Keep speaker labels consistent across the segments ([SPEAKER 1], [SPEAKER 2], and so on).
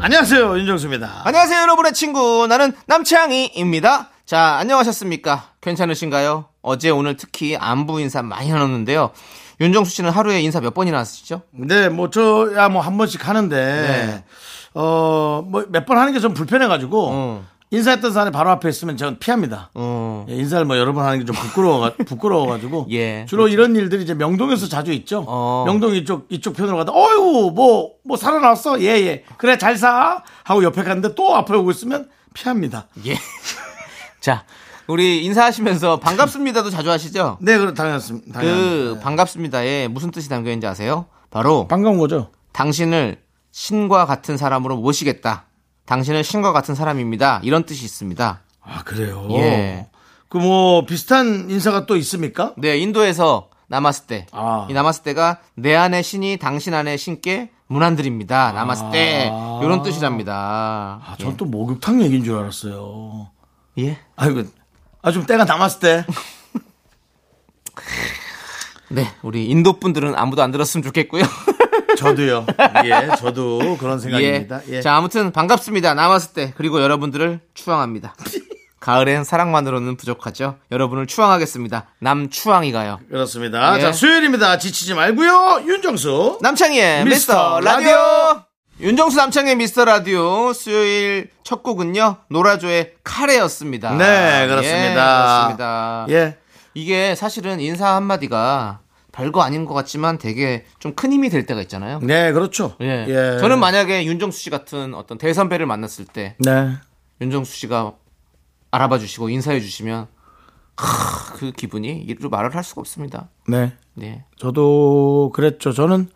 [SPEAKER 1] 안녕하세요 윤정수입니다.
[SPEAKER 2] 안녕하세요, 여러분의 친구. 나는 남창희입니다. 자, 안녕하셨습니까? 괜찮으신가요? 어제 오늘 특히 안부 인사 많이 나눴는데요. 윤정수 씨는 하루에 인사 몇 번이나 하시죠?
[SPEAKER 1] 네, 뭐 저야 뭐 한 번씩 하는데
[SPEAKER 2] 네.
[SPEAKER 1] 어뭐 몇 번 하는 게 좀 불편해가지고
[SPEAKER 2] 어.
[SPEAKER 1] 인사했던 사람이 바로 앞에 있으면 저는 피합니다.
[SPEAKER 2] 어.
[SPEAKER 1] 예, 인사를 뭐 여러 번 하는 게 좀 부끄러워 부끄러워가지고
[SPEAKER 2] 예,
[SPEAKER 1] 주로 이런 일들이 이제 명동에서 자주 있죠.
[SPEAKER 2] 어.
[SPEAKER 1] 명동 이쪽 이쪽 편으로 가다 어유 뭐뭐 살아났어 예예 그래 잘 사 하고 옆에 갔는데 또 앞에 오고 있으면 피합니다.
[SPEAKER 2] 예. 자, 우리 인사하시면서 반갑습니다도 자주 하시죠?
[SPEAKER 1] 네, 그럼 당연했습니다.
[SPEAKER 2] 그 반갑습니다에 무슨 뜻이 담겨 있는지 아세요? 바로
[SPEAKER 1] 반가운 거죠.
[SPEAKER 2] 당신을 신과 같은 사람으로 모시겠다. 당신은 신과 같은 사람입니다. 이런 뜻이 있습니다.
[SPEAKER 1] 아 그래요.
[SPEAKER 2] 예.
[SPEAKER 1] 그 뭐 비슷한 인사가 또 있습니까?
[SPEAKER 2] 네, 인도에서 나마스테.
[SPEAKER 1] 아.
[SPEAKER 2] 이 나마스테가 내 안의 신이 당신 안의 신께 문안드립니다. 나마스테.
[SPEAKER 1] 아.
[SPEAKER 2] 이런 뜻이랍니다.
[SPEAKER 1] 아, 전 또 목욕탕 얘기인 줄 알았어요.
[SPEAKER 2] 예. 예.
[SPEAKER 1] 아이고, 아, 좀 때가 남았을 때.
[SPEAKER 2] 네, 우리 인도 분들은 아무도 안 들었으면 좋겠고요.
[SPEAKER 1] 저도요. 예, 저도 그런 생각입니다. 예.
[SPEAKER 2] 자, 아무튼 반갑습니다. 나마스테. 그리고 여러분들을 추앙합니다. 가을엔 사랑만으로는 부족하죠. 여러분을 추앙하겠습니다. 남추앙이가요.
[SPEAKER 1] 그렇습니다.
[SPEAKER 2] 예.
[SPEAKER 1] 자, 수요일입니다. 지치지 말고요. 윤정수.
[SPEAKER 2] 남창희의 미스터
[SPEAKER 1] 미스터
[SPEAKER 2] 라디오.
[SPEAKER 1] 라디오.
[SPEAKER 2] 윤정수 남창희의 미스터 라디오 수요일 첫 곡은요 노라조의 카레였습니다.
[SPEAKER 1] 네, 그렇습니다.
[SPEAKER 2] 예, 그렇습니다.
[SPEAKER 1] 예.
[SPEAKER 2] 이게 사실은 인사 한 마디가 별거 아닌 것 같지만 되게 좀 큰 힘이 될 때가 있잖아요.
[SPEAKER 1] 네, 그렇죠.
[SPEAKER 2] 예. 저는 만약에 윤정수 씨 같은 어떤 대선배를 만났을 때
[SPEAKER 1] 네.
[SPEAKER 2] 윤정수 씨가 알아봐 주시고 인사해 주시면 크, 그 기분이 이루 말을 할 수가 없습니다.
[SPEAKER 1] 네.
[SPEAKER 2] 네.
[SPEAKER 1] 저도 그랬죠. 저는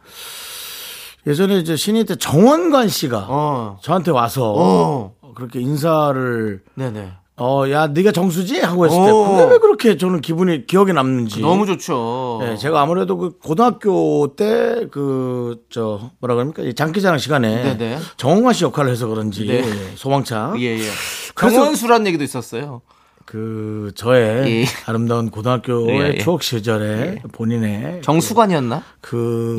[SPEAKER 1] 예전에 이제 신인 때 정원관 씨가
[SPEAKER 2] 어.
[SPEAKER 1] 저한테 와서
[SPEAKER 2] 어.
[SPEAKER 1] 그렇게 인사를
[SPEAKER 2] 네네.
[SPEAKER 1] 어, 야, 네가 정수지? 하고 했을 때.
[SPEAKER 2] 오.
[SPEAKER 1] 근데 왜 그렇게 저는 기분이 기억에 남는지.
[SPEAKER 2] 너무 좋죠.
[SPEAKER 1] 예, 제가 아무래도 그 고등학교 때 그 저 뭐라 그럽니까 이 장기자랑 시간에
[SPEAKER 2] 네네.
[SPEAKER 1] 정홍화 씨 역할을 해서 그런지
[SPEAKER 2] 네.
[SPEAKER 1] 소방차
[SPEAKER 2] 예, 예.
[SPEAKER 1] 그래서-
[SPEAKER 2] 정원수란 얘기도 있었어요.
[SPEAKER 1] 그 저의
[SPEAKER 2] 예.
[SPEAKER 1] 아름다운 고등학교의
[SPEAKER 2] 예, 예.
[SPEAKER 1] 추억 시절에 본인의
[SPEAKER 2] 정수관이었나?
[SPEAKER 1] 그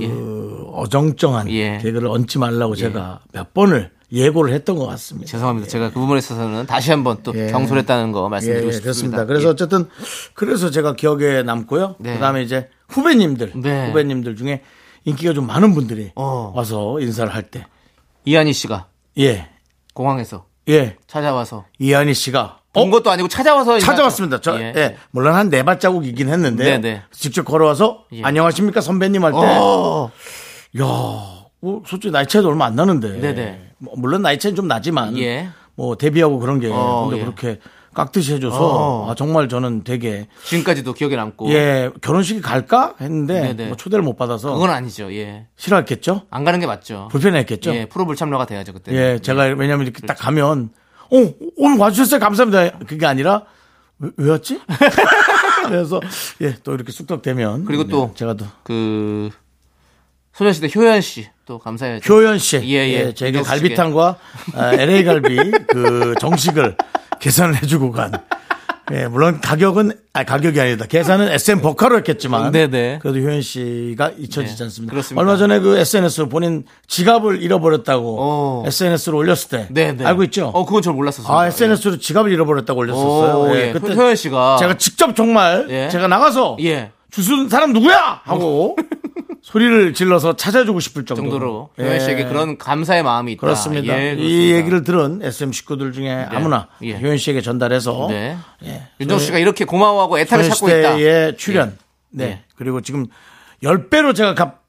[SPEAKER 1] 어정쩡한
[SPEAKER 2] 예.
[SPEAKER 1] 개그를 얹지 말라고 제가 몇 번을 예고를 했던 것 같습니다.
[SPEAKER 2] 죄송합니다. 제가 그 부분에 있어서는 다시 한번 또
[SPEAKER 1] 예.
[SPEAKER 2] 경솔했다는 거
[SPEAKER 1] 예,
[SPEAKER 2] 말씀드리고
[SPEAKER 1] 예,
[SPEAKER 2] 싶습니다.
[SPEAKER 1] 그렇습니다. 그래서 어쨌든 그래서 제가 기억에 남고요.
[SPEAKER 2] 네.
[SPEAKER 1] 그다음에 이제 후배님들,
[SPEAKER 2] 네.
[SPEAKER 1] 후배님들 중에 인기가 좀 많은 분들이
[SPEAKER 2] 어.
[SPEAKER 1] 와서 인사를 할 때,
[SPEAKER 2] 예. 이한희 씨가
[SPEAKER 1] 예,
[SPEAKER 2] 공항에서
[SPEAKER 1] 예,
[SPEAKER 2] 찾아와서
[SPEAKER 1] 이한희 씨가
[SPEAKER 2] 본 것도 아니고 찾아와서
[SPEAKER 1] 어? 찾아왔습니다. 저, 예.
[SPEAKER 2] 예.
[SPEAKER 1] 물론 한 네 발자국이긴 했는데
[SPEAKER 2] 네, 네.
[SPEAKER 1] 직접 걸어와서
[SPEAKER 2] 예.
[SPEAKER 1] 안녕하십니까 선배님 할 때,
[SPEAKER 2] 어.
[SPEAKER 1] 야, 뭐 솔직히 나이 차이도 얼마 안 나는데,
[SPEAKER 2] 네, 네.
[SPEAKER 1] 뭐 물론 나이 차이는 좀 나지만,
[SPEAKER 2] 예.
[SPEAKER 1] 뭐 데뷔하고 그런 게
[SPEAKER 2] 어,
[SPEAKER 1] 근데
[SPEAKER 2] 예.
[SPEAKER 1] 그렇게 깍듯이 해줘서
[SPEAKER 2] 어.
[SPEAKER 1] 아, 정말 저는 되게
[SPEAKER 2] 지금까지도 기억에 남고
[SPEAKER 1] 예, 결혼식에 갈까 했는데
[SPEAKER 2] 네, 네.
[SPEAKER 1] 뭐 초대를 못 받아서
[SPEAKER 2] 그건 아니죠. 예.
[SPEAKER 1] 싫어했겠죠?
[SPEAKER 2] 안 가는 게 맞죠.
[SPEAKER 1] 불편했겠죠?
[SPEAKER 2] 예, 그렇죠.
[SPEAKER 1] 예,
[SPEAKER 2] 프로불 참여가 돼야죠 그때.
[SPEAKER 1] 제가 왜냐면 이렇게 딱 가면 어, 오늘 와주셨어요. 감사합니다. 그게 아니라 왜, 왜 왔지? 그래서 예, 또 이렇게 쑥덕대면
[SPEAKER 2] 그리고
[SPEAKER 1] 네,
[SPEAKER 2] 또
[SPEAKER 1] 제가 또
[SPEAKER 2] 그 소녀시대 효연 씨 또 감사해야죠.
[SPEAKER 1] 효연 씨,
[SPEAKER 2] 예, 예.
[SPEAKER 1] 저에게
[SPEAKER 2] 윤정수
[SPEAKER 1] 갈비탕과 아, LA 갈비 그 정식을 계산을 해주고 간. 예, 물론 가격은 아 가격이 아니다. 계산은 SM 버카로 했겠지만,
[SPEAKER 2] 네, 네.
[SPEAKER 1] 그래도 효연 씨가 잊혀지지
[SPEAKER 2] 네,
[SPEAKER 1] 않습니다.
[SPEAKER 2] 그렇습니다.
[SPEAKER 1] 얼마 전에 그 SNS로 본인 지갑을 잃어버렸다고
[SPEAKER 2] 어.
[SPEAKER 1] SNS로 올렸을 때,
[SPEAKER 2] 네, 네.
[SPEAKER 1] 알고 있죠?
[SPEAKER 2] 어, 그건 저 몰랐었어요.
[SPEAKER 1] 아 SNS로 지갑을 잃어버렸다고 올렸었어요.
[SPEAKER 2] 오,
[SPEAKER 1] 예,
[SPEAKER 2] 예. 효연 씨가
[SPEAKER 1] 제가 직접 정말
[SPEAKER 2] 예.
[SPEAKER 1] 제가 나가서
[SPEAKER 2] 예. 어.
[SPEAKER 1] 주순 사람 누구야 하고 소리를 질러서 찾아주고 싶을 정도로.
[SPEAKER 2] 정도로
[SPEAKER 1] 예.
[SPEAKER 2] 효연 씨에게 그런 감사의 마음이 있다.
[SPEAKER 1] 그렇습니다.
[SPEAKER 2] 예,
[SPEAKER 1] 이
[SPEAKER 2] 그렇습니다.
[SPEAKER 1] 얘기를 들은 SM 식구들 중에 아무나
[SPEAKER 2] 예.
[SPEAKER 1] 효연 씨에게 전달해서
[SPEAKER 2] 네.
[SPEAKER 1] 예.
[SPEAKER 2] 윤정 씨가 이렇게 고마워하고 애타를
[SPEAKER 1] 효연
[SPEAKER 2] 찾고 있다.
[SPEAKER 1] 시대의 출연. 네.
[SPEAKER 2] 예.
[SPEAKER 1] 그리고 지금 10배로 제가 값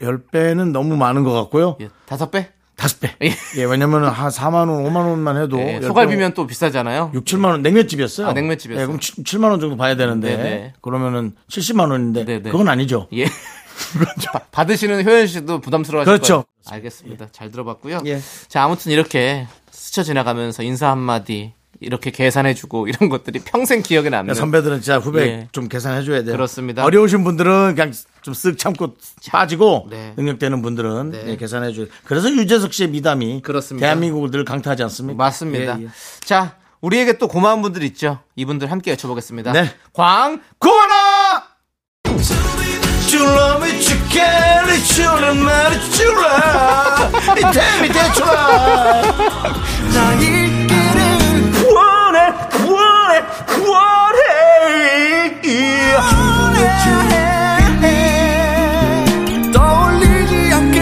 [SPEAKER 1] 10배는 너무 많은 것 같고요.
[SPEAKER 2] 예, 다섯 배?
[SPEAKER 1] 다섯 배
[SPEAKER 2] 예.
[SPEAKER 1] 예, 왜냐면 한 4만 원, 5만 원만 해도
[SPEAKER 2] 예, 소갈비면 또 비싸잖아요.
[SPEAKER 1] 6, 7만 원 냉면집이었어요.
[SPEAKER 2] 아, 냉면집이었어요. 네,
[SPEAKER 1] 예, 그럼 7, 만원 정도 봐야 되는데
[SPEAKER 2] 네네.
[SPEAKER 1] 그러면은 70만 원인데
[SPEAKER 2] 네네.
[SPEAKER 1] 그건 아니죠.
[SPEAKER 2] 예. 받으시는 효연 씨도 부담스러워 하실
[SPEAKER 1] 그렇죠. 예.
[SPEAKER 2] 거예요. 알겠습니다. 잘 들어봤고요. 자, 아무튼 이렇게 스쳐 지나가면서 인사 한마디 이렇게 계산해주고 이런 것들이 평생 기억에 남는
[SPEAKER 1] 네, 그러니까 선배들은 진짜 후배
[SPEAKER 2] 예.
[SPEAKER 1] 좀 계산해 줘야 돼요.
[SPEAKER 2] 그렇습니다.
[SPEAKER 1] 어려우신 분들은 그냥 좀 쓱 참고 빠지고
[SPEAKER 2] 네.
[SPEAKER 1] 능력되는 분들은
[SPEAKER 2] 네.
[SPEAKER 1] 예, 계산해 줘요. 그래서 유재석 씨의 미담이
[SPEAKER 2] 그렇습니다.
[SPEAKER 1] 대한민국을 늘 강타하지 않습니까?
[SPEAKER 2] 맞습니다.
[SPEAKER 1] 예, 예.
[SPEAKER 2] 자, 우리에게 또 고마운 분들 있죠. 이분들 함께 여쭤보겠습니다.
[SPEAKER 1] 네.
[SPEAKER 2] 광, 고마워!
[SPEAKER 1] You love me, you care,
[SPEAKER 3] 네
[SPEAKER 1] it's you, no matter what you love. It tell me that you love. 원해, 원해, 원해.
[SPEAKER 3] 떠올리지 않게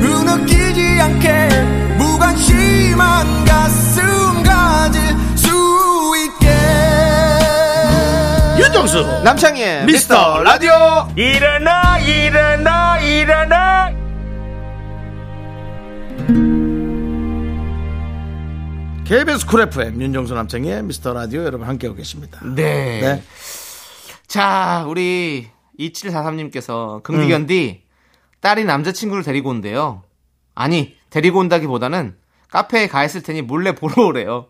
[SPEAKER 3] 흐느끼지 않게 무관심한 가슴까지 수 있게
[SPEAKER 1] 윤정수
[SPEAKER 2] 남창희의
[SPEAKER 1] 미스터 라디오
[SPEAKER 4] 일어나 일어나 일어나
[SPEAKER 1] KBS 쿨 FM 윤정수 남창의 미스터 라디오 여러분 함께하고 계십니다.
[SPEAKER 2] 네.
[SPEAKER 1] 네.
[SPEAKER 2] 자, 우리 2743님께서 긍디견디 딸이 남자친구를 데리고 온대요. 아니, 데리고 온다기보다는 카페에 가 있을 테니 몰래 보러 오래요.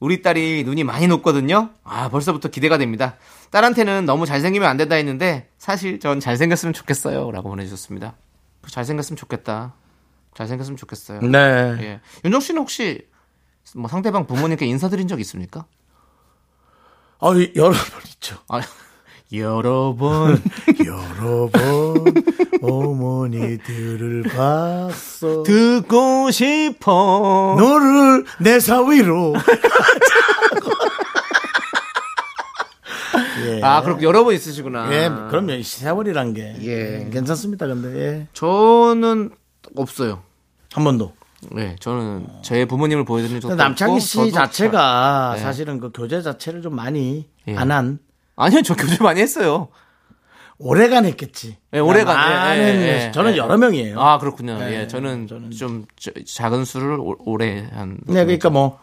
[SPEAKER 2] 우리 딸이 눈이 많이 높거든요. 아, 벌써부터 기대가 됩니다. 딸한테는 너무 잘생기면 안 된다 했는데 사실 전 잘생겼으면 좋겠어요. 라고 보내주셨습니다. 잘생겼으면 좋겠다. 잘생겼으면 좋겠어요.
[SPEAKER 1] 네.
[SPEAKER 2] 예. 윤정 씨는 혹시 뭐 상대방 부모님께 인사드린 적 있습니까?
[SPEAKER 1] 아, 여러 번 있죠.
[SPEAKER 2] 아, 여러 번
[SPEAKER 1] 여러 번 어머니들을 봤어.
[SPEAKER 2] 듣고 싶어.
[SPEAKER 1] 너를 내 사위로.
[SPEAKER 2] 아.
[SPEAKER 1] 예.
[SPEAKER 2] 아, 그렇고 여러 번 있으시구나.
[SPEAKER 1] 예, 그럼요. 이 세월이란 게.
[SPEAKER 2] 예.
[SPEAKER 1] 예. 괜찮습니다, 근데. 예.
[SPEAKER 2] 저는 없어요.
[SPEAKER 1] 한 번도.
[SPEAKER 2] 네, 저는 제 부모님을 보여드린 적도
[SPEAKER 1] 남창희
[SPEAKER 2] 없고, 저도
[SPEAKER 1] 씨 자체가
[SPEAKER 2] 네.
[SPEAKER 1] 사실은 그 교제 자체를 좀 많이
[SPEAKER 2] 예.
[SPEAKER 1] 안 한.
[SPEAKER 2] 잘- 아니요, 저 교제 많이 했어요.
[SPEAKER 1] 오래간 했겠지.
[SPEAKER 2] 예, 오래간, 예,
[SPEAKER 1] 많은
[SPEAKER 2] 예, 예,
[SPEAKER 1] 저는
[SPEAKER 2] 예.
[SPEAKER 1] 여러 명이에요.
[SPEAKER 2] 아, 그렇군요. 예,
[SPEAKER 1] 예,
[SPEAKER 2] 저는, 좀 저- 작은 수를 오- 오래 한.
[SPEAKER 1] 네, 그러니까 뭐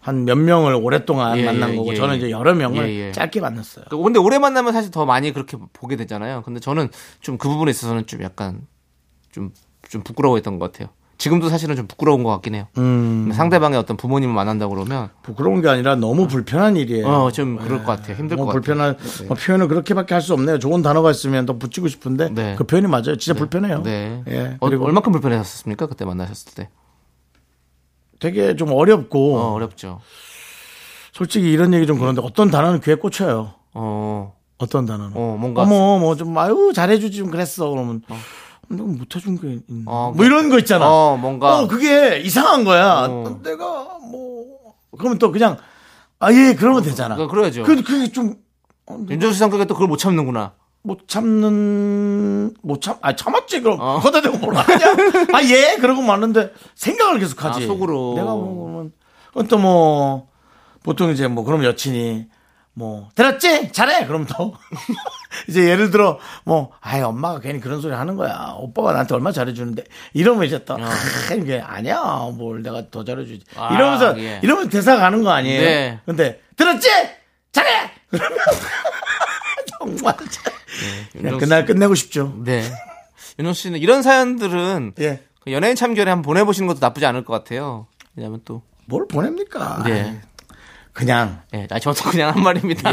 [SPEAKER 1] 한 몇 명을 오랫동안
[SPEAKER 2] 그렇죠. 예,
[SPEAKER 1] 만난
[SPEAKER 2] 예,
[SPEAKER 1] 거고
[SPEAKER 2] 예,
[SPEAKER 1] 저는
[SPEAKER 2] 예.
[SPEAKER 1] 이제 여러 명을
[SPEAKER 2] 예, 예.
[SPEAKER 1] 짧게 만났어요.
[SPEAKER 2] 그러니까 근데 오래 만나면 사실 더 많이 그렇게 보게 되잖아요. 근데 저는 좀 그 부분에 있어서는 좀 약간 좀, 좀 부끄러워했던 것 같아요. 지금도 사실은 좀 부끄러운 것 같긴 해요.
[SPEAKER 1] 음.
[SPEAKER 2] 상대방의 어떤 부모님을 만난다고 그러면
[SPEAKER 1] 부끄러운 게 아니라 너무 불편한 일이에요.
[SPEAKER 2] 어, 좀 그럴 것 같아요. 힘들
[SPEAKER 1] 예. 뭐
[SPEAKER 2] 것
[SPEAKER 1] 불편한
[SPEAKER 2] 같아요.
[SPEAKER 1] 뭐 표현을 그렇게밖에 할 수 없네요. 좋은 단어가 있으면 더 붙이고 싶은데
[SPEAKER 2] 네.
[SPEAKER 1] 그 표현이 맞아요. 진짜 불편해요.
[SPEAKER 2] 네.
[SPEAKER 1] 예.
[SPEAKER 2] 어,
[SPEAKER 1] 그리고
[SPEAKER 2] 얼마큼 불편하셨습니까? 그때 만나셨을 때.
[SPEAKER 1] 되게 좀 어렵고
[SPEAKER 2] 어, 어렵죠.
[SPEAKER 1] 솔직히 이런 얘기 좀 그런데 어떤 단어는 귀에 꽂혀요.
[SPEAKER 2] 어.
[SPEAKER 1] 어떤 단어는.
[SPEAKER 2] 어, 뭔가-
[SPEAKER 1] 어머 뭐 좀 아유 잘해주지 좀 그랬어 그러면 내가 못해준 게 있나?
[SPEAKER 2] 어,
[SPEAKER 1] 뭐 이런 거 있잖아.
[SPEAKER 2] 어, 뭔가.
[SPEAKER 1] 어, 그게 이상한 거야.
[SPEAKER 2] 어.
[SPEAKER 1] 내가 뭐 그러면 또 그냥 아 예 그러면 되잖아.
[SPEAKER 2] 그러니까 그래야죠.
[SPEAKER 1] 그 그게 좀 음.
[SPEAKER 2] 윤정수 성격에 또 그걸 못 참는구나.
[SPEAKER 1] 못 참는 못 참 아 참았지 그럼
[SPEAKER 2] 어.
[SPEAKER 1] 거다 대고 뭐라 하냐 아 예 그러고 마는데 생각을 계속하지
[SPEAKER 2] 아, 속으로.
[SPEAKER 1] 내가 뭐 그러면 그건 또 뭐 보통 이제 뭐 그럼 여친이 뭐 들었지 잘해 그럼 또 이제 예를 들어 뭐 아이 엄마가 괜히 그런 소리 하는 거야 오빠가 나한테 얼마 나 잘해주는데 이러면 이제 또 아, 이게 아니야 뭘 내가 더 잘해주지
[SPEAKER 2] 어. 아,
[SPEAKER 1] 이러면서
[SPEAKER 2] 예.
[SPEAKER 1] 이러면 대사 가는 거 아니에요
[SPEAKER 2] 네.
[SPEAKER 1] 근데 들었지 잘해 그러면 정말 잘- 그냥 그날 끝내고 싶죠.
[SPEAKER 2] 네. 윤정수 씨는 이런 사연들은
[SPEAKER 1] 예.
[SPEAKER 2] 그 연예인 참견에 한번 보내보시는 것도 나쁘지 않을 것 같아요. 왜냐면 또.
[SPEAKER 1] 뭘 보냅니까?
[SPEAKER 2] 네.
[SPEAKER 1] 그냥
[SPEAKER 2] 예, 아, 저도 그냥 한 말입니다.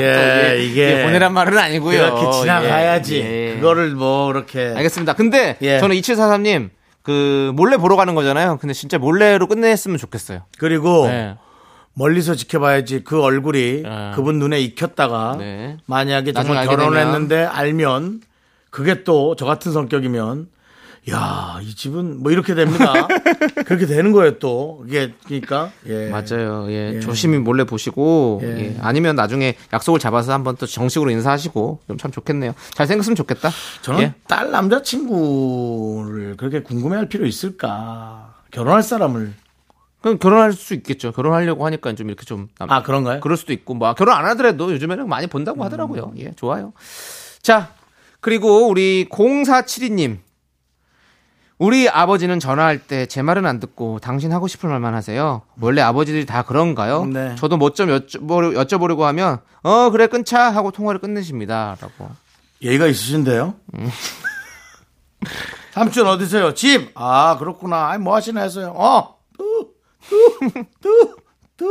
[SPEAKER 1] 예,
[SPEAKER 2] 또
[SPEAKER 1] 이게
[SPEAKER 2] 보내란 말은 아니고요.
[SPEAKER 1] 그렇게 지나가야지.
[SPEAKER 2] 예, 예.
[SPEAKER 1] 그거를 뭐 그렇게
[SPEAKER 2] 알겠습니다. 근데
[SPEAKER 1] 예.
[SPEAKER 2] 저는 2743님 그 몰래 보러 가는 거잖아요. 근데 진짜 몰래로 끝냈으면 좋겠어요.
[SPEAKER 1] 그리고
[SPEAKER 2] 네.
[SPEAKER 1] 멀리서 지켜봐야지 그 얼굴이
[SPEAKER 2] 예.
[SPEAKER 1] 그분 눈에 익혔다가
[SPEAKER 2] 네.
[SPEAKER 1] 만약에 정말
[SPEAKER 2] 나중에 알게
[SPEAKER 1] 결혼했는데 알면 그게 또 저 같은 성격이면 야, 이 집은 뭐 이렇게 됩니다. 그렇게 되는 거예요, 또. 이게 그러니까 예.
[SPEAKER 2] 맞아요. 예. 조심히 몰래 보시고
[SPEAKER 1] 예.
[SPEAKER 2] 예. 아니면 나중에 약속을 잡아서 한번 또 정식으로 인사하시고 그럼 참 좋겠네요. 잘 생겼으면 좋겠다.
[SPEAKER 1] 저는
[SPEAKER 2] 예.
[SPEAKER 1] 딸 남자친구를 그렇게 궁금해할 필요 있을까? 결혼할 사람을
[SPEAKER 2] 그럼 결혼할 수 있겠죠. 결혼하려고 하니까 좀 이렇게 좀 남-
[SPEAKER 1] 아 그런가요? 음.
[SPEAKER 2] 그럴 수도 있고 뭐 결혼 안 하더라도 요즘에는 많이 본다고 하더라고요. 예, 좋아요. 자, 그리고 우리 0472님. 우리 아버지는 전화할 때 제 말은 안 듣고 당신 하고 싶은 말만 하세요. 원래 아버지들이 다 그런가요?
[SPEAKER 1] 네.
[SPEAKER 2] 저도 뭐 좀 여쭤보려, 여쭤보려고 하면 어 그래 끊자 하고 통화를 끝내십니다라고.
[SPEAKER 1] 예의가 있으신데요? 삼촌 어디세요? 집. 아, 그렇구나. 아니, 뭐 하시나 해서요. 어. 뚜, 뚜, 뚜,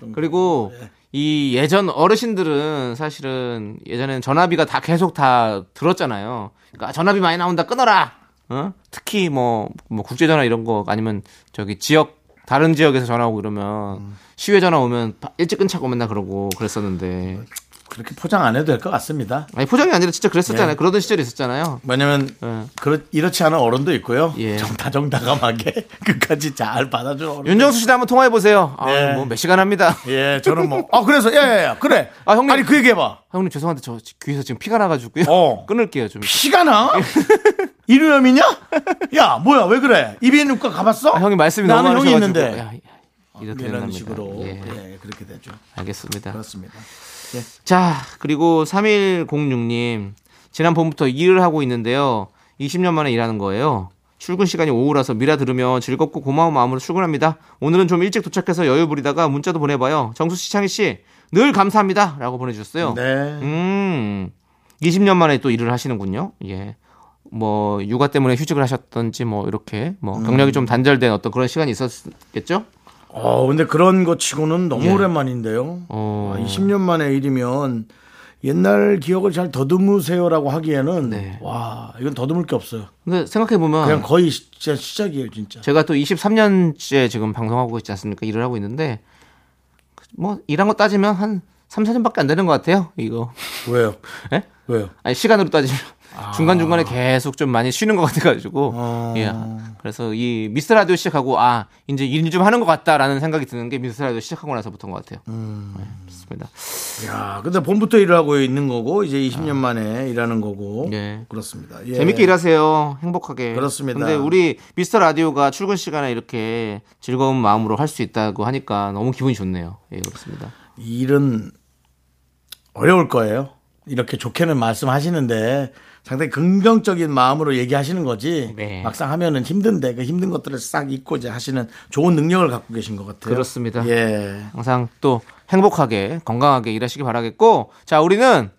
[SPEAKER 1] 뚜.
[SPEAKER 2] 그리고 이 예전 어르신들은 사실은 예전에는 전화비가 다 계속 다 들었잖아요. 그러니까 전화비 많이 나온다 끊어라. 어? 특히 뭐, 뭐 국제전화 이런 거 아니면 저기 지역 다른 지역에서 전화 오고 이러면
[SPEAKER 1] 음.
[SPEAKER 2] 시외 전화 오면 바- 일찍 끊자고 맨날 그러고 그랬었는데
[SPEAKER 1] 그렇게 포장 안 해도 될 것 같습니다.
[SPEAKER 2] 아니 포장이 아니라 진짜
[SPEAKER 1] 네.
[SPEAKER 2] 그랬었잖아요. 그러던 시절이 있었잖아요.
[SPEAKER 1] 왜냐면
[SPEAKER 2] 예.
[SPEAKER 1] 그렇 이렇지 않은 어른도 있고요.
[SPEAKER 2] 예.
[SPEAKER 1] 좀 다정다감하게 끝까지 잘 받아주는 어른.
[SPEAKER 2] 윤정수 씨도 한번 통화해 보세요. 아,
[SPEAKER 1] 네.
[SPEAKER 2] 뭐몇 시간 합니다.
[SPEAKER 1] 예, 저는 뭐. 아, 그래서 예, 예, 예. 그래.
[SPEAKER 2] 아, 형님.
[SPEAKER 1] 아니 그 얘기해봐.
[SPEAKER 2] 형님 죄송한데 저 귀에서 지금 피가 나가지고요.
[SPEAKER 1] 어.
[SPEAKER 2] 끊을게요 좀.
[SPEAKER 1] 피가 나? 일요염이냐? 야, 뭐야, 왜 그래? 이비인후과 가봤어?
[SPEAKER 2] 아, 형님 말씀이
[SPEAKER 1] 나는
[SPEAKER 2] 너무
[SPEAKER 1] 형이
[SPEAKER 2] 많으셔가지고.
[SPEAKER 1] 있는데. 뭐
[SPEAKER 2] 야, 야, 이렇게
[SPEAKER 1] 이런
[SPEAKER 2] 된답니다.
[SPEAKER 1] 식으로
[SPEAKER 2] 예,
[SPEAKER 1] 예, 그렇게 되죠.
[SPEAKER 2] 알겠습니다.
[SPEAKER 1] 그렇습니다.
[SPEAKER 2] 자, 그리고 3106님. 지난 봄부터 일을 하고 있는데요. 20년 만에 일하는 거예요. 출근 시간이 오후라서 미라 들으면 즐겁고 고마운 마음으로 출근합니다. 오늘은 좀 일찍 도착해서 여유 부리다가 문자도 보내봐요. 정수 씨, 창희 씨, 늘 감사합니다. 라고 보내주셨어요.
[SPEAKER 1] 네.
[SPEAKER 2] 음, 20년 만에 또 일을 하시는군요. 예. 뭐, 육아 때문에 휴직을 하셨던지 뭐, 이렇게, 뭐,
[SPEAKER 1] 음.
[SPEAKER 2] 경력이 좀 단절된 어떤 그런 시간이 있었겠죠?
[SPEAKER 1] 어, 근데 그런 거 치고는 너무
[SPEAKER 2] 예.
[SPEAKER 1] 오랜만인데요.
[SPEAKER 2] 어.
[SPEAKER 1] 아, 20년 만에 일이면 옛날 기억을 잘 더듬으세요라고 하기에는
[SPEAKER 2] 네. 아.
[SPEAKER 1] 와, 이건 더듬을 게 없어요.
[SPEAKER 2] 근데 생각해보면.
[SPEAKER 1] 그냥 거의 진짜 시작이에요, 진짜.
[SPEAKER 2] 제가 또 23년째 지금 방송하고 있지 않습니까? 일을 하고 있는데 뭐 일한 거 따지면 한 3, 4년밖에 안 되는 것 같아요. 이거.
[SPEAKER 1] 왜요?
[SPEAKER 2] 예?
[SPEAKER 1] 왜요?
[SPEAKER 2] 아니 시간으로 따지면 중간중간에 계속 좀 많이 쉬는 것 같아 가지고.
[SPEAKER 1] 아.
[SPEAKER 2] 예. 그래서 이 미스 라디오 시작하고 아, 이제 일 좀 하는 것 같다라는 생각이 드는 게 미스 라디오 시작하고 나서부터인 것 같아요.
[SPEAKER 1] 음.
[SPEAKER 2] 예, 그렇습니다.
[SPEAKER 1] 야, 근데 봄부터 일을 하고 있는 거고 이제 20년 만에 일하는 거고
[SPEAKER 2] 아. 예.
[SPEAKER 1] 그렇습니다. 예.
[SPEAKER 2] 재밌게 일하세요. 행복하게.
[SPEAKER 1] 그렇습니다.
[SPEAKER 2] 근데 우리 미스터 라디오가 출근 시간에 이렇게 즐거운 마음으로 할 수 있다고 하니까 너무 기분이 좋네요. 예, 그렇습니다.
[SPEAKER 1] 일은 어려울 거예요. 이렇게 좋게는 말씀하시는데 상당히 긍정적인 마음으로 얘기하시는 거지
[SPEAKER 2] 네.
[SPEAKER 1] 막상 하면은 힘든데 그 힘든 것들을 싹 잊고 이제 하시는 좋은 능력을 갖고 계신 것 같아요.
[SPEAKER 2] 그렇습니다.
[SPEAKER 1] 예.
[SPEAKER 2] 항상 또 행복하게 건강하게 일하시길 바라겠고 자 우리는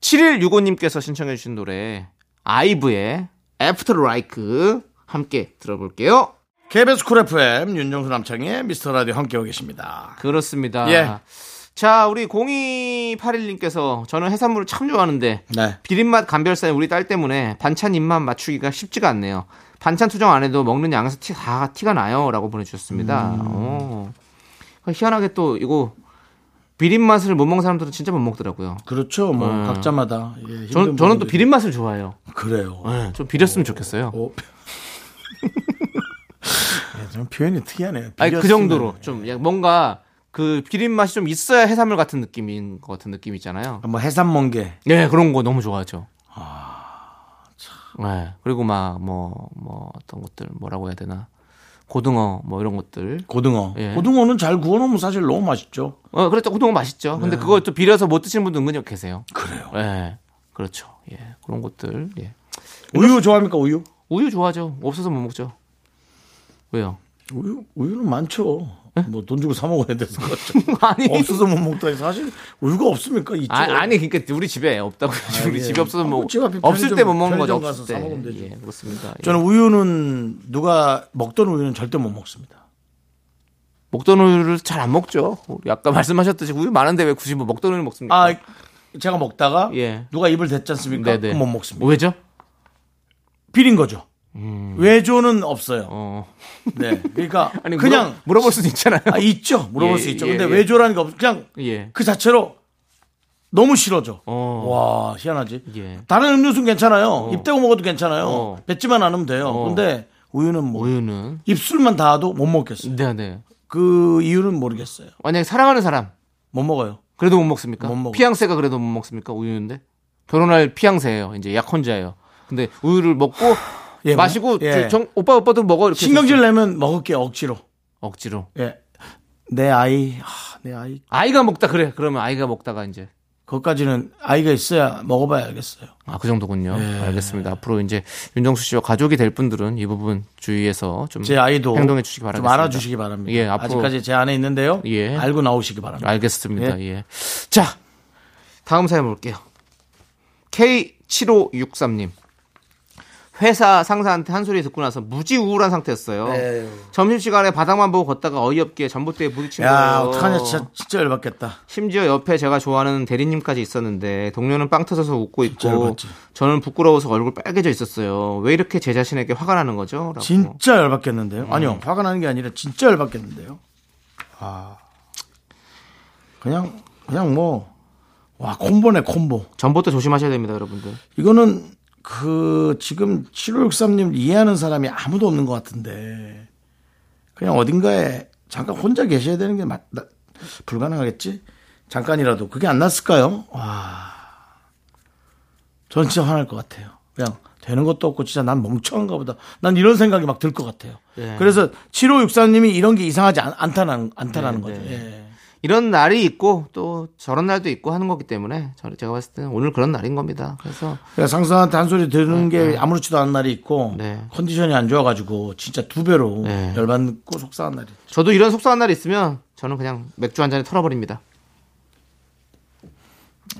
[SPEAKER 2] 7165님께서 신청해 주신 노래 아이브의 After Like 함께 들어볼게요
[SPEAKER 1] KBS 쿨 FM 윤정수 남창의 미스터 라디오 함께하고 계십니다.
[SPEAKER 2] 그렇습니다
[SPEAKER 1] 예.
[SPEAKER 2] 자 우리 0281님께서 저는 해산물을 참 좋아하는데
[SPEAKER 1] 네.
[SPEAKER 2] 비린맛 감별사인 우리 딸 때문에 반찬 입맛 맞추기가 쉽지가 않네요 반찬 투정 안 해도 먹는 양에서 티, 다 티가 나요 라고 보내주셨습니다
[SPEAKER 1] 음.
[SPEAKER 2] 오. 희한하게 또 이거 비린맛을 못 먹는 사람들은 진짜 못 먹더라고요
[SPEAKER 1] 그렇죠. 뭐
[SPEAKER 2] 음.
[SPEAKER 1] 각자마다 예, 힘든
[SPEAKER 2] 저는, 저는 또
[SPEAKER 1] 부분들이-
[SPEAKER 2] 비린 맛을 좋아해요.
[SPEAKER 1] 그래요.
[SPEAKER 2] 좀 비렸으면 좋겠어요.
[SPEAKER 1] 어. 예, 좀 표현이 특이하네요.
[SPEAKER 2] 아니 그
[SPEAKER 1] 비렸으면-
[SPEAKER 2] 정도로 좀 약- 뭔가 그 비린 맛이 좀 있어야 해산물 같은 느낌인 것 같은 느낌 있잖아요.
[SPEAKER 1] 뭐 해산 멍게
[SPEAKER 2] 네 그런 거 너무 좋아하죠. 네 그리고 막 뭐 뭐 어떤 것들 뭐라고 해야 되나 고등어 뭐 이런 것들.
[SPEAKER 1] 고등어.
[SPEAKER 2] 예.
[SPEAKER 1] 고등어는 잘 구워놓으면 사실 너무 맛있죠.
[SPEAKER 2] 어 그렇죠 고등어 맛있죠. 근데 그걸 또 비려서 못 드시는 분도 은근히 계세요.
[SPEAKER 1] 네. 그래요.
[SPEAKER 2] 네 그렇죠. 예 그런 것들. 예
[SPEAKER 1] 우유 좋아합니까 우유?
[SPEAKER 2] 우유 좋아하죠. 없어서 못 먹죠. 왜요?
[SPEAKER 1] 우유 우유는 많죠.
[SPEAKER 2] 예?
[SPEAKER 1] 뭐 돈 주고 사 먹어야 돼서 그렇죠.
[SPEAKER 2] 아니
[SPEAKER 1] 없어서 못 먹다니 사실 우유가 없습니까? 있죠.
[SPEAKER 2] 아, 아니 그러니까 우리 집에 없다고 해야지. 우리
[SPEAKER 1] 예.
[SPEAKER 2] 집에 없어서
[SPEAKER 1] 아,
[SPEAKER 2] 뭐
[SPEAKER 1] 집 앞에
[SPEAKER 2] 없을
[SPEAKER 1] 편의점-
[SPEAKER 2] 때 못 먹는 거죠
[SPEAKER 1] 편의점
[SPEAKER 2] 없을
[SPEAKER 1] 가서 사 먹으면
[SPEAKER 2] 때
[SPEAKER 1] 되죠.
[SPEAKER 2] 예, 그렇습니다 예.
[SPEAKER 1] 저는 우유는 누가 먹던 우유는 절대 못 먹습니다.
[SPEAKER 2] 먹던 우유를 잘 안 먹죠 우리 아까 말씀하셨듯이 우유 많은데 왜 굳이 뭐 먹던 우유 먹습니까
[SPEAKER 1] 아 제가 먹다가
[SPEAKER 2] 예.
[SPEAKER 1] 누가 입을 댔지 않습니까?
[SPEAKER 2] 네네.
[SPEAKER 1] 그러니까
[SPEAKER 2] 뭐-
[SPEAKER 1] 그건 못 먹습니다.
[SPEAKER 2] 왜죠
[SPEAKER 1] 비린 거죠. 외조는 없어요.
[SPEAKER 2] 어
[SPEAKER 1] 네. 그러니까
[SPEAKER 2] 음. 아니
[SPEAKER 1] 그냥
[SPEAKER 2] 물어, 물어볼 수도 있잖아요
[SPEAKER 1] 아, 있죠. 물어볼
[SPEAKER 2] 예,
[SPEAKER 1] 수 있죠.
[SPEAKER 2] 예,
[SPEAKER 1] 근데
[SPEAKER 2] 예.
[SPEAKER 1] 외조라는 게 없, 그냥
[SPEAKER 2] 예
[SPEAKER 1] 그 자체로 너무 싫어져.
[SPEAKER 2] 어.
[SPEAKER 1] 와, 희한하지.
[SPEAKER 2] 예.
[SPEAKER 1] 다른 음료수는 괜찮아요. 입대고 먹어도 괜찮아요.
[SPEAKER 2] 어.
[SPEAKER 1] 뱉지만 않으면 돼요.
[SPEAKER 2] 어.
[SPEAKER 1] 근데 우유는 뭐
[SPEAKER 2] 우유는
[SPEAKER 1] 입술만 닿아도 못 먹겠어요.
[SPEAKER 2] 네네
[SPEAKER 1] 그 이유는 모르겠어요.
[SPEAKER 2] 만약에 사랑하는 사람
[SPEAKER 1] 못 먹어요.
[SPEAKER 2] 그래도 못 먹습니까
[SPEAKER 1] 못 먹어요.
[SPEAKER 2] 피양새가 그래도 못 먹습니까 우유인데 결혼할 피양새예요 이제 약혼자예요 근데 우유를 먹고
[SPEAKER 1] 예, 뭐-
[SPEAKER 2] 마시고
[SPEAKER 1] 예.
[SPEAKER 2] 저- 정- 오빠 오빠도 먹어 이렇게
[SPEAKER 1] 신경질
[SPEAKER 2] 해서
[SPEAKER 1] 내면 먹을게요. 억지로.
[SPEAKER 2] 억지로
[SPEAKER 1] 예. 내 아이, 아, 내 아이.
[SPEAKER 2] 아이가 먹다 그래. 그러면 아이가 먹다가 이제
[SPEAKER 1] 그것까지는 아이가 있어야 먹어봐야 알겠어요.
[SPEAKER 2] 아 그 정도군요.
[SPEAKER 1] 예.
[SPEAKER 2] 알겠습니다. 앞으로 이제 윤정수 씨와 가족이 될 분들은 이 부분 주의해서 좀
[SPEAKER 1] 제 아이도
[SPEAKER 2] 행동해 주시기
[SPEAKER 1] 좀
[SPEAKER 2] 바라겠습니다.
[SPEAKER 1] 알아주시기 바랍니다.
[SPEAKER 2] 예, 앞으로-
[SPEAKER 1] 아직까지 제 안에 있는데요.
[SPEAKER 2] 예.
[SPEAKER 1] 알고 나오시기 바랍니다.
[SPEAKER 2] 알겠습니다. 예. 자 다음 사연 볼게요. K 7563님 회사 상사한테 한 소리 듣고 나서 무지 우울한 상태였어요.
[SPEAKER 1] 에휴.
[SPEAKER 2] 점심시간에 바닥만 보고 걷다가 어이없게 전봇대에 부딪힌
[SPEAKER 1] 야,
[SPEAKER 2] 거예요.
[SPEAKER 1] 어떡하냐. 진짜, 진짜 열받겠다.
[SPEAKER 2] 심지어 옆에 제가 좋아하는 대리님까지 있었는데 동료는 빵 터져서 웃고
[SPEAKER 1] 진짜
[SPEAKER 2] 있고
[SPEAKER 1] 열받지.
[SPEAKER 2] 저는 부끄러워서 얼굴 빨개져 있었어요. 왜 이렇게 제 자신에게 화가 나는 거죠? 라고.
[SPEAKER 1] 음. 진짜 열받겠는데요? 아니요. 화가 나는 게 아니라 진짜 열받겠는데요? 아. 그냥, 그냥 뭐, 와, 콤보네, 콤보.
[SPEAKER 2] 전봇대 조심하셔야 됩니다, 여러분들.
[SPEAKER 1] 이거는 그, 지금 7563님 이해하는 사람이 아무도 없는 것 같은데, 그냥 어딘가에 잠깐 혼자 계셔야 되는 게 맞, 나, 불가능하겠지? 잠깐이라도. 그게 안 났을까요? 와. 전 진짜 화날 것 같아요. 그냥 되는 것도 없고 진짜 난 멍청한가 보다. 난 이런 생각이 막 들 것 같아요.
[SPEAKER 2] 예.
[SPEAKER 1] 그래서 7563님이 이런 게 이상하지 않, 않다는, 않다라는
[SPEAKER 2] 네,
[SPEAKER 1] 거죠. 예.
[SPEAKER 2] 이런 날이 있고 또 저런 날도 있고 하는 거기 때문에 저- 제가 봤을 때는 오늘 그런 날인 겁니다. 그래서
[SPEAKER 1] 그러니까 상사한테 한 소리 들은 게 아무렇지도 않은 날이 있고
[SPEAKER 2] 네.
[SPEAKER 1] 컨디션이 안 좋아가지고 진짜 두 배로
[SPEAKER 2] 네.
[SPEAKER 1] 열받고 속상한 날이 있죠.
[SPEAKER 2] 저도 이런 속상한 날이 있으면 저는 그냥 맥주 한 잔에 털어버립니다.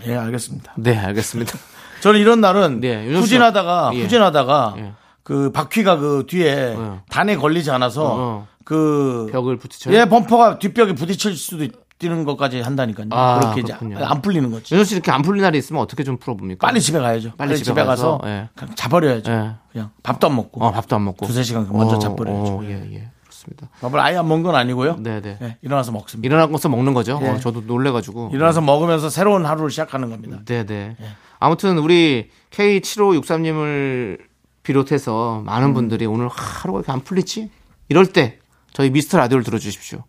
[SPEAKER 1] 예 알겠습니다.
[SPEAKER 2] 네, 알겠습니다.
[SPEAKER 1] 저는 이런 날은
[SPEAKER 2] 네, 윤정수
[SPEAKER 1] 후진하다가
[SPEAKER 2] 씨. 예.
[SPEAKER 1] 후진하다가
[SPEAKER 2] 예.
[SPEAKER 1] 그 바퀴가 그 뒤에
[SPEAKER 2] 예.
[SPEAKER 1] 단에 걸리지 않아서
[SPEAKER 2] 어.
[SPEAKER 1] 그
[SPEAKER 2] 벽을 부딪혀요.
[SPEAKER 1] 예 범퍼가 뒷벽에 부딪힐 수도 있는 것까지 한다니까요.
[SPEAKER 2] 아,
[SPEAKER 1] 그렇게 이제
[SPEAKER 2] 그렇군요.
[SPEAKER 1] 안 풀리는 거지.
[SPEAKER 2] 윤호 씨 이렇게 안 풀린 날이 있으면 어떻게 좀 풀어봅니까?
[SPEAKER 1] 빨리 집에 가야죠.
[SPEAKER 2] 빨리
[SPEAKER 1] 빨리,
[SPEAKER 2] 집에
[SPEAKER 1] 집에,
[SPEAKER 2] 가서,
[SPEAKER 1] 가서,
[SPEAKER 2] 예.
[SPEAKER 1] 그냥 자버려야죠.
[SPEAKER 2] 예.
[SPEAKER 1] 그냥 밥도 안 먹고
[SPEAKER 2] 어, 밥도 안 먹고
[SPEAKER 1] 두세 시간 먼저
[SPEAKER 2] 어,
[SPEAKER 1] 잡버려야죠.
[SPEAKER 2] 어, 예, 예. 그렇습니다.
[SPEAKER 1] 밥을 아예 안 먹은 건 아니고요.
[SPEAKER 2] 네, 네.
[SPEAKER 1] 예, 일어나서 먹습니다.
[SPEAKER 2] 일어나고서 먹는 거죠.
[SPEAKER 1] 예.
[SPEAKER 2] 어, 저도 놀래가지고.
[SPEAKER 1] 일어나서 먹으면서 새로운 하루를 시작하는 겁니다.
[SPEAKER 2] 네네. 아무튼 우리 K7563님을 비롯해서 많은 분들이 오늘 하루가 이렇게 안 풀리지? 이럴 때 저희 미스터 라디오를 들어주십시오.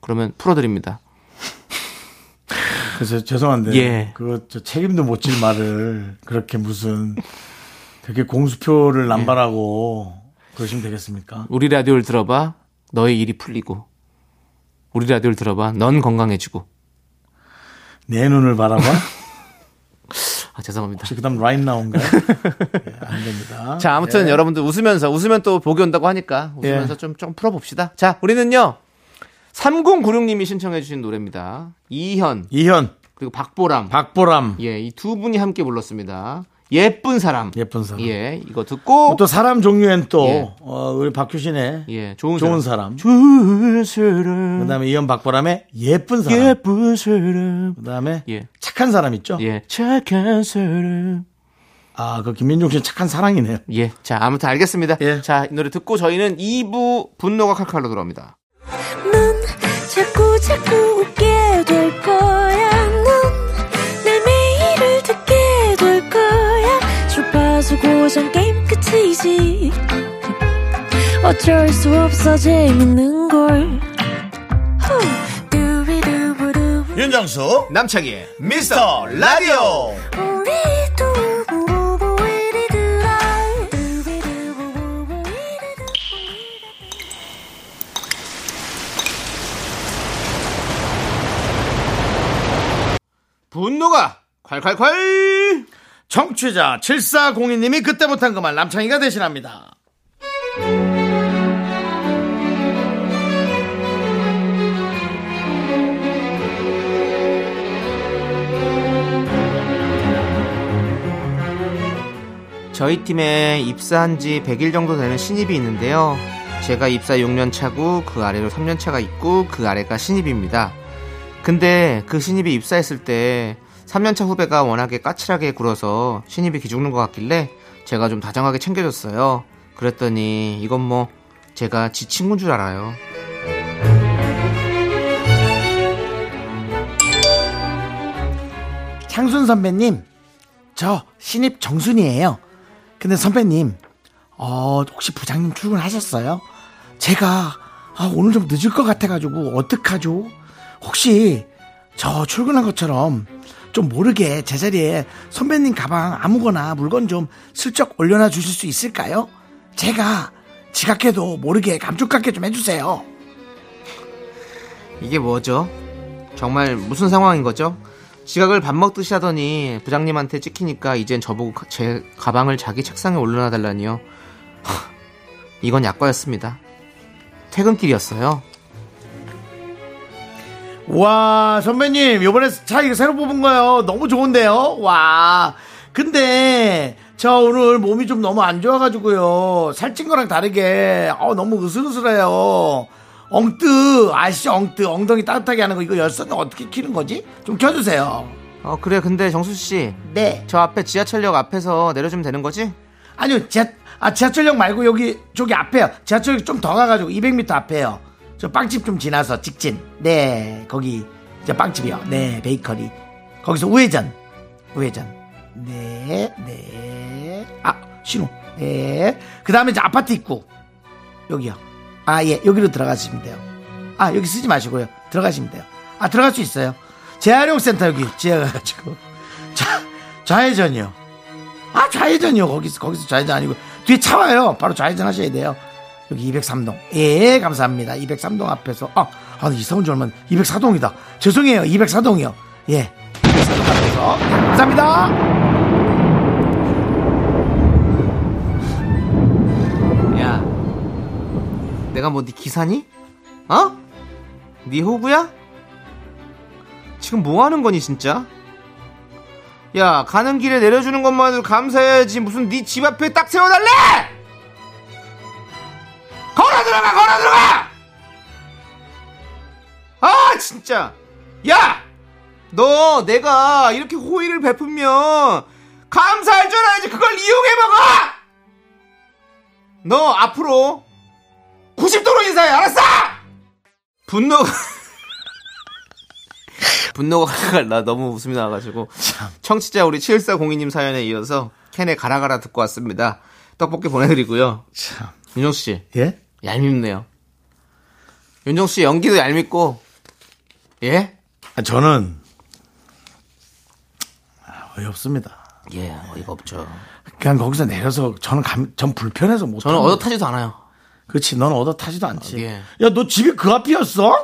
[SPEAKER 2] 그러면 풀어드립니다.
[SPEAKER 1] 그래서 죄송한데
[SPEAKER 2] 예.
[SPEAKER 1] 그거 저 책임도 못 질 말을 그렇게 무슨 되게 공수표를 남발하고 그러시면 되겠습니까?
[SPEAKER 2] 우리 라디오를 들어봐. 너의 일이 풀리고. 우리 라디오를 들어봐. 넌 건강해지고.
[SPEAKER 1] 내 눈을 바라봐.
[SPEAKER 2] 아, 죄송합니다.
[SPEAKER 1] 혹시 그다음 라인 나온가요? 예, 안 됩니다.
[SPEAKER 2] 자, 아무튼 여러분들 웃으면서, 웃으면 또 복이 온다고 하니까 웃으면서
[SPEAKER 1] 예.
[SPEAKER 2] 좀, 좀 풀어봅시다. 자, 우리는요. 3096님이 신청해주신 노래입니다. 이현,
[SPEAKER 1] 이현,
[SPEAKER 2] 그리고 박보람.
[SPEAKER 1] 박보람
[SPEAKER 2] 예, 이 두 분이 함께 불렀습니다. 예쁜 사람.
[SPEAKER 1] 예쁜 사람.
[SPEAKER 2] 예, 이거 듣고
[SPEAKER 1] 또 사람 종류엔 또
[SPEAKER 2] 예.
[SPEAKER 1] 어, 우리 박효신의
[SPEAKER 2] 예, 좋은
[SPEAKER 1] 좋은
[SPEAKER 2] 사람.
[SPEAKER 1] 사람,
[SPEAKER 2] 좋은 사람.
[SPEAKER 1] 그다음에 이현 박보람의 예쁜 사람,
[SPEAKER 2] 예쁜 사람.
[SPEAKER 1] 그다음에
[SPEAKER 2] 예.
[SPEAKER 1] 착한 사람 있죠?
[SPEAKER 2] 예, 착한 사람.
[SPEAKER 1] 아, 그 김민종 씨는 착한 사랑이네요.
[SPEAKER 2] 예, 자, 아무튼 알겠습니다.
[SPEAKER 1] 예.
[SPEAKER 2] 자, 이 노래 듣고 저희는 2부 분노가 칼칼로 돌아옵니다.
[SPEAKER 5] 넌 자꾸 자꾸 웃게 될 거야. 넌내 매일을 듣게 될 거야. 주파수 고정 게임 끝이지. 어쩔 수 없어 재밌는 걸. 후. 두비두부두.
[SPEAKER 1] 윤정수
[SPEAKER 2] 남창희의
[SPEAKER 1] 미스터 라디오
[SPEAKER 5] 우리 두부부부 우리들아. 두비두부부부 우리들아.
[SPEAKER 2] 분노가 콸콸콸!
[SPEAKER 1] 정취자 7402님이 그때 못한 그 말 남창희가 대신합니다
[SPEAKER 2] 저희 팀에 입사한 지 100일 정도 되는 신입이 있는데요. 제가 입사 6년 차고 그 아래로 3년 차가 있고 그 아래가 신입입니다. 근데 그 신입이 입사했을 때 3년 차 후배가 워낙에 까칠하게 굴어서 신입이 기죽는 것 같길래 제가 좀 다정하게 챙겨줬어요. 그랬더니 이건 뭐 제가 지 친구인 줄 알아요.
[SPEAKER 1] 창순 선배님 저 신입 정순이에요 근데 선배님 어, 혹시 부장님 출근하셨어요? 제가 아, 오늘 좀 늦을 것 같아가지고 어떡하죠? 혹시 저 출근한 것처럼 좀 모르게 제자리에 선배님 가방 아무거나 물건 좀 슬쩍 올려놔 주실 수 있을까요? 제가 지각해도 모르게 감쪽같게 좀 해주세요
[SPEAKER 2] 이게 뭐죠? 정말 무슨 상황인 거죠? 지각을 밥 먹듯이 하더니 부장님한테 찍히니까 이젠 저보고 가- 제 가방을 자기 책상에 올려놔달라니요. 하, 이건 약과였습니다. 퇴근길이었어요.
[SPEAKER 1] 와 선배님 요번에 차 이거 새로 뽑은 거요 너무 좋은데요 와 근데 저 오늘 몸이 좀 너무 안 좋아가지고요. 살찐 거랑 다르게 어, 너무 으슬으슬해요. 엉뜨 아시죠? 엉뜨 엉덩이 따뜻하게 하는 거 이거 열선은 어떻게 키는 거지? 좀 켜주세요.
[SPEAKER 2] 어 그래 근데 정수 씨.
[SPEAKER 1] 네.
[SPEAKER 2] 저 앞에 지하철역 앞에서 내려주면 되는 거지?
[SPEAKER 1] 아니요 지하 아 지하철역 말고 여기 저기 앞에요. 지하철역 좀 더 가가지고 200m 앞에요. 저 빵집 좀 지나서 직진. 네 거기 저 빵집이요. 네 베이커리 거기서 우회전 우회전. 네네아 신호. 네. 그 다음에 이제 아파트 입구 여기요. 아, 예, 여기로 들어가시면 돼요. 아, 여기 쓰지 마시고요. 들어가시면 돼요. 아, 들어갈 수 있어요. 재활용센터 여기 지나가가지고. 자, 좌회전이요. 아, 좌회전이요. 거기서, 거기서 좌회전 아니고. 뒤에 차 와요. 바로 좌회전 하셔야 돼요. 여기 203동. 예, 감사합니다. 203동 앞에서. 아, 아, 이사 온 지 얼마 204동이다. 죄송해요. 204동이요. 예. 204동 앞에서. 감사합니다.
[SPEAKER 2] 야, 내가 뭐 네 기사니? 어? 네 호구야? 지금 뭐 하는 거니 진짜? 야, 가는 길에 내려주는 것만으로 감사해야지 무슨 네 집 앞에 딱 세워달래? 걸어 들어가, 걸어 들어가! 아, 진짜. 야, 너 내가 이렇게 호의를 베풀면 감사할 줄 알아야지 그걸 이용해 먹어! 너 앞으로 90도로 인사해 알았어 분노가 분노가 칼칼 나 너무 웃음이 나와가지고 청취자 우리 7402님 사연에 이어서 캔에 가라가라 듣고 왔습니다 떡볶이 보내드리고요
[SPEAKER 1] 참.
[SPEAKER 2] 윤정씨
[SPEAKER 1] 예?
[SPEAKER 2] 얄밉네요 윤정씨 연기도 얄밉고 예?
[SPEAKER 1] 아, 저는 아, 어이없습니다.
[SPEAKER 2] 예 어이가 없죠
[SPEAKER 1] 그냥 거기서 내려서 저는 감, 전 불편해서 못.
[SPEAKER 2] 저는
[SPEAKER 1] 하는 거예요.
[SPEAKER 2] 얻어타지도 않아요
[SPEAKER 1] 그렇지, 넌 얻어 타지도 않지.
[SPEAKER 2] 예.
[SPEAKER 1] 야, 너 집이 그 앞이었어?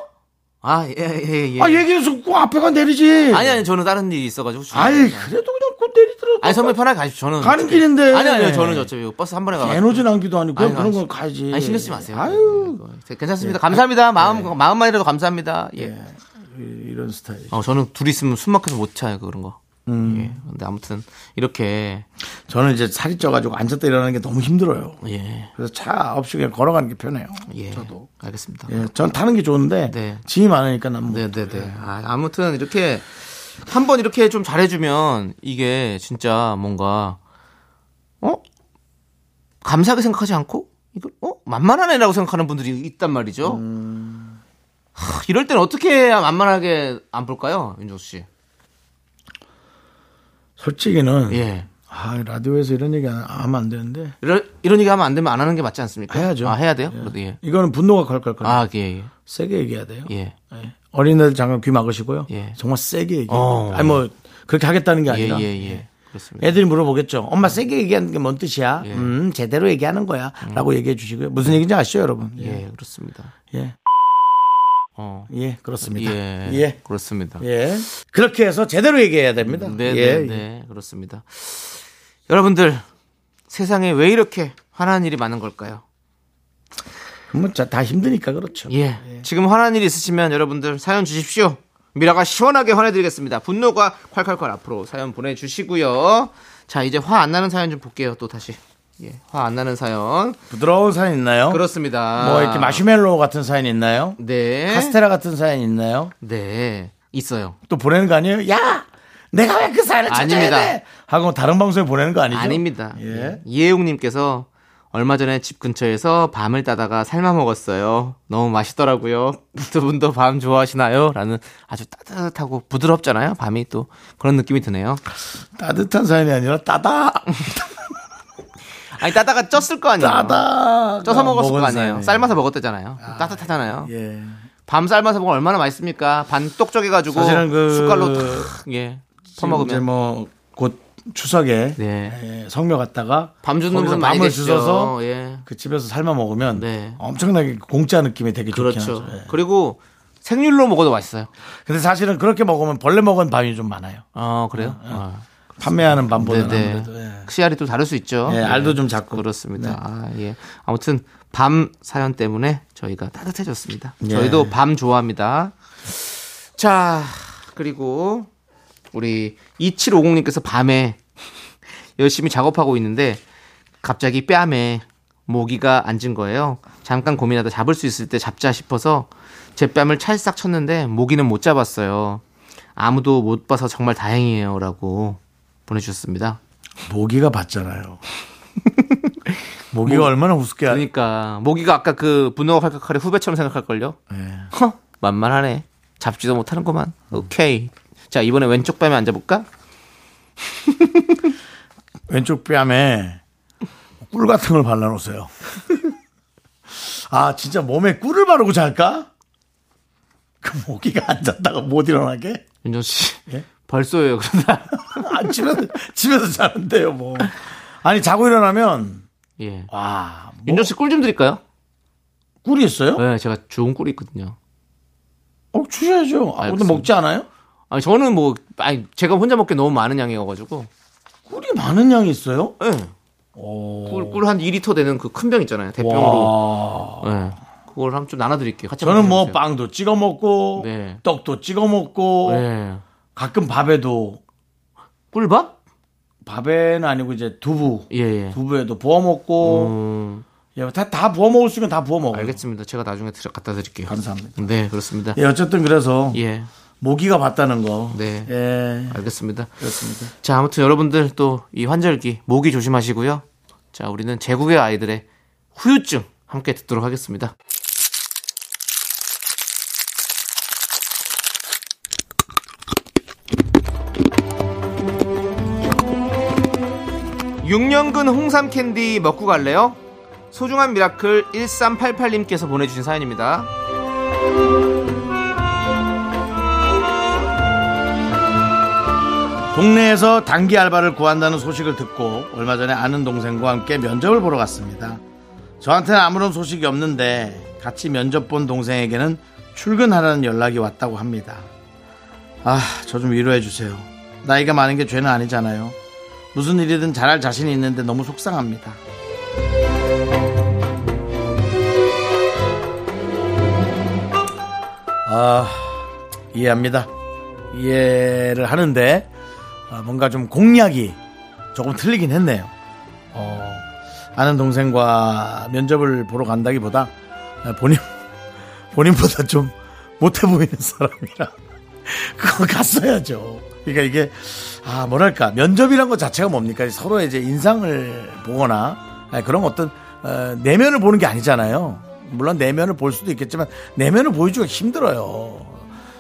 [SPEAKER 2] 아예예예
[SPEAKER 1] 아, 얘기해서 꼭 앞에가 내리지.
[SPEAKER 2] 아니 아니 저는 다른 일이 있어가지고
[SPEAKER 1] 아이, 그래도 그냥 꼭 내리더라도.
[SPEAKER 2] 아니 선배 편하게 가십시오. 저는
[SPEAKER 1] 가는
[SPEAKER 2] 어차피-
[SPEAKER 1] 길인데.
[SPEAKER 2] 아니 아니요 저는 어차피 버스 한 번에 가서.
[SPEAKER 1] 에너지 낭비도 아니고 그냥 그런 걸
[SPEAKER 2] 아니,
[SPEAKER 1] 가야지.
[SPEAKER 2] 아니 신경 쓰지 마세요.
[SPEAKER 1] 아유, 네.
[SPEAKER 2] 네, 괜찮습니다. 감사합니다. 마음 마음만이라도 감사합니다. 예.
[SPEAKER 1] 이런 스타일.
[SPEAKER 2] 어 저는 둘이 있으면 숨 막혀서 못 차요 그런 거.
[SPEAKER 1] 음.
[SPEAKER 2] 예. 근데 아무튼 이렇게
[SPEAKER 1] 저는 이제 살이 쪄가지고 앉았다 일어나는 게 너무 힘들어요.
[SPEAKER 2] 예.
[SPEAKER 1] 그래서 차 없이 그냥 걸어가는 게 편해요.
[SPEAKER 2] 예.
[SPEAKER 1] 저도.
[SPEAKER 2] 알겠습니다.
[SPEAKER 1] 예, 전 타는 게 좋은데
[SPEAKER 2] 네.
[SPEAKER 1] 짐이 많으니까 난 뭐.
[SPEAKER 2] 네, 네, 네. 아, 아무튼 이렇게 한 번 이렇게 좀 잘해주면 이게 진짜 뭔가 어 감사하게 생각하지 않고 이걸 어 만만하네라고 생각하는 분들이 있단 말이죠. 하, 이럴 땐 어떻게 해야 만만하게 안 볼까요, 윤종 씨?
[SPEAKER 1] 솔직히는
[SPEAKER 2] 예.
[SPEAKER 1] 아, 라디오에서 이런 얘기 안- 하면 안 되는데
[SPEAKER 2] 이런 이런 얘기 하면 안 되면 안 하는 게 맞지 않습니까?
[SPEAKER 1] 해야죠.
[SPEAKER 2] 아, 해야 돼요?
[SPEAKER 1] 예.
[SPEAKER 2] 그래도 예.
[SPEAKER 1] 이거는 분노가 컬컬컬.
[SPEAKER 2] 아, 예, 예.
[SPEAKER 1] 세게 얘기해야 돼요.
[SPEAKER 2] 예.
[SPEAKER 1] 예. 어린애들 잠깐 귀 막으시고요.
[SPEAKER 2] 예.
[SPEAKER 1] 정말 세게 얘기.
[SPEAKER 2] 어.
[SPEAKER 1] 아니 뭐 그렇게 하겠다는 게
[SPEAKER 2] 예,
[SPEAKER 1] 아니라.
[SPEAKER 2] 예, 예. 그렇습니다.
[SPEAKER 1] 애들이 물어보겠죠. 엄마 세게 얘기하는 게 뭔 뜻이야?
[SPEAKER 2] 예. 음.
[SPEAKER 1] 음, 제대로 얘기하는 거야. 라고 얘기해 주시고요. 무슨 얘기인지 아시죠, 여러분?
[SPEAKER 2] 예, 그렇습니다.
[SPEAKER 1] 예.
[SPEAKER 2] 어.
[SPEAKER 1] 예, 그렇습니다.
[SPEAKER 2] 예.
[SPEAKER 1] 예.
[SPEAKER 2] 그렇습니다.
[SPEAKER 1] 예. 그렇게 해서 제대로 얘기해야 됩니다.
[SPEAKER 2] 네,
[SPEAKER 1] 예.
[SPEAKER 2] 네, 네, 그렇습니다. 여러분들 세상에 왜 이렇게 화나는 일이 많은 걸까요?
[SPEAKER 1] 뭐다 힘드니까 그렇죠.
[SPEAKER 2] 예, 지금 화나는 일이 있으시면 여러분들 사연 주십시오. 미라가 시원하게 화내드리겠습니다. 분노가 콸콸콸 앞으로 사연 보내주시고요. 자, 이제 화 안 나는 사연 좀 볼게요. 또 다시 예, 화 안 나는 사연
[SPEAKER 1] 부드러운 사연 있나요?
[SPEAKER 2] 그렇습니다.
[SPEAKER 1] 어? 뭐 이렇게 마시멜로 같은 사연 있나요?
[SPEAKER 2] 네,
[SPEAKER 1] 카스테라 같은 사연 있나요?
[SPEAKER 2] 네, 있어요.
[SPEAKER 1] 또 보내는 거 아니에요? 야! 내가 왜 그 사연을 찾아야
[SPEAKER 2] 아닙니다.
[SPEAKER 1] 돼? 하고 다른 방송에 보내는 거 아니죠?
[SPEAKER 2] 아닙니다.
[SPEAKER 1] 예.
[SPEAKER 2] 이혜용님께서 얼마 전에 집 근처에서 밤을 따다가 삶아 먹었어요. 너무 맛있더라고요. 두 분도 밤 좋아하시나요? 라는 아주 따뜻하고 부드럽잖아요. 밤이 또 그런 느낌이 드네요.
[SPEAKER 1] 따뜻한 사연이 아니라 따다
[SPEAKER 2] 아니 따다가 쪘을 거 아니에요.
[SPEAKER 1] 따다 어,
[SPEAKER 2] 쪄서 먹었을 거 아니에요. 삶아서 먹었대잖아요. 따뜻하잖아요.
[SPEAKER 1] 예.
[SPEAKER 2] 밤 삶아서 먹으면 얼마나 맛있습니까? 반 똑쪽해가지고
[SPEAKER 1] 사실은 그-
[SPEAKER 2] 숟갈로 탁 예.
[SPEAKER 1] 이제
[SPEAKER 2] 퍼먹으면
[SPEAKER 1] 뭐곧 추석에
[SPEAKER 2] 네.
[SPEAKER 1] 예, 성묘 갔다가
[SPEAKER 2] 밤 주는
[SPEAKER 1] 거기서
[SPEAKER 2] 분 많이
[SPEAKER 1] 밤을
[SPEAKER 2] 계시죠.
[SPEAKER 1] 주셔서
[SPEAKER 2] 예.
[SPEAKER 1] 그 집에서 삶아 먹으면
[SPEAKER 2] 네.
[SPEAKER 1] 엄청나게 공짜 느낌이 되게 좋긴
[SPEAKER 2] 그렇죠.
[SPEAKER 1] 하죠. 예.
[SPEAKER 2] 그리고 생률로 먹어도 맛있어요.
[SPEAKER 1] 근데 사실은 그렇게 먹으면 벌레 먹은 밤이 좀 많아요.
[SPEAKER 2] 어 그래요? 어.
[SPEAKER 1] 판매하는 밤보다는
[SPEAKER 2] 네네.
[SPEAKER 1] 아무래도 예.
[SPEAKER 2] 씨알이 또 다를 수 있죠. 네.
[SPEAKER 1] 예, 알도 좀 작고.
[SPEAKER 2] 그렇습니다.
[SPEAKER 1] 네.
[SPEAKER 2] 아, 예. 아무튼 밤 사연 때문에 저희가 따뜻해졌습니다.
[SPEAKER 1] 예.
[SPEAKER 2] 저희도 밤 좋아합니다. 자, 그리고 우리 2750님께서 밤에 열심히 작업하고 있는데 갑자기 뺨에 모기가 앉은 거예요. 잠깐 고민하다 잡을 수 있을 때 잡자 싶어서 제 뺨을 찰싹 쳤는데 모기는 못 잡았어요. 아무도 못 봐서 정말 다행이에요라고 보내주셨습니다.
[SPEAKER 1] 모기가 봤잖아요. 모기가 얼마나 우습게
[SPEAKER 2] 뭐
[SPEAKER 1] 알-
[SPEAKER 2] 그러니까 모기가 아까 그 분노가 칼칼칼의 후배처럼 생각할걸요.
[SPEAKER 1] 예.
[SPEAKER 2] 허, 만만하네. 잡지도 못하는구만.
[SPEAKER 1] 음.
[SPEAKER 2] 오케이. 자 이번에 왼쪽 뺨에 앉아볼까?
[SPEAKER 1] 왼쪽 뺨에 꿀 같은 걸 발라놓으세요. 아, 진짜 몸에 꿀을 바르고 잘까? 그 모기가 앉았다가 못 일어나게?
[SPEAKER 2] 윤정 씨.
[SPEAKER 1] 예?
[SPEAKER 2] 벌써예요. 그러다.
[SPEAKER 1] 아, 집에서, 집에서 자는데요, 뭐. 아니, 자고 일어나면,
[SPEAKER 2] 예.
[SPEAKER 1] 와, 뭐
[SPEAKER 2] 윤정 씨 꿀 좀 드릴까요?
[SPEAKER 1] 꿀이 있어요?
[SPEAKER 2] 네, 제가 좋은 꿀이 있거든요.
[SPEAKER 1] 어, 주셔야죠. 아, 근데
[SPEAKER 2] 알겠습니다.
[SPEAKER 1] 먹지 않아요?
[SPEAKER 2] 아니 저는 뭐 아니 제가 혼자 먹기 너무 많은 양이어가지고.
[SPEAKER 1] 꿀이 많은 양이 있어요?
[SPEAKER 2] 예. 꿀 한 2리터 되는 그 큰 병 있잖아요. 대병으로.
[SPEAKER 1] 와.
[SPEAKER 2] 예. 그걸 한번 좀 나눠드릴게요. 같이
[SPEAKER 1] 저는 뭐
[SPEAKER 2] 나눠주세요.
[SPEAKER 1] 빵도 찍어 먹고,
[SPEAKER 2] 네.
[SPEAKER 1] 떡도 찍어 먹고,
[SPEAKER 2] 예.
[SPEAKER 1] 가끔 밥에도,
[SPEAKER 2] 꿀밥?
[SPEAKER 1] 밥에는 아니고 이제 두부,
[SPEAKER 2] 예, 예.
[SPEAKER 1] 두부에도 부어 먹고,
[SPEAKER 2] 음,
[SPEAKER 1] 예, 다, 다 부어 먹을 수 있는 건 다 부어 먹어요.
[SPEAKER 2] 알겠습니다. 제가 나중에 드려, 갖다 드릴게요.
[SPEAKER 1] 감사합니다.
[SPEAKER 2] 네, 그렇습니다.
[SPEAKER 1] 예, 어쨌든 그래서
[SPEAKER 2] 예.
[SPEAKER 1] 모기가 봤다는 거.
[SPEAKER 2] 네.
[SPEAKER 1] 예.
[SPEAKER 2] 알겠습니다.
[SPEAKER 1] 그렇습니다.
[SPEAKER 2] 자, 아무튼 여러분들 또 이 환절기 모기 조심하시고요. 자, 우리는 제국의 아이들의 후유증 함께 듣도록 하겠습니다. 육년근 홍삼 캔디 먹고 갈래요? 소중한 미라클 1388님께서 보내주신 사연입니다.
[SPEAKER 1] 동네에서 단기 알바를 구한다는 소식을 듣고 얼마 전에 아는 동생과 함께 면접을 보러 갔습니다. 저한테는 아무런 소식이 없는데 같이 면접 본 동생에게는 출근하라는 연락이 왔다고 합니다. 아, 저 좀 위로해 주세요. 나이가 많은 게 죄는 아니잖아요. 무슨 일이든 잘할 자신이 있는데 너무 속상합니다. 아, 이해합니다. 이해를 하는데 아, 뭔가 좀 공약이 조금 틀리긴 했네요. 어, 아는 동생과 면접을 보러 간다기보다 아, 본인 본인보다 좀 못해 보이는 사람이라 그거 갔어야죠. 그러니까 이게 아 뭐랄까 면접이란 것 자체가 뭡니까 서로의 이제 인상을 보거나 아니, 그런 어떤 어, 내면을 보는 게 아니잖아요. 물론 내면을 볼 수도 있겠지만 내면을 보여주기가 힘들어요.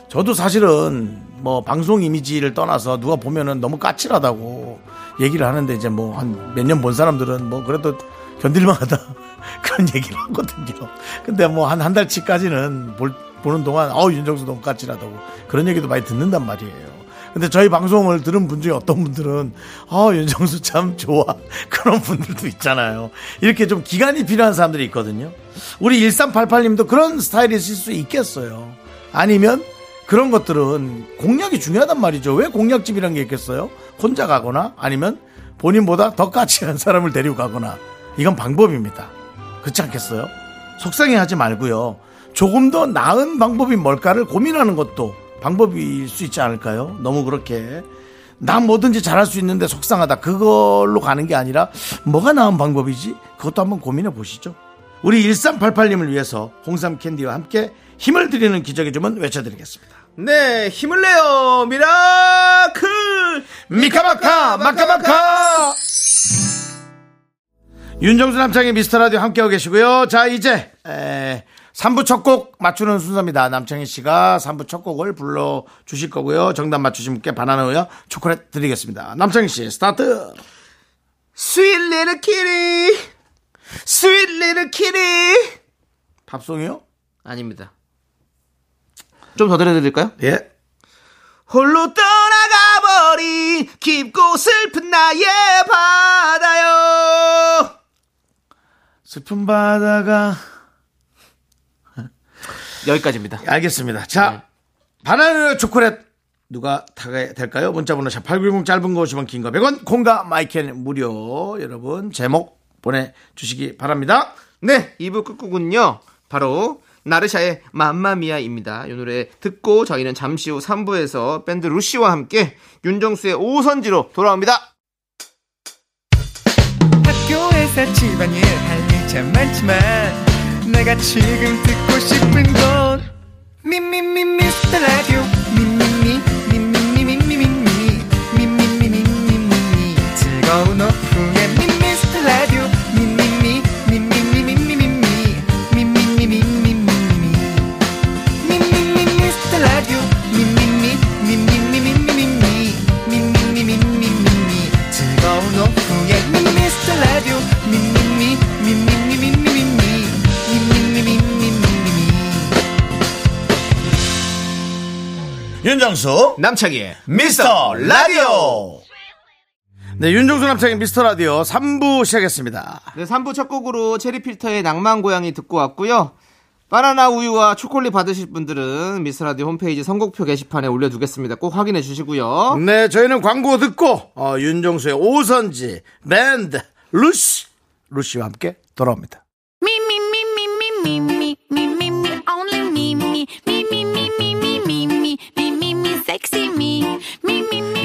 [SPEAKER 1] 저도 사실은 뭐 방송 이미지를 떠나서 누가 보면은 너무 까칠하다고 얘기를 하는데 이제 뭐 한 몇 년 본 사람들은 뭐 그래도 견딜만하다 그런 얘기를 하거든요. 근데 뭐 한 한 달치까지는 볼- 보는 동안 어 윤정수 너무 까칠하다고 그런 얘기도 많이 듣는단 말이에요. 근데 저희 방송을 들은 분 중에 어떤 분들은 아 윤정수 참 좋아 그런 분들도 있잖아요. 이렇게 좀 기간이 필요한 사람들이 있거든요. 우리 1388님도 그런 스타일이실 수 있겠어요. 아니면 그런 것들은 공략이 중요하단 말이죠. 왜 공략집이란 게 있겠어요? 혼자 가거나 아니면 본인보다 더 까칠한 사람을 데리고 가거나 이건 방법입니다. 그렇지 않겠어요? 속상해하지 말고요. 조금 더 나은 방법이 뭘까를 고민하는 것도 방법일 수 있지 않을까요? 너무 그렇게 난 뭐든지 잘할 수 있는데 속상하다 그걸로 가는 게 아니라 뭐가 나은 방법이지? 그것도 한번 고민해 보시죠. 우리 1388님을 위해서 홍삼 캔디와 함께 힘을 드리는 기적의 주문 외쳐드리겠습니다.
[SPEAKER 2] 네, 힘을 내요, 미라클!
[SPEAKER 1] 미카마카 마카마카 윤정수 남창의 미스터라디오 함께하고 계시고요 자 이제 에, 3부 첫 곡 맞추는 순서입니다 남창희 씨가 3부 첫 곡을 불러주실 거고요 정답 맞추신 분께 바나나 우유 초콜릿 드리겠습니다 남창희 씨 스타트
[SPEAKER 2] Sweet little kitty, sweet little kitty.
[SPEAKER 1] 밥송이요?
[SPEAKER 2] 아닙니다. 좀 더 들려드릴까요?
[SPEAKER 1] 예
[SPEAKER 2] 홀로 떠나가버린 깊고 슬픈 나의 바다요.
[SPEAKER 1] 슬픈 바다가
[SPEAKER 2] 여기까지입니다.
[SPEAKER 1] 알겠습니다 자 바나나 우유 초콜릿 누가 타게 될까요? 문자번호 샵8910 짧은 거 50원 긴 거 100원 콩과 마이캔 무료 여러분 제목 보내주시기 바랍니다
[SPEAKER 2] 네, 2부 끝곡은요. 바로 나르샤의 맘마미아입니다. 이 노래 듣고 저희는 잠시 후 3부에서 밴드 루시와 함께 윤정수의 오선지로 돌아옵니다.
[SPEAKER 6] 회사 집안일 할 일 참 많지만 내가 지금 듣고 싶은 건 미미미 미스터 라디오 미미미 미미미 미미미 미미미 미미미 즐거운 오후에 미스터 라디오 미미미 미미미 미미미 미미미 미미미
[SPEAKER 1] 윤정수
[SPEAKER 2] 남창희의
[SPEAKER 1] 미스터 라디오. 네, 윤정수 남창의 미스터 라디오 3부 시작했습니다.
[SPEAKER 2] 네, 3부 첫 곡으로 체리필터의 낭만고양이 듣고 왔고요. 바나나 우유와 초콜릿 받으실 분들은 미스라디오 홈페이지 선곡표 게시판에 올려두겠습니다. 꼭 확인해 주시고요.
[SPEAKER 1] 네, 저희는 광고 듣고 어, 윤정수의 오선지 밴드 루시 루시와 함께 돌아옵니다.
[SPEAKER 5] Me, me, me, me, me, me, me, me, me, me, only me, me, me, me, me, me, me, me, me, me, me, me, sexy me, me, me, me.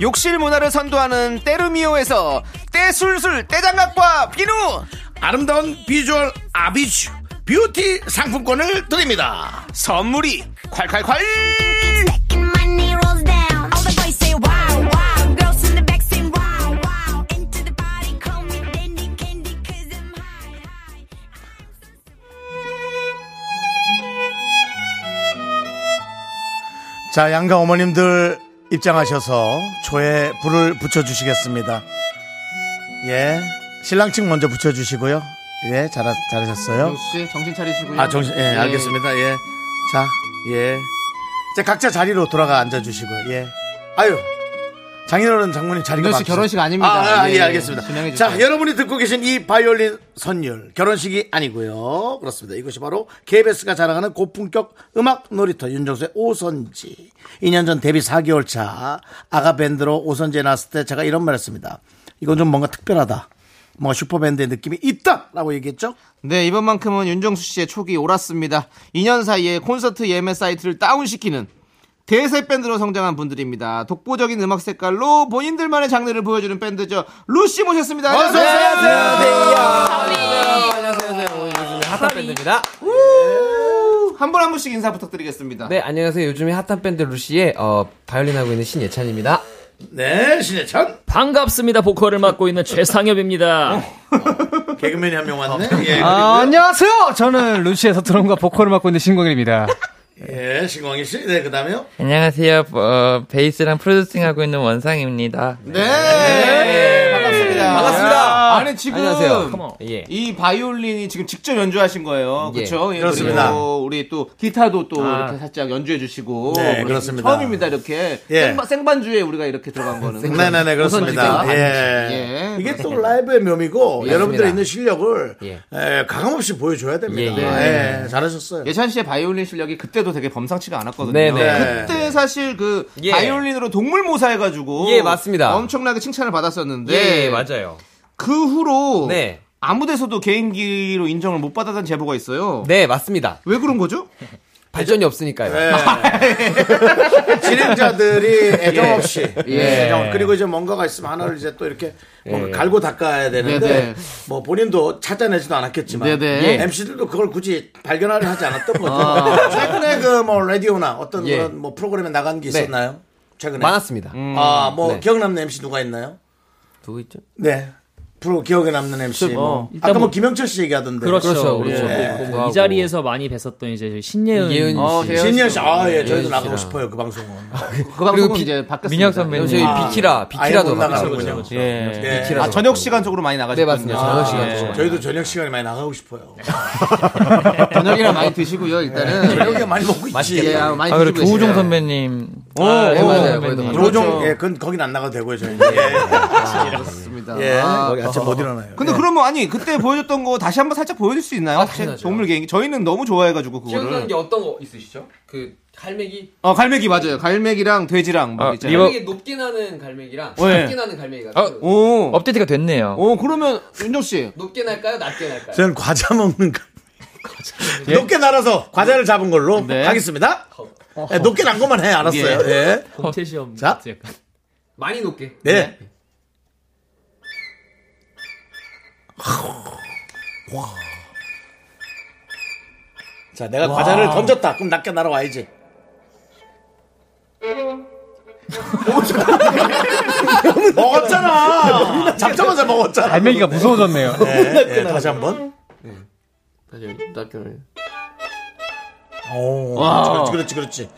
[SPEAKER 2] 욕실 문화를 선도하는 때르미오에서 때술술 때장갑과 비누,
[SPEAKER 1] 아름다운 비주얼 아비쥬 뷰티 상품권을 드립니다
[SPEAKER 2] 선물이 콸콸콸!
[SPEAKER 5] Second money rolls down. All the boys say wow, wow. Girls in the back say wow, wow. Into the party, call me dandy candy, cause I'm high, high.
[SPEAKER 1] 자 양가 어머님들 입장하셔서 초에 불을 붙여주시겠습니다 예 신랑 측 먼저 붙여주시고요 예 잘, 잘하셨어요
[SPEAKER 2] 정수씨 정신 차리시고요.
[SPEAKER 1] 아, 정신, 예, 알겠습니다. 예. 자, 예. 자, 각자 자리로 돌아가 앉아주시고요. 예. 아유. 장인어른 장모님 자리가
[SPEAKER 2] 윤정 씨
[SPEAKER 1] 많죠.
[SPEAKER 2] 결혼식 아닙니다.
[SPEAKER 1] 아, 아, 예,
[SPEAKER 2] 예,
[SPEAKER 1] 알겠습니다.
[SPEAKER 2] 진행해
[SPEAKER 1] 자,
[SPEAKER 2] 주세요.
[SPEAKER 1] 여러분이 듣고 계신 이 바이올린 선율 결혼식이 아니고요. 그렇습니다. 이것이 바로 KBS가 자랑하는 고품격 음악 놀이터 윤정수의 오선지. 2년 전 데뷔 4개월 차 아가 밴드로 오선지에 나왔을 때 제가 이런 말했습니다. 이건 좀 뭔가 특별하다. 뭐 슈퍼밴드의 느낌이 있다라고 얘기했죠.
[SPEAKER 2] 네, 이번만큼은 윤정수 씨의 촉이 옳았습니다. 2년 사이에 콘서트 예매 사이트를 다운시키는 대세 밴드로 성장한 분들입니다. 독보적인 음악 색깔로 본인들만의 장르를 보여주는 밴드죠. 루시 모셨습니다.
[SPEAKER 1] 어서 오세요.
[SPEAKER 7] 핫한 밴드입니다.
[SPEAKER 2] 한 분 한 분씩 인사 부탁드리겠습니다.
[SPEAKER 7] 네, 안녕하세요. 요즘에 핫한 밴드 루시의 어, 바이올린 하고 있는 신예찬입니다.
[SPEAKER 1] 네, 신혜찬.
[SPEAKER 8] 반갑습니다. 보컬을 맡고 있는 최상엽입니다.
[SPEAKER 1] 어, 개그맨이 한 명 왔네. 예,
[SPEAKER 9] 어. 아, 안녕하세요. 저는 루시의 서트럼과 보컬을 맡고 있는 신광일입니다.
[SPEAKER 1] 예, 신광희 씨. 네, 그다음에요.
[SPEAKER 10] 안녕하세요. 어, 베이스랑 프로듀싱하고 있는 원상입니다.
[SPEAKER 2] 네,
[SPEAKER 1] 예,
[SPEAKER 2] 반갑습니다. 반갑습니다. 아니 지금
[SPEAKER 7] 안녕하세요. 예.
[SPEAKER 2] 이 바이올린이 지금 직접 연주하신 거예요. 그렇죠? 예,
[SPEAKER 1] 그렇습니다.
[SPEAKER 2] 그리고 우리 또 기타도 또
[SPEAKER 7] 아.
[SPEAKER 2] 이렇게 살짝 연주해 주시고.
[SPEAKER 1] 네,
[SPEAKER 2] 우리
[SPEAKER 1] 그렇습니다.
[SPEAKER 2] 처음입니다, 이렇게.
[SPEAKER 1] 예.
[SPEAKER 2] 생바, 생반주에 우리가 이렇게 들어간 거는.
[SPEAKER 1] 네, 네, 네, 그렇습니다.
[SPEAKER 2] 우선
[SPEAKER 1] 예.
[SPEAKER 2] 예.
[SPEAKER 1] 이게 또 라이브의 묘미고 여러분들의 있는 실력을
[SPEAKER 7] 예.
[SPEAKER 1] 예, 가감없이 보여줘야 됩니다.
[SPEAKER 7] 예,
[SPEAKER 1] 예, 잘하셨어요.
[SPEAKER 2] 예찬 씨의 바이올린 실력이 그때도 되게 범상치가 않았거든요.
[SPEAKER 7] 네,
[SPEAKER 1] 네.
[SPEAKER 2] 그때 사실 그
[SPEAKER 7] 예.
[SPEAKER 2] 바이올린으로 동물 모사해가지고
[SPEAKER 7] 예, 맞습니다.
[SPEAKER 2] 엄청나게 칭찬을 받았었는데
[SPEAKER 7] 예, 맞아요.
[SPEAKER 2] 그 후로
[SPEAKER 7] 네.
[SPEAKER 2] 아무데서도 개인기로 인정을 못 받았던 제보가 있어요.
[SPEAKER 7] 네, 맞습니다.
[SPEAKER 2] 왜 그런 거죠?
[SPEAKER 7] 발전이 없으니까요.
[SPEAKER 1] 진행자들이 애정 없이
[SPEAKER 2] 예.
[SPEAKER 1] 애정, 그리고 이제 뭔가가 있으면 하나를 이제 또 이렇게 뭔가 갈고 닦아야 되는데
[SPEAKER 2] 네, 네.
[SPEAKER 1] 뭐 본인도 찾아내지도 않았겠지만 예.
[SPEAKER 2] 네, 네.
[SPEAKER 1] MC들도 그걸 굳이 발견하려 하지 않았던 거죠. 최근에 그 뭐 라디오나 어떤
[SPEAKER 7] 예.
[SPEAKER 1] 그런 뭐 프로그램에 나간 게 있었나요? 최근에
[SPEAKER 7] 많았습니다.
[SPEAKER 1] 아, 뭐
[SPEAKER 7] 네.
[SPEAKER 1] 기억남는 MC 누가 있나요?
[SPEAKER 7] 누구 있죠?
[SPEAKER 1] 네. 프로 기억에 남는 MC. 뭐.
[SPEAKER 8] 일단
[SPEAKER 1] 아까 뭐
[SPEAKER 8] 뭐-
[SPEAKER 1] 김영철 씨 얘기하던데.
[SPEAKER 8] 그렇죠.
[SPEAKER 7] 그렇죠,
[SPEAKER 8] 그렇죠.
[SPEAKER 7] 예.
[SPEAKER 8] 그리고
[SPEAKER 7] 그거하고.
[SPEAKER 8] 이 자리에서 많이 뵀었던 이제 신예은
[SPEAKER 7] 예은
[SPEAKER 2] 어,
[SPEAKER 7] 씨.
[SPEAKER 2] 대현
[SPEAKER 1] 신현 씨. 아, 예. 저희도
[SPEAKER 7] 씨랑.
[SPEAKER 1] 나가고 싶어요. 그 방송은.
[SPEAKER 2] 그 방송은
[SPEAKER 7] 비-
[SPEAKER 2] 이제 바뀌었습니다.
[SPEAKER 10] 민혁 선배님.
[SPEAKER 7] 저희
[SPEAKER 1] 아,
[SPEAKER 7] 비키라, 비키라도
[SPEAKER 1] 아예 못
[SPEAKER 7] 봤어요.
[SPEAKER 1] 나가는군요.
[SPEAKER 2] 예.
[SPEAKER 1] 예.
[SPEAKER 2] 아, 저녁 시간 쪽으로 많이
[SPEAKER 7] 네,
[SPEAKER 2] 나가셨군요.
[SPEAKER 7] 맞습니다. 저녁 시간
[SPEAKER 2] 예.
[SPEAKER 7] 좀.
[SPEAKER 1] 저희도 저녁 시간에 많이 나가고 싶어요.
[SPEAKER 2] 저녁이나 많이 드시고요, 일단은.
[SPEAKER 1] 저녁에 많이 먹고 있지.
[SPEAKER 2] 예, 많이
[SPEAKER 10] 네. 아, 그리고
[SPEAKER 7] 그렇죠. 예.
[SPEAKER 2] 드시고
[SPEAKER 10] 조우종
[SPEAKER 2] 계세요.
[SPEAKER 10] 선배님
[SPEAKER 1] 오,
[SPEAKER 2] 네,
[SPEAKER 1] 오,
[SPEAKER 2] 맞아요.
[SPEAKER 1] 선배님.
[SPEAKER 2] 거기도
[SPEAKER 1] 요정,
[SPEAKER 2] 가죠.
[SPEAKER 1] 예, 그, 거긴 안 나가도 되고요, 저희. 예.
[SPEAKER 2] 그렇습니다.
[SPEAKER 1] 예,
[SPEAKER 2] 아,
[SPEAKER 1] 거기 아침 못
[SPEAKER 2] 어.
[SPEAKER 1] 일어나요.
[SPEAKER 2] 근데 그러면 아니 그때 보여줬던 거 다시 한번 살짝 보여줄 수 있나요? 혹시 동물 개인기 저희는 너무 아, 좋아해가지고
[SPEAKER 7] 기억나는
[SPEAKER 2] 그거를.
[SPEAKER 7] 게 어떤 거 있으시죠? 그 갈매기
[SPEAKER 2] 어 갈매기 맞아요. 갈매기랑 돼지랑 막
[SPEAKER 10] 아,
[SPEAKER 2] 있잖아요.
[SPEAKER 7] 갈매기 높게 나는 갈매기랑
[SPEAKER 2] 네.
[SPEAKER 7] 낮게 나는 갈매기 같은
[SPEAKER 10] 아,
[SPEAKER 7] 거.
[SPEAKER 2] 오
[SPEAKER 10] 업데이트가 됐네요.
[SPEAKER 2] 오 그러면 윤정 씨
[SPEAKER 7] 높게 날까요? 낮게 날까요?
[SPEAKER 1] 저는 과자 먹는 거. 예? 높게 날아서 과자를 잡은 걸로
[SPEAKER 8] 네.
[SPEAKER 1] 하겠습니다. 예, 높게 난 것만 해, 알았어요.
[SPEAKER 2] 예.
[SPEAKER 1] 예.
[SPEAKER 8] 공채 시험
[SPEAKER 1] 자.
[SPEAKER 8] 같이 약간.
[SPEAKER 7] 많이 높게.
[SPEAKER 1] 네. 자, 내가 과자를 던졌다. 그럼 낮게 날아와야지. 먹었잖아. 잡자마자 먹었잖아.
[SPEAKER 9] 갈매기가 무서워졌네요.
[SPEAKER 1] 예, 예, 다시 한 번.
[SPEAKER 7] 다시 낮게 날.
[SPEAKER 1] 오,
[SPEAKER 2] 와.
[SPEAKER 1] 그렇지, 그렇지, 그렇지.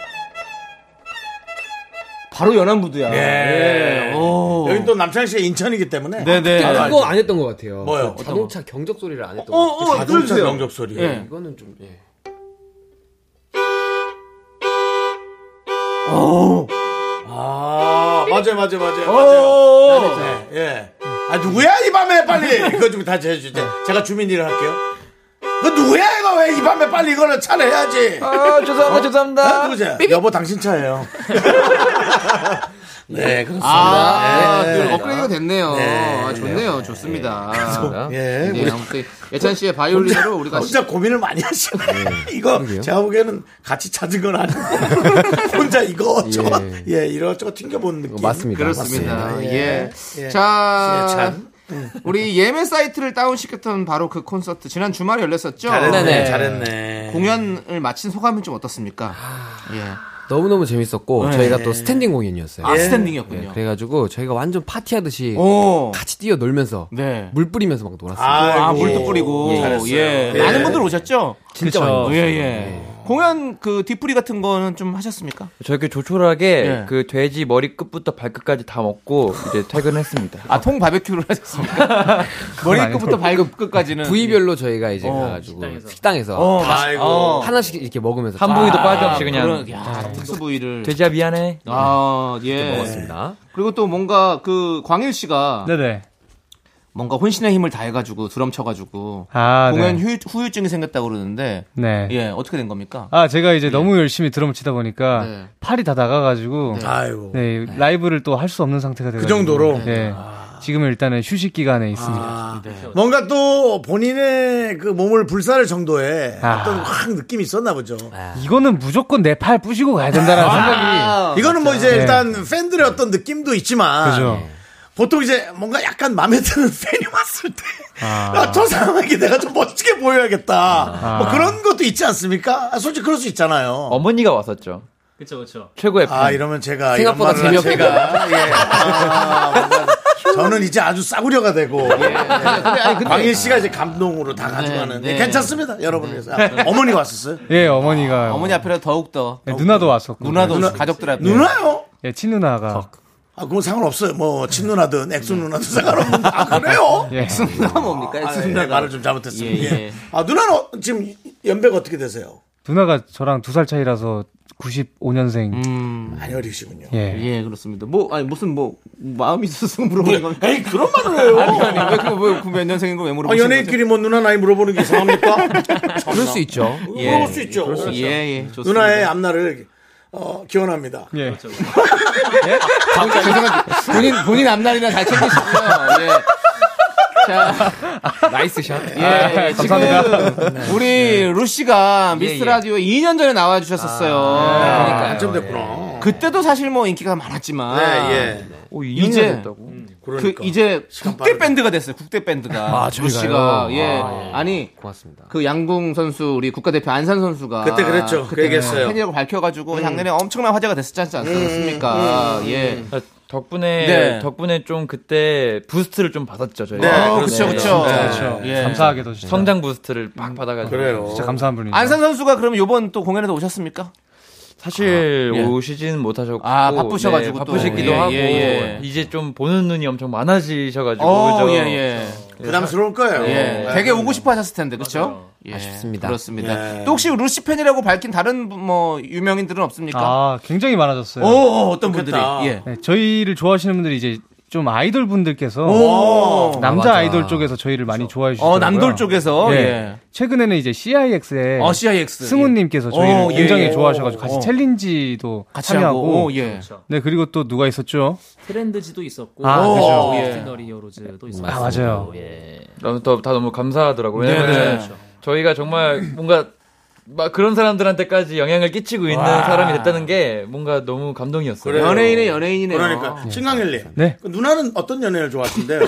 [SPEAKER 2] 바로 연안부두야.
[SPEAKER 1] 예.
[SPEAKER 2] 오.
[SPEAKER 1] 여긴 또 남창희 씨가 인천이기 때문에. 아,
[SPEAKER 2] 네네.
[SPEAKER 1] 바로 알죠.
[SPEAKER 7] 그거 안 했던 것 같아요.
[SPEAKER 1] 뭐요?
[SPEAKER 7] 그 자동차 경적 소리를 안 했던
[SPEAKER 2] 어,
[SPEAKER 7] 것 같아요.
[SPEAKER 2] 어,
[SPEAKER 1] 자동차
[SPEAKER 2] 들어주세요.
[SPEAKER 1] 경적 소리.
[SPEAKER 2] 예.
[SPEAKER 7] 이거는 좀 예.
[SPEAKER 1] 아,
[SPEAKER 2] 어.
[SPEAKER 1] 맞아요, 맞아요, 맞아요. 맞아요. 예, 예. 아, 누구야, 이 밤에 빨리. 그거 좀 다시 해주세요. 제가 주민 일을 할게요. 그 누구야, 이거 왜 이 밤에 빨리 이거를 차려야지.
[SPEAKER 10] 아, 죄송합니다, 죄송합니다.
[SPEAKER 1] 아, 누구세요? 여보, 당신 차예요. 네, 그렇습니다.
[SPEAKER 2] 아,
[SPEAKER 1] 예.
[SPEAKER 2] 늘 업그레이드가 됐네요.
[SPEAKER 1] 네.
[SPEAKER 2] 아, 좋네요. 좋습니다.
[SPEAKER 1] 예,
[SPEAKER 2] 네,
[SPEAKER 1] 우리
[SPEAKER 2] 아무튼 예찬 씨의 바이올린으로 우리가 예. 시-
[SPEAKER 1] 혼자 고민을 많이 하시네. 이거 제가 보기에는 같이 찾은 건 아니고 혼자 이거 저거 예, 이것저것 튕겨본
[SPEAKER 2] 어,
[SPEAKER 1] 느낌.
[SPEAKER 7] 맞습니다.
[SPEAKER 2] 그렇습니다.
[SPEAKER 1] 맞습니다.
[SPEAKER 2] 예.
[SPEAKER 1] 예. 예,
[SPEAKER 2] 자,
[SPEAKER 1] 참.
[SPEAKER 2] 우리 예매 사이트를 다운시켰던 바로 그 콘서트 지난 주말에 열렸었죠.
[SPEAKER 1] 잘했네,
[SPEAKER 7] 네네.
[SPEAKER 2] 예.
[SPEAKER 1] 잘했네.
[SPEAKER 2] 공연을 마친 소감은 좀 어떻습니까? 예.
[SPEAKER 7] 너무 너무 재밌었고 저희가 또 스탠딩 공연이었어요.
[SPEAKER 2] 네. 아,
[SPEAKER 7] 예.
[SPEAKER 2] 스탠딩이었군요.
[SPEAKER 7] 그래가지고 저희가 완전 파티하듯이
[SPEAKER 2] 예. 오.
[SPEAKER 7] 같이 뛰어 놀면서
[SPEAKER 2] 네.
[SPEAKER 7] 물 뿌리면서 막 놀았어요.
[SPEAKER 2] 아,
[SPEAKER 1] 아이고.
[SPEAKER 2] 물도 뿌리고.
[SPEAKER 1] 예. 잘했어요.
[SPEAKER 2] 예.
[SPEAKER 1] 예.
[SPEAKER 2] 많은 분들 오셨죠?
[SPEAKER 7] 진짜 많이
[SPEAKER 2] 예,
[SPEAKER 7] 놀았어요.
[SPEAKER 2] 예. 공연 그 뒷풀이 같은 거는 좀 하셨습니까?
[SPEAKER 10] 저렇게 조촐하게
[SPEAKER 2] 예.
[SPEAKER 10] 그 돼지 머리끝부터 발끝까지 다 먹고 이제 퇴근했습니다.
[SPEAKER 2] 아, 통 바베큐를 하셨습니까? 머리끝부터 발끝까지는.
[SPEAKER 7] 부위별로 저희가 이제
[SPEAKER 2] 어,
[SPEAKER 7] 가가지고
[SPEAKER 8] 식당에서.
[SPEAKER 7] 식당에서,
[SPEAKER 2] 어,
[SPEAKER 7] 다
[SPEAKER 2] 아이고.
[SPEAKER 7] 하나씩 이렇게 먹으면서
[SPEAKER 10] 한 부위도 빠짐없이 그냥
[SPEAKER 2] 아,
[SPEAKER 10] 아,
[SPEAKER 2] 그런, 야, 아, 특수 부위를.
[SPEAKER 10] 돼지야 미안해. 네.
[SPEAKER 2] 아, 예.
[SPEAKER 7] 먹었습니다.
[SPEAKER 2] 그리고 또 뭔가 그 광일 씨가
[SPEAKER 9] 네네.
[SPEAKER 2] 뭔가 혼신의 힘을 다해가지고 드럼 쳐가지고
[SPEAKER 9] 아,
[SPEAKER 2] 공연
[SPEAKER 9] 네.
[SPEAKER 2] 후유, 후유증이 생겼다고 그러는데
[SPEAKER 9] 네.
[SPEAKER 2] 예 어떻게 된 겁니까? 예.
[SPEAKER 9] 아, 제가 이제 너무 열심히 드럼을 치다 보니까
[SPEAKER 2] 네.
[SPEAKER 9] 팔이 다 나가가지고
[SPEAKER 1] 아이고. 그
[SPEAKER 9] 네, 라이브를 또 할 수 없는 상태가 돼요.
[SPEAKER 1] 정도로?
[SPEAKER 9] 네. 지금은 일단은 휴식 기간에 있습니다.
[SPEAKER 1] 아, 뭔가 또 본인의 그 몸을 불사를 정도의
[SPEAKER 9] 아.
[SPEAKER 1] 어떤 확 느낌이 있었나 보죠.
[SPEAKER 9] 이거는 무조건 내 팔 부시고 가야
[SPEAKER 2] 아.
[SPEAKER 9] 된다라는 생각이.
[SPEAKER 1] 이거는 뭐 이제
[SPEAKER 9] 네.
[SPEAKER 1] 일단 팬들의 어떤 느낌도 있지만
[SPEAKER 9] 그죠.
[SPEAKER 1] 보통 이제 뭔가 약간 마음에 드는 팬이 왔을 때, 아, 저 사람에게 내가 좀 멋지게
[SPEAKER 9] 아.
[SPEAKER 1] 보여야겠다. 뭐 그런 것도 있지 않습니까? 아, 솔직히 그럴 수 있잖아요.
[SPEAKER 10] 어머니가 왔었죠.
[SPEAKER 8] 그쵸 그쵸.
[SPEAKER 10] 최고의 팬.
[SPEAKER 1] 아, 이러면 제가. 이런
[SPEAKER 7] 생각보다
[SPEAKER 1] 말을 할
[SPEAKER 7] 재미없게
[SPEAKER 1] 제가, 예. 아, 뭔가 저는 이제 아주 싸구려가 되고. 네. 광일 씨가 이제 감동으로 다 가져가는.
[SPEAKER 2] 네, 네.
[SPEAKER 1] 괜찮습니다, 여러분. 네. 아, 어머니가 왔었어요?
[SPEAKER 9] 예, 어머니가.
[SPEAKER 2] 어머니 앞에라 더욱 더
[SPEAKER 9] 네, 누나도 왔었고.
[SPEAKER 2] 어, 누나도 가족들 앞에
[SPEAKER 1] 누나요?
[SPEAKER 9] 예, 친누나가.
[SPEAKER 1] 아, 그건 상관없어요. 뭐, 친누나든, 엑스누나든 상관없는데. 아, 그래요?
[SPEAKER 9] 예.
[SPEAKER 2] 누나가 뭡니까?
[SPEAKER 1] 아, 예,
[SPEAKER 2] 누나가.
[SPEAKER 1] 말을 좀 잘못했습니다.
[SPEAKER 2] 예, 예.
[SPEAKER 1] 아, 누나는 어- 지금 연배가 어떻게 되세요?
[SPEAKER 9] 누나가 저랑 두 살 차이라서 95년생.
[SPEAKER 2] 음,
[SPEAKER 1] 많이 어리시군요. 아,
[SPEAKER 9] 예.
[SPEAKER 2] 예 그렇습니다. 뭐 아니 무슨 뭐 마음이 있어서 물어보는 건
[SPEAKER 1] 에이, 그런 말을 해요.
[SPEAKER 2] 아니 아니 왜 그거 왜몇 년생인 거왜
[SPEAKER 1] 아,
[SPEAKER 2] 물어보시는
[SPEAKER 1] 연예인끼리 뭐 누나 나이 물어보는 게 이상합니까?
[SPEAKER 7] 그럴 수 있죠.
[SPEAKER 2] 거죠? 예.
[SPEAKER 1] 물어볼 수 있죠.
[SPEAKER 2] 예예 좋습니다.
[SPEAKER 1] 누나의 앞날을 어, 기원합니다.
[SPEAKER 9] 예.
[SPEAKER 2] 아, 죄송합니다. 본인 본인 앞날이나 잘 챙기시고요. 예. 자,
[SPEAKER 7] 나이스 샷.
[SPEAKER 2] 예,
[SPEAKER 9] 감사합니다.
[SPEAKER 10] 네.
[SPEAKER 2] 지금 우리
[SPEAKER 10] 예,
[SPEAKER 2] 루시가 미스 라디오에 2년 전에 나와 주셨었어요.
[SPEAKER 10] 아, 네.
[SPEAKER 2] 아,
[SPEAKER 1] 한참 아, 됐구나.
[SPEAKER 2] 그때도 사실 뭐 인기가 많았지만
[SPEAKER 1] 네, 예.
[SPEAKER 10] 오,
[SPEAKER 2] 이제-
[SPEAKER 10] 이제 됐다고.
[SPEAKER 1] 그러니까.
[SPEAKER 2] 그 이제
[SPEAKER 1] 시간
[SPEAKER 2] 국대
[SPEAKER 1] 빠르다.
[SPEAKER 2] 밴드가 됐어요. 국대 밴드가
[SPEAKER 7] 아,
[SPEAKER 2] 루시가
[SPEAKER 7] 저희가요?
[SPEAKER 2] 예.
[SPEAKER 7] 아, 예.
[SPEAKER 2] 아니
[SPEAKER 7] 고맙습니다.
[SPEAKER 2] 그 양궁 선수 우리 국가대표 안산 선수가
[SPEAKER 1] 그때 그랬죠. 그 얘기했어요. 음.
[SPEAKER 2] 팬이라고 밝혀가지고 작년에 엄청난 화제가 됐었지 않습니까? 예.
[SPEAKER 10] 아, 덕분에
[SPEAKER 2] 네.
[SPEAKER 10] 덕분에 좀 그때 부스트를 좀 받았죠 저희.
[SPEAKER 1] 네,
[SPEAKER 10] 가
[SPEAKER 2] 어,
[SPEAKER 1] 그렇죠.
[SPEAKER 2] 그쵸 그쵸.
[SPEAKER 9] 그렇죠.
[SPEAKER 2] 예.
[SPEAKER 9] 감사하게도 진짜.
[SPEAKER 10] 성장 부스트를 막 받아가지고.
[SPEAKER 1] 그래요.
[SPEAKER 9] 진짜 감사한 분이죠.
[SPEAKER 2] 안산 선수가 그럼 요번 또 공연에도 오셨습니까?
[SPEAKER 10] 사실
[SPEAKER 2] 예.
[SPEAKER 10] 오시진 못하셨고
[SPEAKER 2] 아, 바쁘셔가지고 또.
[SPEAKER 10] 바쁘시기도
[SPEAKER 2] 예,
[SPEAKER 10] 하고
[SPEAKER 2] 예, 예.
[SPEAKER 10] 이제 좀 보는 눈이 엄청 많아지셔가지고
[SPEAKER 2] 어,
[SPEAKER 10] 그죠?
[SPEAKER 2] 예, 예.
[SPEAKER 1] 부담스러울 거예요.
[SPEAKER 2] 예.
[SPEAKER 1] 네.
[SPEAKER 2] 되게 오고 싶어 하셨을 텐데, 그렇죠?
[SPEAKER 7] 아쉽습니다.
[SPEAKER 2] 그렇습니다.
[SPEAKER 9] 예.
[SPEAKER 2] 또 혹시 루시 팬이라고 밝힌 다른 분, 뭐 유명인들은 없습니까?
[SPEAKER 9] 아, 굉장히 많아졌어요.
[SPEAKER 2] 오, 오, 어떤 분들이? 예.
[SPEAKER 9] 네, 저희를 좋아하시는 분들이 이제 좀 아이돌 분들께서
[SPEAKER 1] 어,
[SPEAKER 2] 오.
[SPEAKER 9] 남자
[SPEAKER 2] 맞아.
[SPEAKER 9] 아이돌 쪽에서 저희를
[SPEAKER 10] 그렇죠.
[SPEAKER 9] 많이 좋아해 주시고
[SPEAKER 2] 어, 남돌 쪽에서? 예.
[SPEAKER 9] 최근에는 이제 CIX의
[SPEAKER 10] 아,
[SPEAKER 2] 어,
[SPEAKER 10] 예.
[SPEAKER 2] CIX.
[SPEAKER 9] 승우님께서 저희를
[SPEAKER 2] 어, 예,
[SPEAKER 9] 굉장히
[SPEAKER 2] 예.
[SPEAKER 9] 좋아하셔가지고 같이
[SPEAKER 2] 어.
[SPEAKER 9] 챌린지도
[SPEAKER 2] 같이
[SPEAKER 9] 참여하고
[SPEAKER 10] 어,
[SPEAKER 2] 하고, 오, 예.
[SPEAKER 9] 네 그리고 또 누가 있었죠?
[SPEAKER 8] 트렌드지도 있었고
[SPEAKER 9] 아, 그죠.
[SPEAKER 1] 어.
[SPEAKER 8] 오,
[SPEAKER 9] 예.
[SPEAKER 8] 오리지널 히어로즈도 있었고
[SPEAKER 9] 아, 맞아요.
[SPEAKER 10] 예. 너무 또, 다 너무 감사하더라고요. 왜냐면
[SPEAKER 8] 네네.
[SPEAKER 10] 저희가 정말 뭔가 막 그런 사람들한테까지 영향을 끼치고 있는
[SPEAKER 1] 와.
[SPEAKER 10] 사람이 됐다는 게 뭔가 너무 감동이었어요.
[SPEAKER 1] 그래요. 연예인의
[SPEAKER 2] 연예인이네요.
[SPEAKER 1] 그러니까
[SPEAKER 10] 예.
[SPEAKER 1] 신강일님.
[SPEAKER 9] 네.
[SPEAKER 1] 그 누나는 어떤 연예인을 좋아하신대요?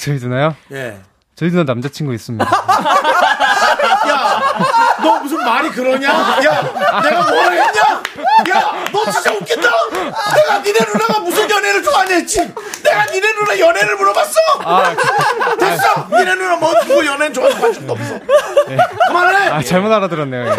[SPEAKER 9] 저희 누나요?
[SPEAKER 1] 예.
[SPEAKER 9] 저희 누나 남자친구 있습니다.
[SPEAKER 1] 야, 너 무슨 말이 그러냐? 야, 내가 뭐라 했냐? 야, 너 진짜 웃긴다. 내가 니네 누나가 무슨 연애를 좋아하냐 했지. 내가 니네 누나 연애를 물어봤어.
[SPEAKER 9] 아,
[SPEAKER 1] 됐어. 니네 누나 뭐, 뭐 연애 좋아하는 관심도 없어.
[SPEAKER 2] 예.
[SPEAKER 1] 그만해.
[SPEAKER 9] 아 잘못 알아들었네요. 예.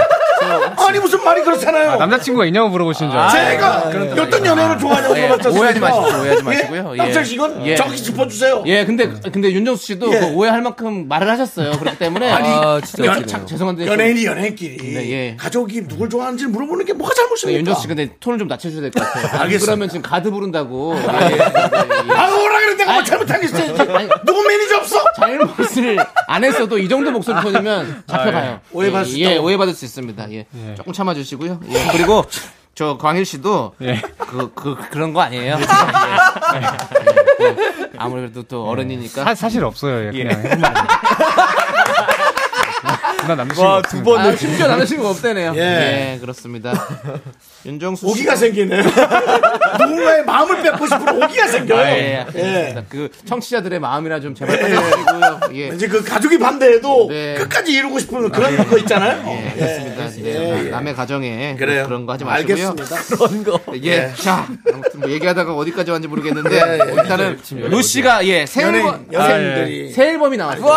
[SPEAKER 1] 아니 무슨 말이 그렇잖아요.
[SPEAKER 9] 아, 남자친구가 있냐고 물어보시는
[SPEAKER 10] 아.
[SPEAKER 9] 줄 알았어요.
[SPEAKER 1] 제가 어떤 연애를 좋아하냐고
[SPEAKER 2] 예,
[SPEAKER 1] 물어봤잖아요.
[SPEAKER 2] 오해하지 마시고요, 오해하지 마시고요. 예.
[SPEAKER 1] 남철 씨 이건
[SPEAKER 2] 예.
[SPEAKER 1] 정확히 짚어주세요.
[SPEAKER 2] 예, 근데 근데 윤정수 씨도
[SPEAKER 1] 예.
[SPEAKER 2] 그거 오해할 만큼 말을 하셨어요. 그렇기 때문에
[SPEAKER 1] 아니,
[SPEAKER 2] 아, 진짜
[SPEAKER 1] 연-
[SPEAKER 2] 웃기네요. 참 죄송한데
[SPEAKER 1] 연예인이
[SPEAKER 2] 좀-
[SPEAKER 1] 연예인끼리
[SPEAKER 2] 네, 예. 네,
[SPEAKER 1] 가족이 누굴 좋아하는지 물어보는 게 뭐가 잘못입니까?
[SPEAKER 2] 윤정수 씨 근데 톤을 좀 낮춰 주셔야 될 것 같아요. 안
[SPEAKER 1] 그러니까. 알겠습니다.
[SPEAKER 2] 그러면 지금 가드 부른다고. 예, 네,
[SPEAKER 1] 아, 뭐라 그래 내가 뭐 잘못하겠어. 누구 매니저 없어?
[SPEAKER 2] 잘못을 예. 안 했어도 이 정도 목소리 톤이면 잡혀가요.
[SPEAKER 1] 아, 오해받을 수
[SPEAKER 2] 예, 예,
[SPEAKER 1] 있다고.
[SPEAKER 2] 오해받을 수 있습니다. 예. 조금 참아주시고요. 예. 그리고 저 광일 씨도
[SPEAKER 9] 예.
[SPEAKER 2] 그, 그, 그런 거 아니에요. 예. 예. 아무래도 또 어른이니까.
[SPEAKER 9] 사, 실 없어요. 예, 그냥 한 말이에요. 누나 남자친구
[SPEAKER 2] 와,
[SPEAKER 9] 없습니다.
[SPEAKER 2] 아,
[SPEAKER 1] 네.
[SPEAKER 2] 심지어 남자친구 없대네요.
[SPEAKER 9] 예.
[SPEAKER 2] 예. 그렇습니다. 윤정수
[SPEAKER 1] 오기가
[SPEAKER 2] 씨.
[SPEAKER 1] 생기네. 누군가의 마음을 뺏고 싶은 오기가 생겨요.
[SPEAKER 2] 아, 예, 예.
[SPEAKER 1] 예.
[SPEAKER 2] 알겠습니다. 그 청취자들의 마음이나 좀 제발 받아주시고요. 예.
[SPEAKER 1] 왠지 그 가족이 반대해도
[SPEAKER 2] 네.
[SPEAKER 1] 끝까지 이루고 싶은 그런 거 있잖아요.
[SPEAKER 2] 예,
[SPEAKER 1] 예.
[SPEAKER 2] 그렇습니다. 네,
[SPEAKER 1] 예, 예.
[SPEAKER 2] 남의 가정에 그
[SPEAKER 1] 그래요. 아,
[SPEAKER 2] 런거 하지 마시고요.
[SPEAKER 1] 알겠습니다. 그런 거.
[SPEAKER 2] 예. 자, 아무튼 뭐 얘기하다가 어디까지 왔는지 모르겠는데
[SPEAKER 1] 예, 예.
[SPEAKER 2] 일단은 루시가 예, 새
[SPEAKER 1] 연예인,
[SPEAKER 2] 앨범
[SPEAKER 1] 연예인들이.
[SPEAKER 2] 아, 예. 새 앨범이 나왔어요. 그게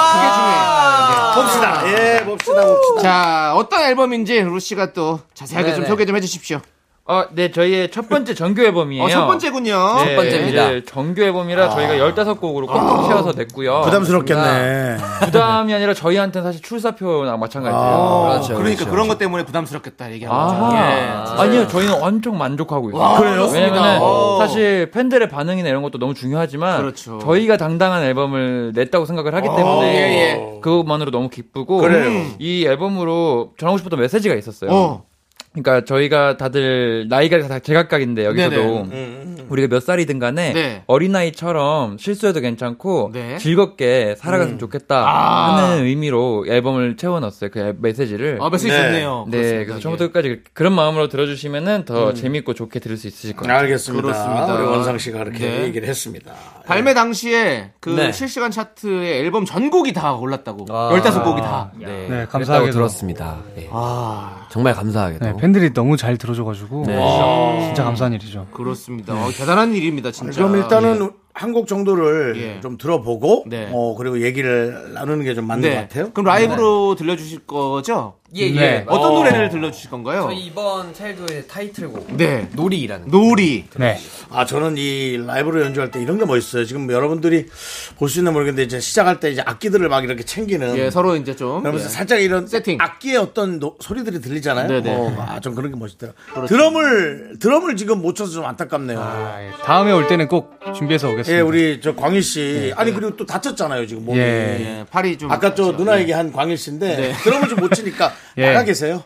[SPEAKER 2] 중요해요. 네.
[SPEAKER 1] 봅시다. 예, 봅시다, 봅시다.
[SPEAKER 2] 자, 어떤 앨범인지 루시가 또 자세하게 좀
[SPEAKER 10] 네네.
[SPEAKER 2] 소개 좀 해 주십시오.
[SPEAKER 10] 어, 네, 저희의 첫 번째 정규 앨범이에요.
[SPEAKER 2] 어, 첫 번째군요.
[SPEAKER 10] 네,
[SPEAKER 7] 예.
[SPEAKER 10] 이제 정규 앨범이라 저희가
[SPEAKER 1] 아.
[SPEAKER 10] 15곡으로 꽉 채워서 냈고요.
[SPEAKER 1] 부담스럽겠네.
[SPEAKER 10] 부담이 아니라 저희한테는 사실 출사표나 마찬가지예요.
[SPEAKER 1] 아,
[SPEAKER 7] 그렇죠,
[SPEAKER 2] 그러니까 그런것 때문에 부담스럽겠다 얘기하는 거죠.
[SPEAKER 10] 그렇죠. 아,
[SPEAKER 2] 예.
[SPEAKER 10] 아니요, 저희는 엄청 만족하고 있어요.
[SPEAKER 2] 와, 그래요?
[SPEAKER 10] 왜냐면
[SPEAKER 2] 그렇습니다. 어.
[SPEAKER 10] 사실 팬들의 반응이나 이런 것도 너무 중요하지만
[SPEAKER 2] 그렇죠. 어.
[SPEAKER 10] 저희가 당당한 앨범을 냈다고 생각을 하기 때문에
[SPEAKER 2] 예,
[SPEAKER 10] 그것만으로 너무 기쁘고 음.
[SPEAKER 1] 그래요.
[SPEAKER 10] 이 앨범으로 전하고 싶었던 메시지가 있었어요.
[SPEAKER 2] 어.
[SPEAKER 10] 그러니까 저희가 다들 나이가 다 제각각인데 여기서도
[SPEAKER 2] 네네.
[SPEAKER 10] 우리가 몇 살이든 간에
[SPEAKER 2] 네.
[SPEAKER 10] 어린아이처럼 실수해도 괜찮고
[SPEAKER 2] 네.
[SPEAKER 10] 즐겁게 살아갔으면 좋겠다
[SPEAKER 2] 아.
[SPEAKER 10] 하는 의미로 앨범을 채워넣었어요. 그 메시지를.
[SPEAKER 2] 아, 메시지
[SPEAKER 1] 네.
[SPEAKER 2] 좋네요. 예.
[SPEAKER 10] 네, 그래서 처음부터 끝까지 그런 마음으로 들어주시면은 더 재밌고 좋게 들을 수 있으실 거예요.
[SPEAKER 1] 알겠습니다.
[SPEAKER 2] 그렇습니다.
[SPEAKER 1] 우리 원상 씨가 그렇게
[SPEAKER 2] 네.
[SPEAKER 1] 얘기를 했습니다.
[SPEAKER 2] 발매 당시에 그
[SPEAKER 10] 네. 아.
[SPEAKER 2] 실시간 차트에 앨범 전곡이 다 올랐다고. 15곡이 다.
[SPEAKER 10] 네,
[SPEAKER 9] 네,
[SPEAKER 7] 감사하게
[SPEAKER 9] 감사하게
[SPEAKER 7] 들었습니다. 예.
[SPEAKER 2] 아,
[SPEAKER 7] 정말 감사하게도.
[SPEAKER 9] 네, 팬들이 너무 잘 들어줘가지고
[SPEAKER 1] 네. 아.
[SPEAKER 9] 진짜 감사한 일이죠.
[SPEAKER 2] 그렇습니다. 어, 대단한 일입니다, 진짜.
[SPEAKER 1] 그럼 일단은 한 곡 정도를
[SPEAKER 2] 예.
[SPEAKER 1] 좀 들어보고,
[SPEAKER 2] 네.
[SPEAKER 1] 어, 그리고 얘기를 나누는 게 좀 맞는 것 같아요.
[SPEAKER 2] 그럼 라이브로
[SPEAKER 10] 네.
[SPEAKER 2] 들려주실 거죠?
[SPEAKER 7] 예, 예.
[SPEAKER 9] 네.
[SPEAKER 2] 어떤 노래를 들려주실 건가요?
[SPEAKER 7] 저희 이번 찰도의 타이틀곡.
[SPEAKER 2] 네.
[SPEAKER 7] 놀이라는.
[SPEAKER 2] 놀이.
[SPEAKER 9] 네.
[SPEAKER 1] 아, 저는 이 라이브로 연주할 때 이런 게 멋있어요. 지금 여러분들이 볼 수 있는 모르겠는데, 이제 시작할 때 이제 악기들을 막 이렇게 챙기는.
[SPEAKER 2] 예, 서로 이제 좀.
[SPEAKER 1] 그러면서
[SPEAKER 2] 예.
[SPEAKER 1] 살짝 이런
[SPEAKER 2] 세팅.
[SPEAKER 1] 악기의 어떤 노- 소리들이 들리잖아요.
[SPEAKER 2] 네네.
[SPEAKER 1] 어, 아, 좀 그런 게 멋있더라. 고 드럼을 드럼을 지금 못 쳐서 좀 안타깝네요.
[SPEAKER 9] 아, 예. 다음에 올 때는 꼭 준비해서 오겠습니다.
[SPEAKER 1] 예, 우리 저 광일 씨. 아니 그리고 또 다쳤잖아요 지금 몸이.
[SPEAKER 9] 예.
[SPEAKER 2] 네, 예, 네. 팔이 좀.
[SPEAKER 1] 아까 저 누나 얘기한 광일 씨인데 드럼을 좀 못 치니까
[SPEAKER 9] 예.
[SPEAKER 1] 나가 계세요.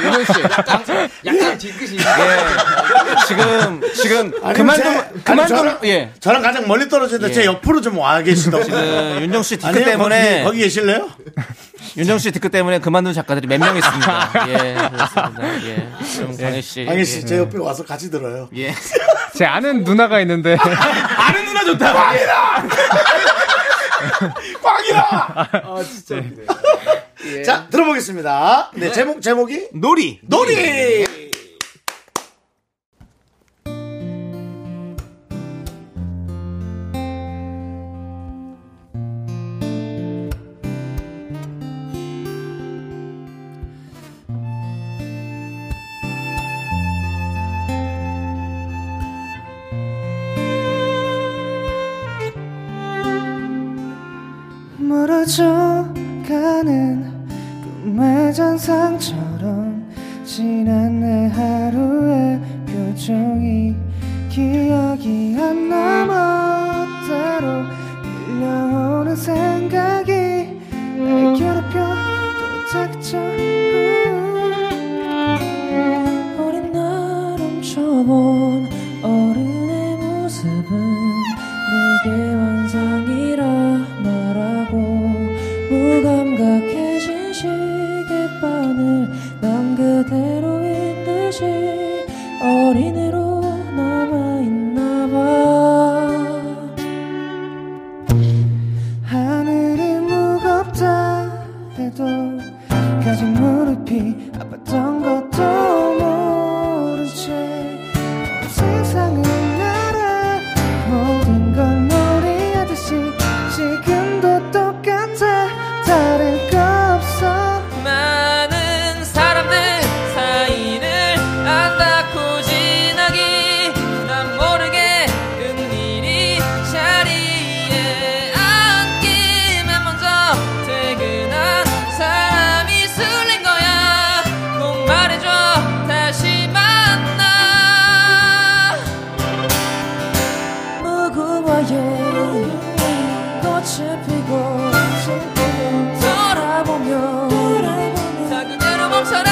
[SPEAKER 2] 이건 씨. 약간,
[SPEAKER 7] 약간 뒤끝이.
[SPEAKER 2] 아, 예. 지금, 지금.
[SPEAKER 1] 아니면
[SPEAKER 2] 그만
[SPEAKER 1] 제-
[SPEAKER 2] 좀,
[SPEAKER 1] 아니,
[SPEAKER 2] 그만
[SPEAKER 1] 저랑,
[SPEAKER 2] 좀. 예.
[SPEAKER 1] 저랑 가장 멀리 떨어지는데 제 옆으로 좀 와 계시다고.
[SPEAKER 2] 그, 윤정 씨 뒤끝
[SPEAKER 1] 아니요,
[SPEAKER 2] 때문에.
[SPEAKER 1] 거기, 거기 계실래요?
[SPEAKER 2] 윤정 씨 뒤끝 때문에 그만둔 작가들이 몇 명 있습니다. 예, 그렇습니다. 예. 그럼 광일 씨.
[SPEAKER 1] 광일 씨 제 옆에 와서 같이 들어요.
[SPEAKER 2] 예. 예.
[SPEAKER 9] 제 아는 누나가 있는데
[SPEAKER 2] 아는 누나 좋다. 광일아!
[SPEAKER 1] 광일아! 자 들어보겠습니다. 네, 제목 제목이
[SPEAKER 2] 놀이.
[SPEAKER 1] 놀이.
[SPEAKER 11] 스쳐가는 꿈의 잔상처럼 지난 내 하루의 표정이 기억이 안 남았다로 밀려오는 생각이 날 괴롭혀 또 닥쳐 어린 날 훔쳐본 어른의 모습은 내게 환상이라 말하고 무감각해진 시계바늘 난 그대로인 듯이 어린애로 남아있나봐 하늘이 무겁다 해도 가진 무릎이 아팠던 것도 모른 채온 세상은 나라 모든 걸 놀이하듯이 지금도 똑같아 다를 거 없어
[SPEAKER 12] 많은 사람들 사이를 안 닿고 지나기 난 모르게 은일이 자리에 앉기만 먼저 퇴근한 사람이 술린 거야 꼭 말해줘 다시 만나
[SPEAKER 11] 무궁화의 꽃을 피고 돌아보며
[SPEAKER 12] 자 그대로 멈춰라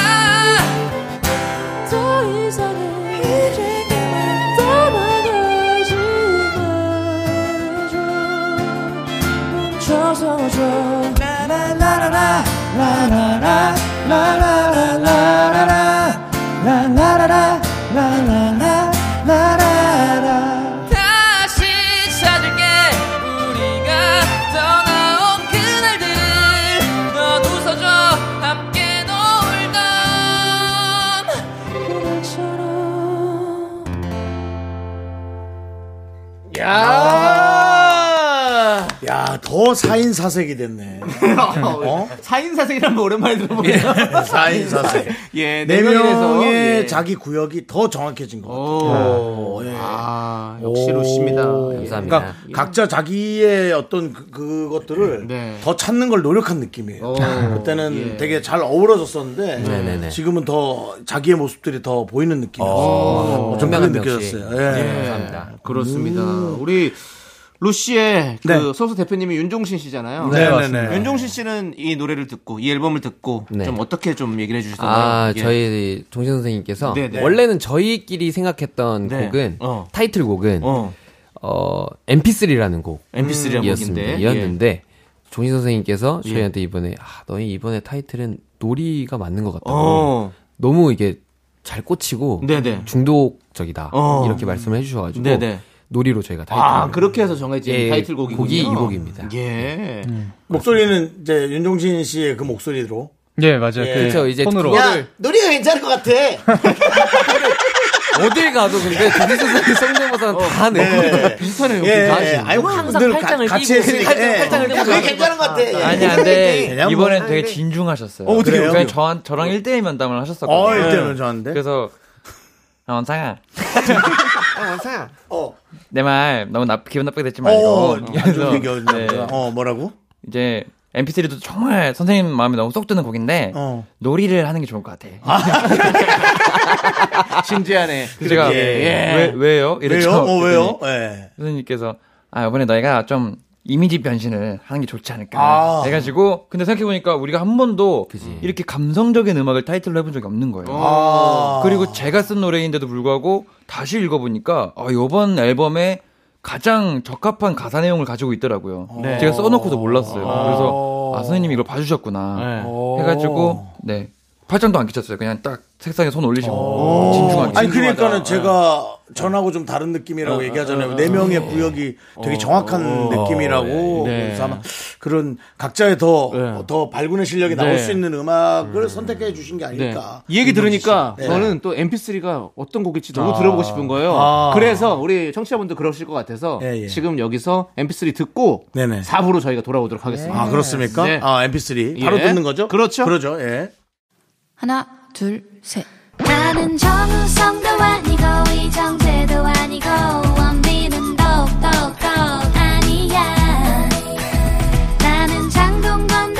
[SPEAKER 11] 더 이상은 이제 그만 떠나가지 말아줘 멈춰서 줘 라라라라라 라라라 라라라라라 라라라라 라라라 라라라
[SPEAKER 12] 다시 찾을게 우리가 떠나온 그날들 넌 웃어줘 함께 놀던
[SPEAKER 1] 야! 야, 더 4인 사색이 됐네. 어?
[SPEAKER 2] 4인 사색이란 말 오랜만에 들어보네요.
[SPEAKER 1] 4인 사색.
[SPEAKER 2] 예,
[SPEAKER 1] 네
[SPEAKER 2] 명이라서,
[SPEAKER 1] 명의
[SPEAKER 2] 예.
[SPEAKER 1] 자기 구역이 더 정확해진 것
[SPEAKER 2] 오.
[SPEAKER 1] 같아요. 예.
[SPEAKER 2] 아, 역시 루시입니다. 감사합니다.
[SPEAKER 1] 그러니까 각자 자기의 어떤 그, 그것들을 더 찾는 걸 노력한 느낌이에요. 그때는
[SPEAKER 2] 네. 예.
[SPEAKER 1] 되게 잘 어우러졌었는데
[SPEAKER 2] 네네네.
[SPEAKER 1] 지금은 더 자기의 모습들이 더 보이는 느낌이었어요.
[SPEAKER 2] 오,
[SPEAKER 1] 좀 그게
[SPEAKER 2] 분명한 명씨.
[SPEAKER 1] 느껴졌어요. 예.
[SPEAKER 2] 예, 감사합니다. 그렇습니다. 우리 루시의 그 소수 대표님이 윤종신 씨잖아요.
[SPEAKER 7] 네, 네, 맞습니다. 네.
[SPEAKER 2] 윤종신 씨는 이 노래를 듣고 이 앨범을 듣고
[SPEAKER 7] 네.
[SPEAKER 2] 좀 어떻게 좀 얘기를 해주셨나요?
[SPEAKER 7] 아,
[SPEAKER 2] 예.
[SPEAKER 7] 저희 종신 선생님께서
[SPEAKER 2] 네, 네.
[SPEAKER 7] 원래는 저희끼리 생각했던
[SPEAKER 2] 네.
[SPEAKER 7] 곡은
[SPEAKER 2] 어.
[SPEAKER 7] 타이틀곡은 어. MP3라는 곡
[SPEAKER 2] MP3 라는
[SPEAKER 7] 음, 이었습니다.
[SPEAKER 2] 곡인데,
[SPEAKER 7] 이었는데 종신 선생님께서
[SPEAKER 2] 예.
[SPEAKER 7] 저희한테 이번에 아, 너희 이번에 타이틀은 놀이가 맞는 것 같다고
[SPEAKER 2] 어.
[SPEAKER 7] 너무 이게 잘 꽂히고
[SPEAKER 2] 네네.
[SPEAKER 7] 중독적이다
[SPEAKER 2] 어.
[SPEAKER 7] 이렇게 말씀을 해주셔가지고
[SPEAKER 2] 네네.
[SPEAKER 7] 놀이로 저희가 타이틀
[SPEAKER 2] 아 그렇게 해서 정해진
[SPEAKER 7] 예,
[SPEAKER 2] 타이틀곡이
[SPEAKER 7] 곡이 이 곡입니다.
[SPEAKER 2] 예.
[SPEAKER 1] 목소리는 이제 윤종신 씨의 그 목소리로.
[SPEAKER 9] 예, 맞아요.
[SPEAKER 1] 예.
[SPEAKER 9] 그
[SPEAKER 10] 그렇죠.
[SPEAKER 1] 그쵸, 이제
[SPEAKER 9] 톤으로.
[SPEAKER 1] 그거를-
[SPEAKER 2] 노래가 괜찮을 것 같아.
[SPEAKER 7] 어딜 가도 근데 종신 선생님 성대모사는 다 하네.
[SPEAKER 2] 비슷하네요.
[SPEAKER 7] 예,
[SPEAKER 10] 다
[SPEAKER 7] 예.
[SPEAKER 10] 아유,
[SPEAKER 7] 항상
[SPEAKER 10] 늘
[SPEAKER 7] 팔짱을
[SPEAKER 10] 같이
[SPEAKER 7] 끼고.
[SPEAKER 10] 했으니까.
[SPEAKER 7] 팔짱,
[SPEAKER 10] 예.
[SPEAKER 1] 어.
[SPEAKER 7] 팔짱을 끼고.
[SPEAKER 10] 그게
[SPEAKER 7] 괜찮은 것 같아. 예.
[SPEAKER 10] 아니, 근데
[SPEAKER 7] 그냥 뭐,
[SPEAKER 10] 이번엔
[SPEAKER 7] 아,
[SPEAKER 10] 되게
[SPEAKER 7] 그래.
[SPEAKER 10] 진중하셨어요.
[SPEAKER 7] 어, 어떻게
[SPEAKER 10] 그냥
[SPEAKER 7] 어떻게?
[SPEAKER 10] 저한, 저랑 1대1 면담을 하셨었거든요. 네.
[SPEAKER 7] 어, 1대1
[SPEAKER 1] 면담인데?
[SPEAKER 10] 그래서, 아, 원상아.
[SPEAKER 7] 원상아.
[SPEAKER 1] 어.
[SPEAKER 10] 내 말 너무 나, 기분 나쁘게 됐지 말고.
[SPEAKER 1] 어, 안 좋은
[SPEAKER 10] 그래서,
[SPEAKER 1] 얘기 어디나 보다. 어, 뭐라고?
[SPEAKER 10] 이제 MP3도 정말 선생님 마음에 너무 쏙 드는 곡인데 놀이를 하는 게 좋을 것 같아.
[SPEAKER 2] 진지하네.
[SPEAKER 10] 제가
[SPEAKER 2] 예.
[SPEAKER 10] 왜, 왜요? 이랬죠.
[SPEAKER 1] 왜요? 어, 왜요?
[SPEAKER 10] 그랬더니 선생님께서 아 이번에 너희가 좀 이미지 변신을 하는 게 좋지 않을까
[SPEAKER 1] 아.
[SPEAKER 10] 해가지고 근데 생각해보니까 우리가 한 번도 이렇게 감성적인 음악을 타이틀로 해본 적이 없는 거예요.
[SPEAKER 1] 아.
[SPEAKER 10] 그리고 제가 쓴 노래인데도 불구하고 다시 읽어보니까 아, 이번 앨범에 가장 적합한 가사 내용을 가지고 있더라고요.
[SPEAKER 1] 어.
[SPEAKER 9] 네.
[SPEAKER 10] 제가 써놓고도 몰랐어요.
[SPEAKER 9] 아.
[SPEAKER 10] 그래서 아 선생님이 이걸 봐주셨구나
[SPEAKER 1] 네.
[SPEAKER 10] 해가지고
[SPEAKER 1] 어.
[SPEAKER 10] 네 팔짱도 안 끼쳤어요. 그냥 딱 책상에 손
[SPEAKER 9] 어,
[SPEAKER 10] 올리시고 진중하게.
[SPEAKER 1] 어. 아니
[SPEAKER 10] 진중하다.
[SPEAKER 1] 그러니까는 제가 전하고 좀 다른 느낌이라고
[SPEAKER 10] 어,
[SPEAKER 1] 얘기하잖아요.
[SPEAKER 10] 어,
[SPEAKER 1] 네
[SPEAKER 10] 어,
[SPEAKER 1] 명의
[SPEAKER 10] 어.
[SPEAKER 1] 구역이 되게
[SPEAKER 10] 어,
[SPEAKER 1] 정확한
[SPEAKER 10] 어,
[SPEAKER 1] 느낌이라고
[SPEAKER 10] 네.
[SPEAKER 1] 그래서 아마 그런 각자의 더 어, 더 발군의 실력이 나올
[SPEAKER 2] 네.
[SPEAKER 1] 수 있는 음악을 선택해 주신 게 아닐까.
[SPEAKER 2] 이 얘기 들으니까
[SPEAKER 1] 그러니까. 네.
[SPEAKER 2] 저는 또 MP3가 어떤 곡일지 너무
[SPEAKER 1] 아.
[SPEAKER 2] 들어보고 싶은 거예요.
[SPEAKER 1] 아.
[SPEAKER 2] 그래서 우리 청취자분들 그러실 것 같아서
[SPEAKER 1] 예, 예.
[SPEAKER 2] 지금 여기서 MP3 듣고
[SPEAKER 1] 네네.
[SPEAKER 2] 4부로 저희가 돌아오도록 하겠습니다.
[SPEAKER 1] 아 그렇습니까?
[SPEAKER 2] 네.
[SPEAKER 1] 아 MP3 바로
[SPEAKER 2] 예.
[SPEAKER 1] 듣는 거죠?
[SPEAKER 2] 그렇죠.
[SPEAKER 1] 그러죠. 예.
[SPEAKER 13] 하나, 둘, 셋.
[SPEAKER 14] 나는 정우성도 아니고 이정재도 아니고 원빈은 더욱더 아니야 나는 장동건도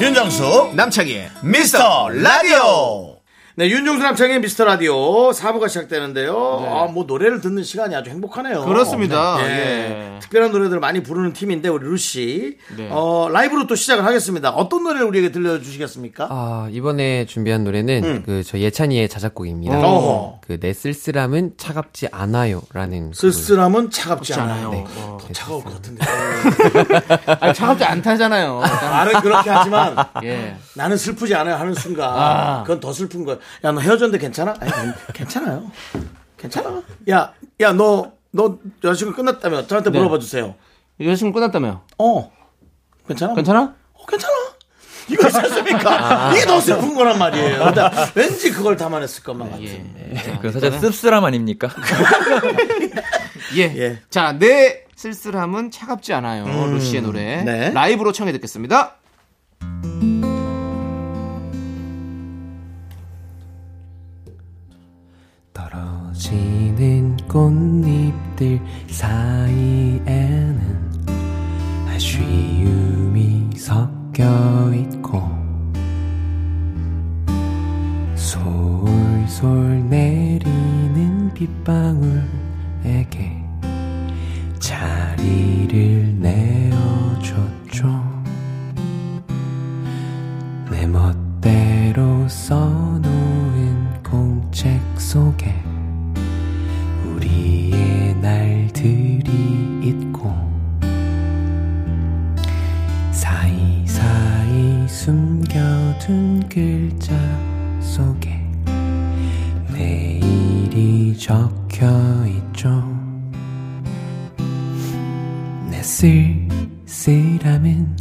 [SPEAKER 1] 윤정수
[SPEAKER 2] 남창희의
[SPEAKER 1] 미스터 라디오 네, 윤종수 남창의 미스터 라디오 4부가 시작되는데요. 아, 뭐 노래를 듣는 시간이 아주 행복하네요.
[SPEAKER 2] 그렇습니다.
[SPEAKER 1] 예.
[SPEAKER 2] 예.
[SPEAKER 1] 특별한 노래들을 많이 부르는 팀인데 우리 루시
[SPEAKER 7] 네.
[SPEAKER 1] 어, 라이브로 또 시작을 하겠습니다. 어떤 노래를 우리에게 들려주시겠습니까?
[SPEAKER 7] 아, 이번에 준비한 노래는
[SPEAKER 1] 음.
[SPEAKER 7] 그 저 예찬이의 자작곡입니다.
[SPEAKER 1] 어허.
[SPEAKER 7] 그 내 쓸쓸함은 차갑지 않아요라는
[SPEAKER 1] 쓸쓸함은 차갑지 않아요. 어,
[SPEAKER 7] 네.
[SPEAKER 1] 더 차가울 것 같은데.
[SPEAKER 2] 아니, 차갑지 않다잖아요.
[SPEAKER 1] 말은 그렇게 하지만
[SPEAKER 2] 예.
[SPEAKER 1] 나는 슬프지 않아요 하는 순간
[SPEAKER 2] 아.
[SPEAKER 1] 그건 더 슬픈 거야. 야 너 헤어졌는데 괜찮아? 아니, 괜- 괜찮아요. 괜찮아. 야, 야, 너, 너 여자친구 끝났다며? 저한테
[SPEAKER 2] 네.
[SPEAKER 1] 물어봐 주세요.
[SPEAKER 2] 여자친구 끝났다며요?
[SPEAKER 1] 어. 괜찮아?
[SPEAKER 2] 괜찮아?
[SPEAKER 1] 어, 괜찮아. 이거 샀습니까?
[SPEAKER 10] 아.
[SPEAKER 1] 이게 더 슬픈 거란 말이에요. 근데 왠지 그걸 담아냈을 것만 같은.
[SPEAKER 10] 그 사실 씁쓸함 아닙니까?
[SPEAKER 2] 예. 자, 내 쓸쓸함은 차갑지 않아요.
[SPEAKER 10] 음,
[SPEAKER 2] 루시의 노래.
[SPEAKER 10] 네.
[SPEAKER 2] 라이브로 청해 듣겠습니다.
[SPEAKER 6] 지는 꽃잎들 사이에는 아쉬움이 섞여 있고 솔솔 내리는 빗방울에게 자리를 내어줬죠 내 멋대로 써놓은 공책 속에 우리의 날들이 있고 사이사이 숨겨둔 글자 속에 내일이 적혀 있죠 내 쓸쓸함은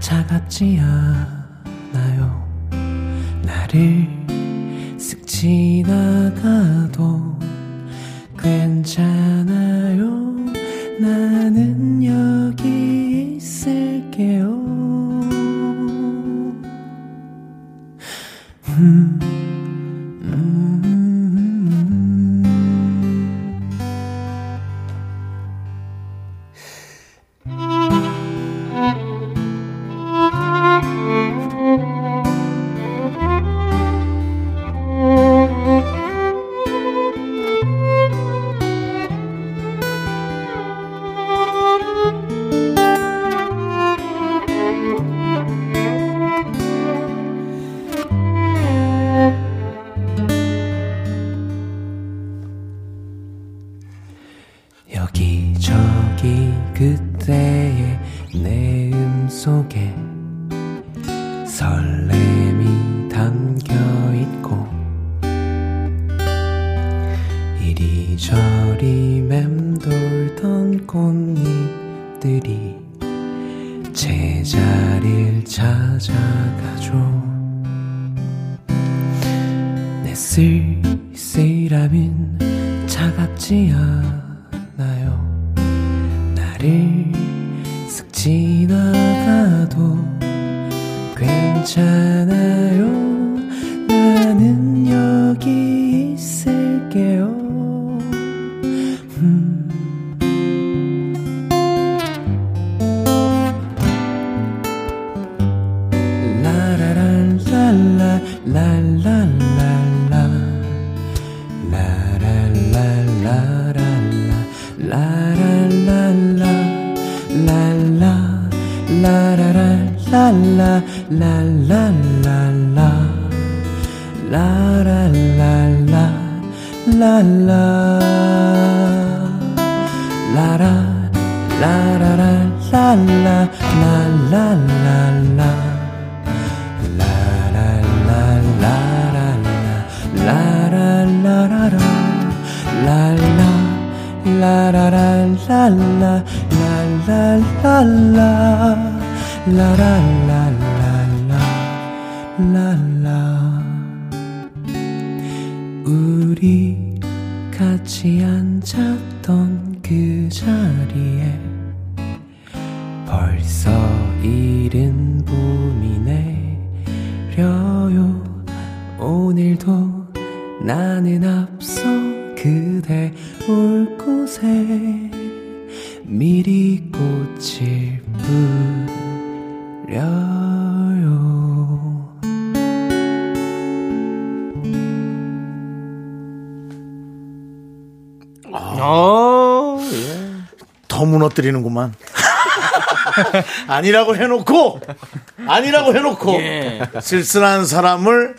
[SPEAKER 6] 차갑지 않아요 나를 쓱 지나가도 괜찮아요 나는 여기 있을게요 음, 음, 여기저기 그때의 내 음속에 설렘이 담겨 있고 이리저리 맴돌던 꽃잎들이 제자리를 찾아가죠 내 쓸쓸함은 차갑지 않아요 나를 쓱 지나가도 괜찮아요 나는 여기 있을게요 음. 우리 같이 앉았던 그 자리에 벌써 이른 봄이 내려요 오늘도 나는 앞서 그대 올 곳에 미리 꽃을 뿌려요
[SPEAKER 2] 어.
[SPEAKER 1] 무너뜨리는구만. 아니라고 해놓고 아니라고 해놓고
[SPEAKER 4] 예.
[SPEAKER 1] 쓸쓸한 사람을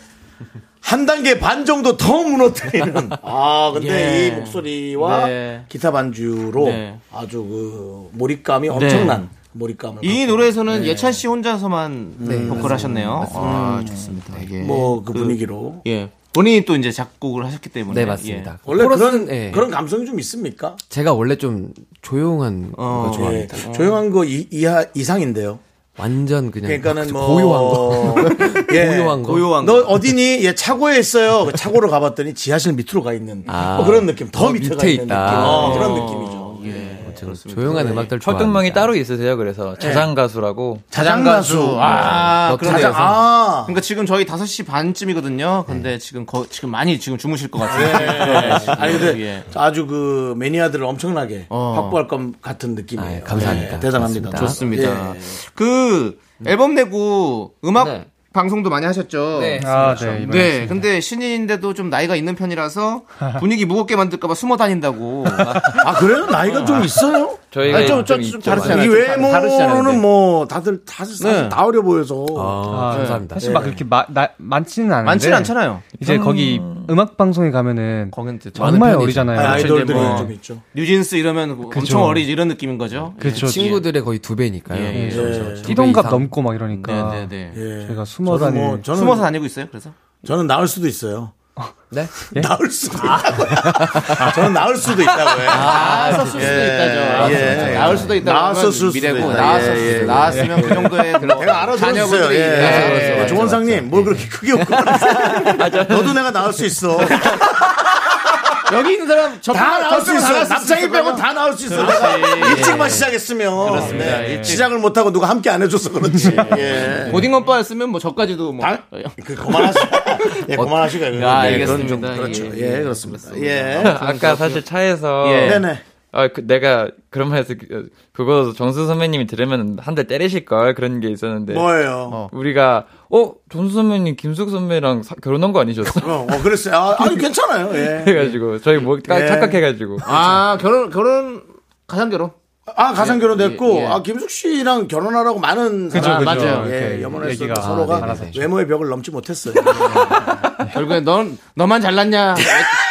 [SPEAKER 1] 한 단계 반 정도 더 무너뜨리는 아 근데
[SPEAKER 4] 예.
[SPEAKER 1] 이 목소리와
[SPEAKER 2] 네.
[SPEAKER 1] 기타 반주로
[SPEAKER 2] 네.
[SPEAKER 1] 아주 그 몰입감이
[SPEAKER 7] 네.
[SPEAKER 1] 엄청난 몰입감을
[SPEAKER 2] 이 노래에서는 예찬 씨 혼자서만
[SPEAKER 1] 네,
[SPEAKER 2] 보컬
[SPEAKER 1] 맞습니다. 음.
[SPEAKER 2] 하셨네요. 아,
[SPEAKER 1] 맞습니다.
[SPEAKER 2] 좋습니다.
[SPEAKER 1] 뭐, 그 분위기로.
[SPEAKER 2] 예. 본인이 또 이제 작곡을 하셨기 때문에.
[SPEAKER 7] 네, 맞습니다.
[SPEAKER 2] 예.
[SPEAKER 1] 원래
[SPEAKER 7] 코러스는,
[SPEAKER 1] 그런
[SPEAKER 7] 예.
[SPEAKER 1] 그런 감성이 좀 있습니까?
[SPEAKER 7] 제가 원래 좀 조용한 거
[SPEAKER 1] 예.
[SPEAKER 7] 좋아합니다.
[SPEAKER 1] 조용한 거 이, 이하 이상인데요.
[SPEAKER 7] 완전 그냥
[SPEAKER 1] 그러니까는
[SPEAKER 7] 막
[SPEAKER 1] 뭐
[SPEAKER 7] 네. 아, 고요한 거.
[SPEAKER 1] 예.
[SPEAKER 7] 고요한 거.
[SPEAKER 1] 너 어디니? 예, 차고에 있어요. 차고로 가봤더니 지하실 밑으로 가 있는
[SPEAKER 7] 아.
[SPEAKER 1] 뭐 그런 느낌. 더
[SPEAKER 7] 어,
[SPEAKER 1] 밑에, 가
[SPEAKER 7] 밑에
[SPEAKER 1] 있는
[SPEAKER 7] 있다.
[SPEAKER 1] 느낌. 어,
[SPEAKER 7] 아.
[SPEAKER 1] 그런 느낌이죠.
[SPEAKER 2] 예.
[SPEAKER 1] 예.
[SPEAKER 7] 조용한
[SPEAKER 1] 네.
[SPEAKER 7] 음악들
[SPEAKER 10] 활동명이 따로 있으세요. 그래서 자장 가수라고.
[SPEAKER 2] 자장가수. 아,
[SPEAKER 10] 그런
[SPEAKER 2] 그러네요.
[SPEAKER 10] 여성.
[SPEAKER 2] 그러니까 지금 저희 5시 반쯤이거든요. 근데 지금 거, 지금 많이 지금 주무실 것 같아요. 예, 지금.
[SPEAKER 1] 네. 아니 근데
[SPEAKER 2] 예.
[SPEAKER 1] 아주 그 매니아들을 엄청나게
[SPEAKER 2] 어.
[SPEAKER 1] 확보할 것 같은 느낌이에요.
[SPEAKER 2] 감사합니다.
[SPEAKER 1] 예, 대단합니다.
[SPEAKER 2] 좋습니다.
[SPEAKER 1] 예. 음. 네.
[SPEAKER 2] 그 앨범 내고 음악 방송도 많이 하셨죠.
[SPEAKER 7] 네, 아, 했습니다. 네, 이번에 했습니다.
[SPEAKER 2] 근데 신인인데도 좀 나이가 있는 편이라서 분위기 무겁게 만들까봐 숨어 다닌다고. 아
[SPEAKER 1] 그래요? 나이가 좀 있어요?
[SPEAKER 2] 저희가
[SPEAKER 1] 아니, 좀,
[SPEAKER 2] 좀
[SPEAKER 1] 좀,
[SPEAKER 2] 있죠,
[SPEAKER 1] 좀 다르잖아요.
[SPEAKER 2] 많이.
[SPEAKER 1] 이
[SPEAKER 2] 좀 다- 다르시잖아요,
[SPEAKER 1] 외모로는 뭐 다들 다들 사실
[SPEAKER 9] 네.
[SPEAKER 1] 다 어려 보여서.
[SPEAKER 2] 아.
[SPEAKER 9] 네. 사실 막 그렇게 마- 나- 많지는 않은데.
[SPEAKER 1] 많지는 않잖아요.
[SPEAKER 9] 이제
[SPEAKER 1] 음.
[SPEAKER 9] 거기 음악 방송에 가면은
[SPEAKER 1] 어,
[SPEAKER 2] 많은
[SPEAKER 9] 정말
[SPEAKER 2] 편이죠.
[SPEAKER 9] 어리잖아요.
[SPEAKER 2] 아,
[SPEAKER 9] 그렇죠, 이제
[SPEAKER 2] 아이돌들은
[SPEAKER 9] 뭐
[SPEAKER 2] 좀 있죠. 뉴진스 이러면 뭐 엄청 어리지 이런 느낌인 거죠.
[SPEAKER 9] 그렇죠.
[SPEAKER 2] 예.
[SPEAKER 7] 친구들의 거의 두 배니까요.
[SPEAKER 2] 예, 예.
[SPEAKER 9] 띠동갑
[SPEAKER 2] 이상.
[SPEAKER 9] 넘고 막 이러니까.
[SPEAKER 2] 네, 네, 네.
[SPEAKER 1] 예.
[SPEAKER 9] 저희가
[SPEAKER 1] 뭐
[SPEAKER 9] 숨어 다니는.
[SPEAKER 2] 숨어서 다니고 있어요. 그래서
[SPEAKER 1] 저는 나을 수도 있어요.
[SPEAKER 7] 네?
[SPEAKER 2] 예?
[SPEAKER 1] 나을 수도 있다고요. 저는 나을 수도 있다고요.
[SPEAKER 2] 아, 나을 수도 있다죠. 나을 수도 있다고
[SPEAKER 1] 나을
[SPEAKER 2] 하면
[SPEAKER 1] 수도
[SPEAKER 2] 미래고,
[SPEAKER 1] 있다.
[SPEAKER 2] 나았었을 수도 있다. 예, 나았으면 그 정도의 그런
[SPEAKER 1] 내가 알아들었어요.
[SPEAKER 2] 자녀분들이 네.
[SPEAKER 1] 예.
[SPEAKER 2] 있다. 맞아, 맞아, 맞아,
[SPEAKER 1] 예. 조원상님 뭘 그렇게 크게 웃고
[SPEAKER 2] 아,
[SPEAKER 1] 그러세요? 너도 내가 나을 수 있어.
[SPEAKER 2] 여기 있는 사람
[SPEAKER 1] 다 나올 수 있어. 남창희 빼고 다 나올 수 있어. 내가
[SPEAKER 2] 그렇지.
[SPEAKER 1] 일찍만
[SPEAKER 2] 예.
[SPEAKER 1] 시작했으면
[SPEAKER 2] 그렇습니다.
[SPEAKER 1] 네.
[SPEAKER 2] 예.
[SPEAKER 1] 시작을 못하고 누가 함께 안 해줘서 그렇지. 예.
[SPEAKER 2] 고딩 오빠 쓰면 뭐 저까지도 뭐
[SPEAKER 1] 그 그만하시. 예, 그만하시고요. 그건.
[SPEAKER 2] 아,
[SPEAKER 1] 네,
[SPEAKER 2] 알겠습니다.
[SPEAKER 1] 그건 좀 그렇죠. 예, 그렇습니다. 예.
[SPEAKER 10] 아까 그- 사실
[SPEAKER 2] 어.
[SPEAKER 10] 차에서
[SPEAKER 1] 예. 네네.
[SPEAKER 10] 아, 그, 내가 그런 말해서 그거 정수 선배님이 들으면 한 대 때리실 걸 그런 게 있었는데
[SPEAKER 1] 뭐예요? 어.
[SPEAKER 10] 우리가 어 정수 선배님 김숙 선배랑 사- 결혼한 거 아니셨어?
[SPEAKER 1] 어, 어, 그랬어요. 아, 아니 괜찮아요. 예.
[SPEAKER 10] 해가지고 저희 뭐 까-
[SPEAKER 1] 예.
[SPEAKER 10] 착각해가지고
[SPEAKER 2] 아 결혼 결혼 가상 결혼.
[SPEAKER 1] 아 가상 결혼 됐고
[SPEAKER 2] 예, 예.
[SPEAKER 1] 아 김숙 씨랑 결혼하라고 많은
[SPEAKER 2] 그죠,
[SPEAKER 1] 사람-
[SPEAKER 2] 그죠.
[SPEAKER 1] 아, 맞아요.
[SPEAKER 2] 이렇게
[SPEAKER 1] 예, 염원했어
[SPEAKER 2] 얘기가
[SPEAKER 1] 서로가
[SPEAKER 2] 많아서 했죠.
[SPEAKER 1] 외모의 벽을 넘지 못했어요.
[SPEAKER 2] 결국엔 넌 너만 잘났냐 외-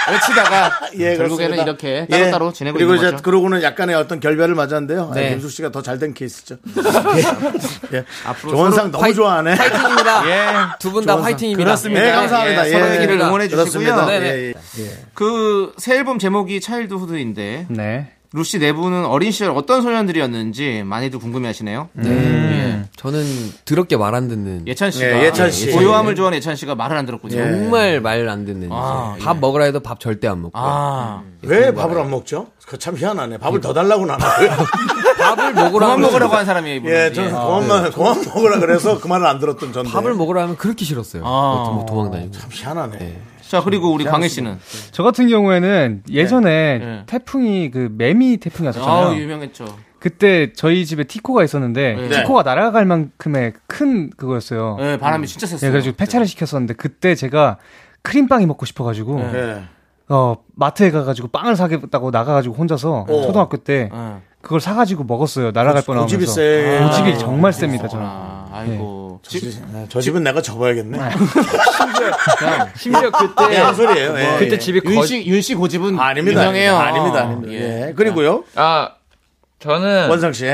[SPEAKER 2] 외치다가
[SPEAKER 1] 예,
[SPEAKER 2] 결국에는
[SPEAKER 1] 그렇습니다.
[SPEAKER 2] 이렇게 따로따로
[SPEAKER 1] 예,
[SPEAKER 2] 지내고
[SPEAKER 1] 그리고
[SPEAKER 2] 있는
[SPEAKER 1] 이제
[SPEAKER 2] 거죠.
[SPEAKER 1] 그러고는 약간의 어떤 결별을 맞았는데요. 아,
[SPEAKER 2] 네.
[SPEAKER 1] 김숙 씨가 더 잘 된 케이스죠. 예.
[SPEAKER 2] 앞으로
[SPEAKER 1] 조원상
[SPEAKER 2] 서로
[SPEAKER 1] 너무
[SPEAKER 2] 화이-
[SPEAKER 1] 좋아하네.
[SPEAKER 7] 화이팅입니다. 두 분다
[SPEAKER 1] 조원상.
[SPEAKER 7] 화이팅입니다.
[SPEAKER 1] 그렇습니다. 네, 감사합니다.
[SPEAKER 2] 예,
[SPEAKER 1] 예,
[SPEAKER 2] 서로의 길을 응원해
[SPEAKER 1] 그렇습니다.
[SPEAKER 2] 주시고요.
[SPEAKER 1] 네, 네.
[SPEAKER 2] 그 새 앨범 제목이 차일드후드인데
[SPEAKER 9] 네.
[SPEAKER 2] 루시 내부는 어린 시절 어떤 소년들이었는지 많이들 궁금해하시네요.
[SPEAKER 7] 음. 저는 더럽게 말 안 듣는
[SPEAKER 2] 예. 찬 씨가
[SPEAKER 7] 예, 예찬 씨.
[SPEAKER 2] 고요함을 좋아하는 예찬 씨가 말을 안 들었군요.
[SPEAKER 7] 정말 말 안 듣는
[SPEAKER 2] 아,
[SPEAKER 7] 이제. 밥 먹으라 해도 밥 절대 안 먹고
[SPEAKER 2] 아.
[SPEAKER 1] 왜 밥을 안 먹죠? 그 참 희한하네. 밥을 더 달라고 나나.
[SPEAKER 7] 밥을 먹으라고
[SPEAKER 2] 그만 먹으라고 한 사람이에요, 이분은.
[SPEAKER 1] 예, 저는
[SPEAKER 2] 아, 예.
[SPEAKER 1] 그만만 그만 먹으라 그래서 그 말을 안 들었던 전.
[SPEAKER 7] 밥을 먹으라 하면 그렇게 싫었어요.
[SPEAKER 2] 아.
[SPEAKER 7] 뭐 도- 도망 다니고.
[SPEAKER 1] 참 희한하네.
[SPEAKER 10] 예.
[SPEAKER 2] 자 그리고 우리 광희 씨는
[SPEAKER 9] 저 같은 경우에는 예전에 태풍이 그 매미 태풍이 왔었잖아요.
[SPEAKER 2] 네. 아 유명했죠.
[SPEAKER 9] 그때 저희 집에 티코가 있었는데
[SPEAKER 2] 네.
[SPEAKER 9] 티코가 날아갈 만큼의 큰 그거였어요.
[SPEAKER 2] 네, 바람이 진짜 셌어요.
[SPEAKER 9] 네, 그래가지고 폐차를 시켰었는데 그때 제가 크림빵이 먹고 싶어가지고
[SPEAKER 1] 예.
[SPEAKER 2] 네.
[SPEAKER 9] 어 마트에 가가지고 빵을 사겠다고 나가가지고 혼자서
[SPEAKER 1] 어.
[SPEAKER 9] 초등학교 때 그걸 사가지고 먹었어요. 날아갈
[SPEAKER 1] 고-
[SPEAKER 9] 뻔하면서
[SPEAKER 1] 고집이 세.
[SPEAKER 9] 고집이
[SPEAKER 1] 아,
[SPEAKER 9] 정말
[SPEAKER 1] 고집이
[SPEAKER 9] 셉니다.
[SPEAKER 1] 세.
[SPEAKER 9] 저는.
[SPEAKER 2] 아이고.
[SPEAKER 1] 저, 집- 저 집은 내가 접어야겠네.
[SPEAKER 10] 심지어 아, 그때 뭐
[SPEAKER 1] 네, 한 소리예요. 예,
[SPEAKER 10] 그때
[SPEAKER 1] 예.
[SPEAKER 10] 집이 거-
[SPEAKER 2] 윤씨 윤씨 고집은
[SPEAKER 1] 아닙니다.
[SPEAKER 2] 유명해요.
[SPEAKER 1] 아닙니다. 아닙니다. 예. 그리고요.
[SPEAKER 10] 아 저는
[SPEAKER 1] 원상 씨.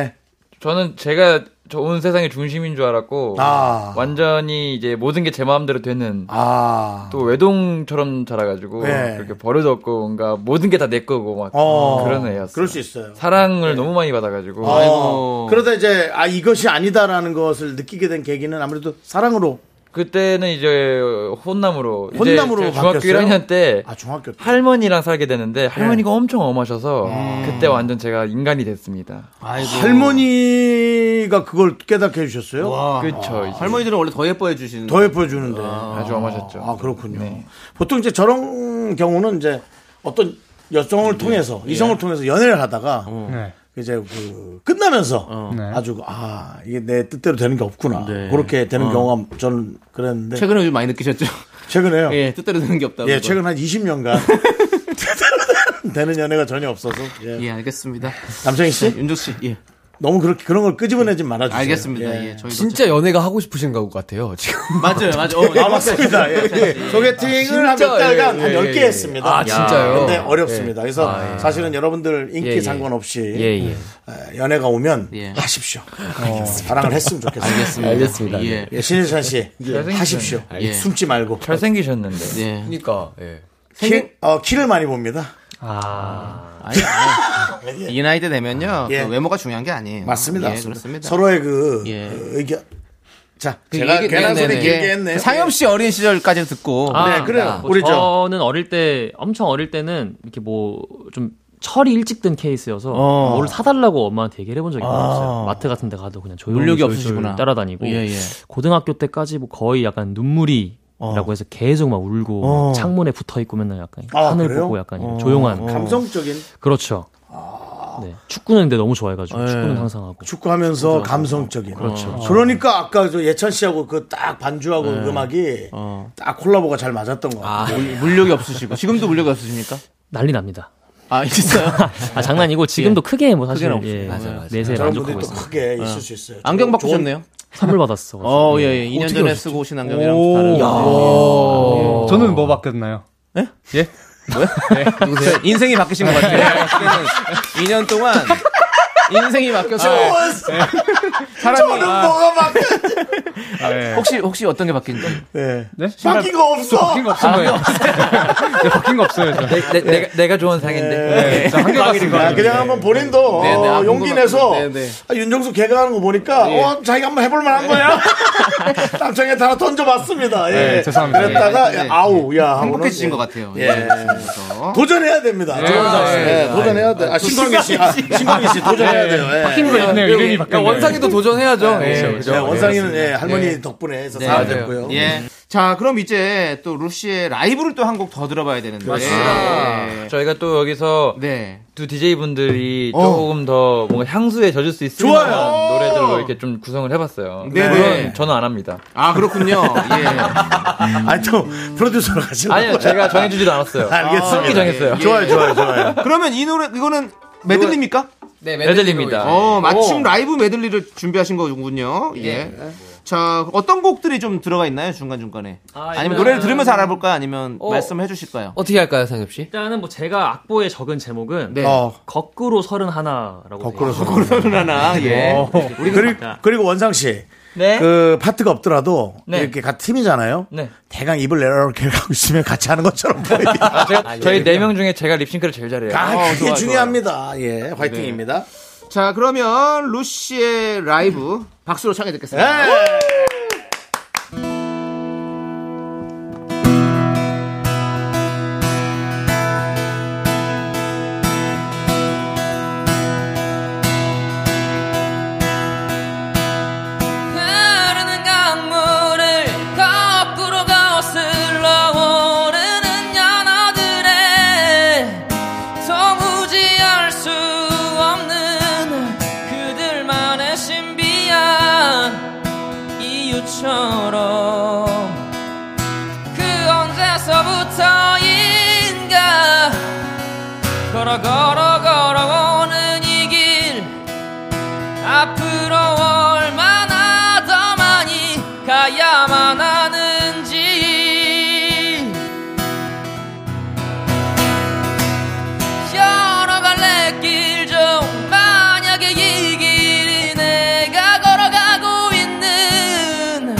[SPEAKER 10] 저는 제가 좋은 세상의 중심인 줄 알았고
[SPEAKER 1] 아.
[SPEAKER 10] 완전히 이제 모든 게 제 마음대로 되는
[SPEAKER 1] 아.
[SPEAKER 10] 또 외동처럼 자라가지고
[SPEAKER 1] 예.
[SPEAKER 10] 그렇게 버릇 없고 뭔가 모든 게 다 내 거고 막
[SPEAKER 1] 어.
[SPEAKER 10] 그런 애였어요.
[SPEAKER 1] 그럴 수 있어요. 예.
[SPEAKER 10] 사랑을 너무 많이 받아가지고
[SPEAKER 1] 어, 그러다 이제 아 이것이 아니다라는 것을 느끼게 된 계기는 아무래도 사랑으로
[SPEAKER 10] 그때는 이제 혼남으로 어, 이제
[SPEAKER 1] 혼남으로
[SPEAKER 10] 제가 중학교
[SPEAKER 1] 바뀌었어요?
[SPEAKER 10] 1학년 때
[SPEAKER 1] 아 중학교 때
[SPEAKER 10] 할머니랑 살게 되는데 할머니가
[SPEAKER 2] 네.
[SPEAKER 10] 엄청 엄하셔서 그때 완전 제가 인간이 됐습니다.
[SPEAKER 1] 할머니가 그걸 깨닫게 해주셨어요.
[SPEAKER 10] 그쵸. 이제.
[SPEAKER 2] 할머니들은 원래 더 예뻐해 주시는.
[SPEAKER 1] 더 예뻐해 주는데
[SPEAKER 10] 아, 주 엄하셨죠.
[SPEAKER 1] 아 그렇군요.
[SPEAKER 2] 네.
[SPEAKER 1] 보통 이제 저런 경우는 이제 어떤
[SPEAKER 2] 네.
[SPEAKER 1] 여성을 통해서
[SPEAKER 2] 예.
[SPEAKER 1] 이성을 통해서 연애를 하다가
[SPEAKER 2] 어.
[SPEAKER 9] 네.
[SPEAKER 1] 이제 그 끝나면서 아주 아 이게 내 뜻대로 되는 게 없구나 그렇게 되는
[SPEAKER 2] 어.
[SPEAKER 1] 경우가 저는 그랬는데
[SPEAKER 2] 최근에 예. 좀 많이 느끼셨죠?
[SPEAKER 1] 어. 예, 최근에요.
[SPEAKER 2] 예, 뜻대로 되는 게 없다고.
[SPEAKER 1] 예, 최근 한 20년간. 되는 연애가 전혀 없어서. 예,
[SPEAKER 2] 알겠습니다.
[SPEAKER 1] 남창희 씨?
[SPEAKER 2] 윤조 씨, 예.
[SPEAKER 1] 너무 그렇게 그런 걸 끄집어내지 말아주세요.
[SPEAKER 2] 알겠습니다. 예, 저희도
[SPEAKER 7] 진짜 연애가 하고 싶으신 것 같아요 지금.
[SPEAKER 2] 맞아요, 맞아요. 어,
[SPEAKER 1] 아, 맞습니다. 예. 소개팅을 한 몇 달간
[SPEAKER 7] 예,
[SPEAKER 1] 한
[SPEAKER 7] 예,
[SPEAKER 1] 10개
[SPEAKER 7] 예.
[SPEAKER 1] 했습니다.
[SPEAKER 7] 아, 진짜요?
[SPEAKER 1] 근데 어렵습니다.
[SPEAKER 7] 예.
[SPEAKER 1] 그래서
[SPEAKER 7] 아, 예.
[SPEAKER 1] 사실은 여러분들 인기
[SPEAKER 7] 예, 예.
[SPEAKER 1] 상관없이
[SPEAKER 7] 예, 예.
[SPEAKER 1] 에, 연애가 오면 하십시오. 어, 사랑을 했으면 좋겠어요.
[SPEAKER 2] 알겠습니다. 알겠습니다. 예.
[SPEAKER 1] 예, 신일찬 씨
[SPEAKER 2] 잘생기셨네.
[SPEAKER 1] 하십시오.
[SPEAKER 2] 예.
[SPEAKER 1] 숨지 말고.
[SPEAKER 10] 잘생기셨는데.
[SPEAKER 2] 예.
[SPEAKER 7] 그러니까.
[SPEAKER 1] 키, 어, 키를 많이 봅니다.
[SPEAKER 2] 아. 아니, 아니. 예. 이 나이 때 되면요.
[SPEAKER 1] 예.
[SPEAKER 2] 그 외모가 중요한 게 아니에요.
[SPEAKER 1] 맞습니다.
[SPEAKER 2] 예, 그렇습니다.
[SPEAKER 1] 서로의 그 어, 의견. 자,
[SPEAKER 2] 그
[SPEAKER 1] 제가
[SPEAKER 2] 얘기-
[SPEAKER 1] 괜한
[SPEAKER 2] 네네네.
[SPEAKER 1] 소리 길게 했네요. 예.
[SPEAKER 2] 그 상엽 씨 어린 시절까지 듣고.
[SPEAKER 8] 아, 뭐 저는 어릴 때 엄청 어릴 때는 이렇게 뭐 좀 철이 일찍 든 케이스여서
[SPEAKER 2] 어.
[SPEAKER 8] 뭘 사달라고 엄마한테 얘기를 해본 적이
[SPEAKER 2] 아.
[SPEAKER 8] 별로 없어요. 마트 같은 데 가도 그냥 조용히
[SPEAKER 2] 물욕이
[SPEAKER 8] 졸졸
[SPEAKER 2] 없으시구나.
[SPEAKER 8] 따라다니고
[SPEAKER 2] 예, 예.
[SPEAKER 8] 고등학교 때까지 뭐 거의 약간 눈물이
[SPEAKER 2] 어.
[SPEAKER 8] 라고 해서 계속 막 울고
[SPEAKER 1] 어.
[SPEAKER 8] 창문에 붙어 있고 맨날 약간
[SPEAKER 1] 아,
[SPEAKER 8] 하늘
[SPEAKER 1] 그래요?
[SPEAKER 8] 보고 약간 이런
[SPEAKER 1] 어.
[SPEAKER 8] 조용한
[SPEAKER 1] 감성적인?
[SPEAKER 8] 그렇죠. 네. 축구는 근데 너무 좋아해가지고 축구는 항상 하고
[SPEAKER 1] 축구하면서 감성적인.
[SPEAKER 8] 그렇죠.
[SPEAKER 1] 어. 그러니까 아까 저 예찬 씨하고 그 딱 반주하고 음악이 딱 콜라보가 잘 맞았던 것 같아요.
[SPEAKER 2] 물- 물욕이 없으시고 지금도 물욕이 없으십니까?
[SPEAKER 8] 난리 납니다.
[SPEAKER 2] 아 있어요.
[SPEAKER 8] 아 장난이고 지금도 크게 뭐 사실
[SPEAKER 2] 크게는 없어요.
[SPEAKER 8] 예,
[SPEAKER 2] 맞아요, 맞아요.
[SPEAKER 8] 내세
[SPEAKER 2] 저런
[SPEAKER 8] 만족하고
[SPEAKER 2] 분들이 또
[SPEAKER 8] 있습니다.
[SPEAKER 2] 크게
[SPEAKER 1] 있을
[SPEAKER 8] 예.
[SPEAKER 1] 수 있어요.
[SPEAKER 2] 안경 바꾸셨네요.
[SPEAKER 8] 선물 받았어.
[SPEAKER 2] 어, 예, 예. 2년
[SPEAKER 8] 어떻게
[SPEAKER 2] 전에
[SPEAKER 8] 하셨죠?
[SPEAKER 2] 쓰고 오신 안경이랑
[SPEAKER 8] 오.
[SPEAKER 2] 다른.
[SPEAKER 8] 야.
[SPEAKER 2] 예.
[SPEAKER 9] 저는 뭐 바뀌었나요?
[SPEAKER 2] 예?
[SPEAKER 9] 예?
[SPEAKER 2] 뭐요?
[SPEAKER 1] 네.
[SPEAKER 2] 누구세요? 인생이 바뀌신 것 같아요.
[SPEAKER 9] 네.
[SPEAKER 2] 2년 동안 인생이 바뀌었어요. 네.
[SPEAKER 9] 네.
[SPEAKER 2] 사람이
[SPEAKER 1] 저는
[SPEAKER 2] 아.
[SPEAKER 1] 뭐가 바뀌었지?
[SPEAKER 2] 혹시 혹시 어떤 게 바뀐지? 아,
[SPEAKER 9] 아,
[SPEAKER 1] 네.
[SPEAKER 9] 네?
[SPEAKER 1] 바뀐 거 없어.
[SPEAKER 9] 바뀐 거 없은 거예요. 네, 바뀐 거 없어요. 저.
[SPEAKER 7] 내, 내가 내가 좋아하는 상인데.
[SPEAKER 9] 네. 저 한결 같은
[SPEAKER 1] 아,
[SPEAKER 9] 거.
[SPEAKER 1] 그냥 한번 본인도
[SPEAKER 7] 네, 네,
[SPEAKER 1] 어,
[SPEAKER 7] 아,
[SPEAKER 1] 용기
[SPEAKER 7] 궁금하다.
[SPEAKER 1] 내서
[SPEAKER 7] 네, 네.
[SPEAKER 1] 아, 윤정수 개그하는 거 보니까
[SPEAKER 7] 예.
[SPEAKER 1] 어, 자기가 한번 해볼 만한 거야. 남창에 하나 던져봤습니다. 예.
[SPEAKER 2] 네, 죄송합니다.
[SPEAKER 1] 그랬다가
[SPEAKER 2] 예, 예.
[SPEAKER 1] 아우 야 하고는
[SPEAKER 2] 행복해지신
[SPEAKER 1] 예.
[SPEAKER 2] 것 같아요.
[SPEAKER 1] 예. 도전해야 됩니다.
[SPEAKER 2] 예,
[SPEAKER 1] 도전,
[SPEAKER 2] 예,
[SPEAKER 1] 예,
[SPEAKER 2] 예.
[SPEAKER 1] 도전해야 돼. 아, 신광희 씨, 아, 신광희 씨 도전해야 돼요. 예.
[SPEAKER 7] 원상이도 도전해야죠.
[SPEAKER 1] 예,
[SPEAKER 7] 예,
[SPEAKER 1] 그렇죠.
[SPEAKER 7] 그죠?
[SPEAKER 1] 예, 원상이는
[SPEAKER 7] 예.
[SPEAKER 1] 예, 할머니
[SPEAKER 7] 예.
[SPEAKER 1] 덕분에 해서
[SPEAKER 2] 네,
[SPEAKER 1] 사
[SPEAKER 2] 맞아요.
[SPEAKER 1] 됐고요.
[SPEAKER 2] 예. 자, 그럼 이제 또 루시의 라이브를 또 한 곡 더 들어봐야 되는데.
[SPEAKER 10] 맞습니다.
[SPEAKER 2] 예. 네.
[SPEAKER 10] 저희가 또 여기서 두 DJ 분들이
[SPEAKER 2] 어.
[SPEAKER 10] 조금 더 뭔가 향수에 젖을 수 있을
[SPEAKER 2] 좋아요.
[SPEAKER 10] 만한 노래들로 이렇게 좀 구성을 해봤어요.
[SPEAKER 2] 네네.
[SPEAKER 10] 물론 저는 안 합니다.
[SPEAKER 2] 아, 그렇군요. 예.
[SPEAKER 1] 아니 또 프로듀서로 가시는
[SPEAKER 10] 아니요,
[SPEAKER 1] 거예요?
[SPEAKER 10] 제가 정해주지도 않았어요.
[SPEAKER 1] 알겠습니다. 예,
[SPEAKER 10] 아, 정했어요.
[SPEAKER 1] 좋아요, 좋아요, 좋아요.
[SPEAKER 2] 그러면 이 노래 이거는 메들리입니까?
[SPEAKER 7] 네,
[SPEAKER 10] 메들리입니다. 예.
[SPEAKER 2] 어, 마침
[SPEAKER 10] 오.
[SPEAKER 2] 라이브 메들리를 준비하신 거군요. 예. 자, 어떤 곡들이 좀 들어가 있나요? 중간중간에.
[SPEAKER 8] 아,
[SPEAKER 2] 아니면
[SPEAKER 8] 일단은-
[SPEAKER 2] 노래를 들으면서 알아볼까요? 아니면
[SPEAKER 8] 어.
[SPEAKER 2] 말씀해 주실까요?
[SPEAKER 7] 어떻게 할까요, 상엽 씨?
[SPEAKER 8] 일단은 뭐 제가 악보에 적은 제목은
[SPEAKER 2] 네.
[SPEAKER 1] 어.
[SPEAKER 8] 거꾸로 서른 하나라고.
[SPEAKER 1] 거꾸로
[SPEAKER 8] 돼요.
[SPEAKER 1] 서른
[SPEAKER 2] 서른 하나. 예.
[SPEAKER 8] 어.
[SPEAKER 1] 그리고, 그리고 원상 씨.
[SPEAKER 10] 네.
[SPEAKER 1] 그 파트가 없더라도
[SPEAKER 10] 네.
[SPEAKER 1] 이렇게 같은 팀이잖아요.
[SPEAKER 10] 네.
[SPEAKER 1] 대강 입을 내려놓게 하고 있으면 같이 하는 것처럼 보여요.
[SPEAKER 10] 아, 제가 저희 네 명 중에 제가 립싱크를 제일 잘해요.
[SPEAKER 1] 아,
[SPEAKER 2] 어,
[SPEAKER 1] 그게
[SPEAKER 2] 좋아요,
[SPEAKER 1] 중요합니다. 예, 화이팅입니다.
[SPEAKER 2] 자, 그러면 루시의 라이브 박수로 청해 듣겠습니다.
[SPEAKER 12] 흐르는 강물을 거꾸로 거슬러 오르는 연어들의 도무지 알 수 없는 그들만의 신비한 이유처럼 그 언제서부터인가 걸어 걸어 걸어오는 이길 앞으로 얼마나 더 많이 가야만 하는지 여러 갈래 길좀 만약에 이 길이 내가 걸어가고 있는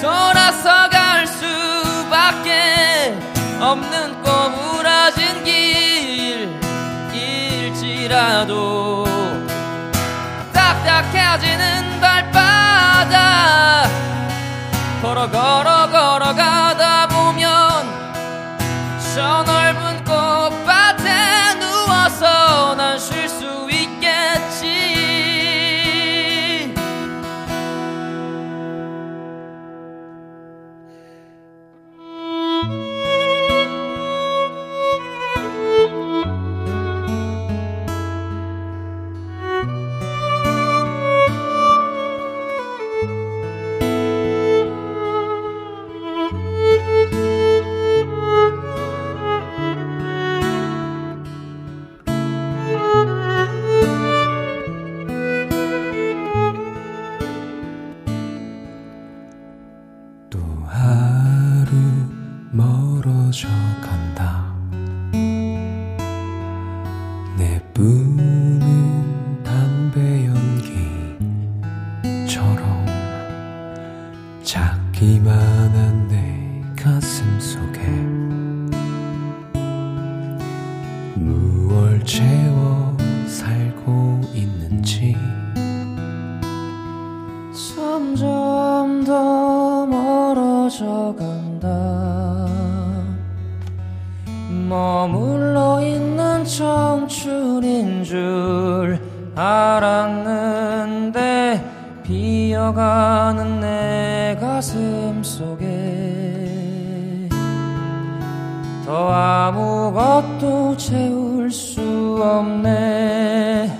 [SPEAKER 12] 돌아서갈 수밖에 없는 꼬부라진 길일지라도 딱딱해지는 발바닥 걸어 걸어 걸어가다 보면 저 넓은 꽃밭에 누워서 난 쉴 수 있겠지 비만한 내 가슴 속에 무얼 채워 살고 있는지
[SPEAKER 13] 점점 더 멀어져 간다 머물러 있는 청춘인 줄 알았는데 비어가는 내 가슴 속에 더 아무것도 채울 수 없네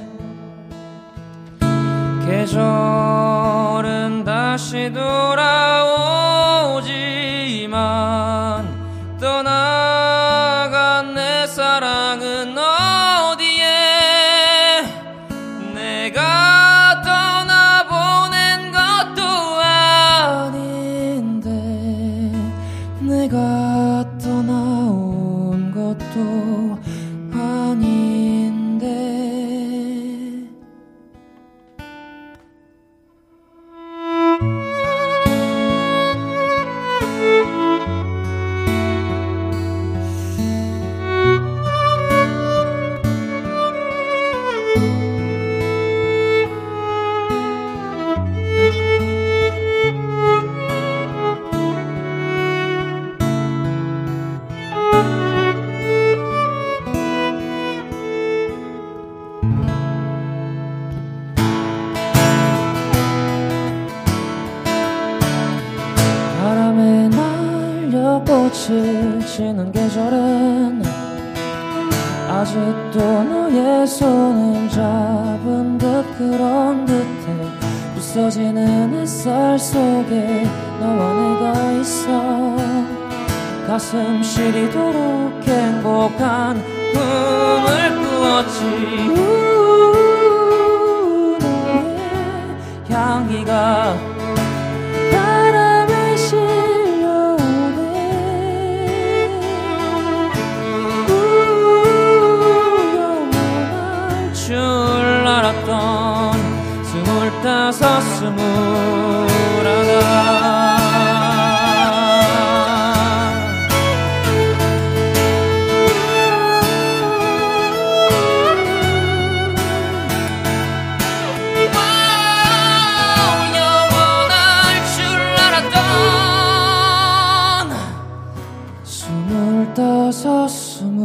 [SPEAKER 13] 계절은 다시 돌아오지만 떠나간 내 사랑은 어디에 내가 떠나보낸 것도 아닌데 내가 떠나온 것도 아닌데 바람에 날려 꽃을 지는 계절엔 아직도 너의 손은 잡은 듯 그런 듯해 부서지는 햇살 속에 너와 내가 있어 가슴 시리도록 행복한 꿈을 꾸었지 우, 너의 향기가 바람에 실려오네 우, 영원할 줄 알았던 스물다섯 스물하나 영원할 줄 알았던 스물다섯 스물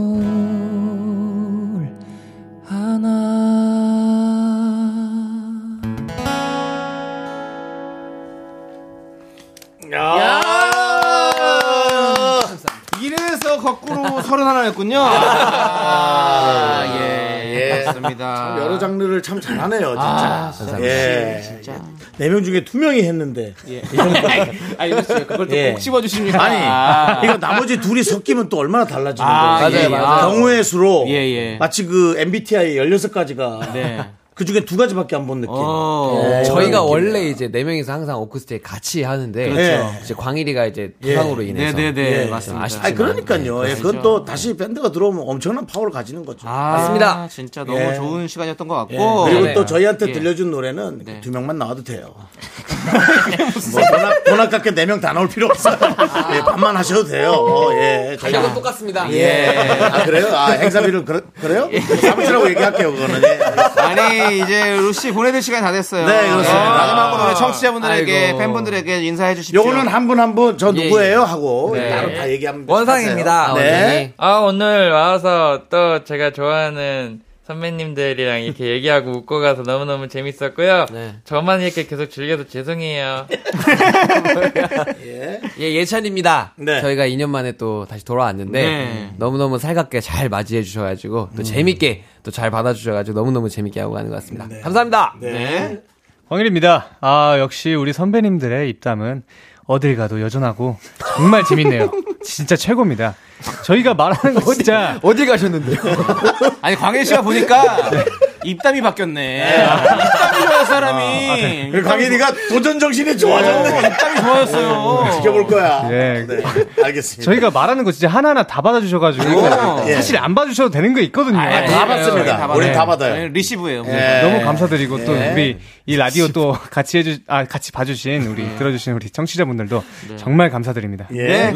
[SPEAKER 13] 하나
[SPEAKER 2] 야! 이래서 거꾸로 서른 하나였군요. 아, 예, 예,
[SPEAKER 1] 참
[SPEAKER 2] 습니다
[SPEAKER 1] 여러 장르를 참 잘하네요, 진짜.
[SPEAKER 2] 아, 진짜.
[SPEAKER 1] 예.
[SPEAKER 2] 진짜.
[SPEAKER 1] 네 명 중에 두 명이 했는데.
[SPEAKER 2] 예.
[SPEAKER 1] 이 정도.
[SPEAKER 2] 아니, 그렇죠. 그걸 또꼭 씹어주십니까?
[SPEAKER 1] 아니,
[SPEAKER 2] 아.
[SPEAKER 1] 이거 나머지 둘이 섞이면 또 얼마나 달라지는
[SPEAKER 2] 아, 맞아요,
[SPEAKER 1] 거예요.
[SPEAKER 2] 맞아요.
[SPEAKER 1] 경우의 수로
[SPEAKER 2] 예, 예.
[SPEAKER 1] 마치 그 MBTI 16가지가
[SPEAKER 2] 네.
[SPEAKER 1] 그 중에 두 가지밖에 안 본 느낌. 예,
[SPEAKER 7] 저희가
[SPEAKER 1] 그런 느낌이에요.
[SPEAKER 7] 원래 이제 네 명이서 항상 오크스테이 같이 하는데
[SPEAKER 1] 그렇죠.
[SPEAKER 7] 이제 광일이가 이제
[SPEAKER 1] 예.
[SPEAKER 7] 부상으로
[SPEAKER 2] 네,
[SPEAKER 7] 인해서
[SPEAKER 1] 예.
[SPEAKER 7] 아쉽지만
[SPEAKER 1] 아니, 그러니까요.
[SPEAKER 7] 네,
[SPEAKER 1] 예, 그건 또 다시 밴드가 들어오면 엄청난 파워를 가지는 거죠.
[SPEAKER 2] 맞습니다. 아, 진짜 너무
[SPEAKER 1] 예.
[SPEAKER 2] 좋은 시간이었던 것
[SPEAKER 1] 예,
[SPEAKER 2] 같고.
[SPEAKER 1] 그리고
[SPEAKER 2] 네.
[SPEAKER 1] 또 저희한테
[SPEAKER 2] 예.
[SPEAKER 1] 들려준 노래는 두 명만 나와도 돼요. 뭐 돈, 아- 돈 아깝게 네 명 다 나올 필요 없어요. 예, 반만 하셔도 돼요. 어, 예. 저희가-
[SPEAKER 7] 가격은 똑같습니다.
[SPEAKER 1] 예. 아, 그래요? 아, 행사비를 그래, 그래요? 사무실하고 얘기할게요, 그거는. 예.
[SPEAKER 2] 아니 이제 루시 보내드릴 시간이 다 됐어요.
[SPEAKER 1] 네, 그렇습니다.
[SPEAKER 2] 예, 마지막으로 우리 청취자분들에게
[SPEAKER 1] 아이고.
[SPEAKER 2] 팬분들에게 인사해 주십시오.
[SPEAKER 1] 요거는 한 분 한 분 저
[SPEAKER 2] 예,
[SPEAKER 1] 누구예요?
[SPEAKER 2] 예.
[SPEAKER 1] 하고
[SPEAKER 2] 네.
[SPEAKER 1] 나로 다 얘기하면
[SPEAKER 7] 뭐
[SPEAKER 10] 원상입니다.
[SPEAKER 1] 되세요. 네.
[SPEAKER 10] 아, 오늘 와서 또 제가 좋아하는 선배님들이랑 이렇게 얘기하고 웃고 가서 너무너무 재밌었고요.
[SPEAKER 7] 네.
[SPEAKER 10] 저만 이렇게 계속 즐겨서 죄송해요.
[SPEAKER 7] 예, 예찬입니다. 저희가 2년 만에 또 다시 돌아왔는데
[SPEAKER 10] 네.
[SPEAKER 7] 너무너무 살갑게 잘 맞이해 주셔가지고 또 재밌게 또 잘 받아주셔가지고 너무너무 재밌게 하고 가는 것 같습니다. 감사합니다.
[SPEAKER 1] 네.
[SPEAKER 9] 광일입니다. 아, 역시 우리 선배님들의 입담은 어딜 가도 여전하고 정말 재밌네요. 진짜 최고입니다. 저희가 말하는 거 진짜
[SPEAKER 7] 어디 가셨는데요?
[SPEAKER 2] 예. 아니 광일 씨가 보니까 입담이 바뀌었네. 입담이 좋아요 사람이.
[SPEAKER 9] 아,
[SPEAKER 1] 그리고 강인이가 도전 정신이 좋아졌네.
[SPEAKER 9] 입장이
[SPEAKER 1] 좋아졌어요. 지켜볼 거야.
[SPEAKER 9] 네.
[SPEAKER 1] 알겠습니다.
[SPEAKER 9] 저희가 말하는 거 진짜 하나하나 다 받아주셔가지고
[SPEAKER 1] 예.
[SPEAKER 9] 사실 안 받으셔도 되는 거 있거든요.
[SPEAKER 1] 아, 다 받습니다. 우린 다
[SPEAKER 2] 네.
[SPEAKER 1] 받아요.
[SPEAKER 2] 리시브예요.
[SPEAKER 1] 예.
[SPEAKER 9] 너무 감사드리고 또
[SPEAKER 1] 예.
[SPEAKER 9] 우리 이 라디오 또 같이 해주 아 같이 봐주신 우리
[SPEAKER 1] 네.
[SPEAKER 9] 들어주신 우리 청취자분들도 정말 감사드립니다.
[SPEAKER 1] 예,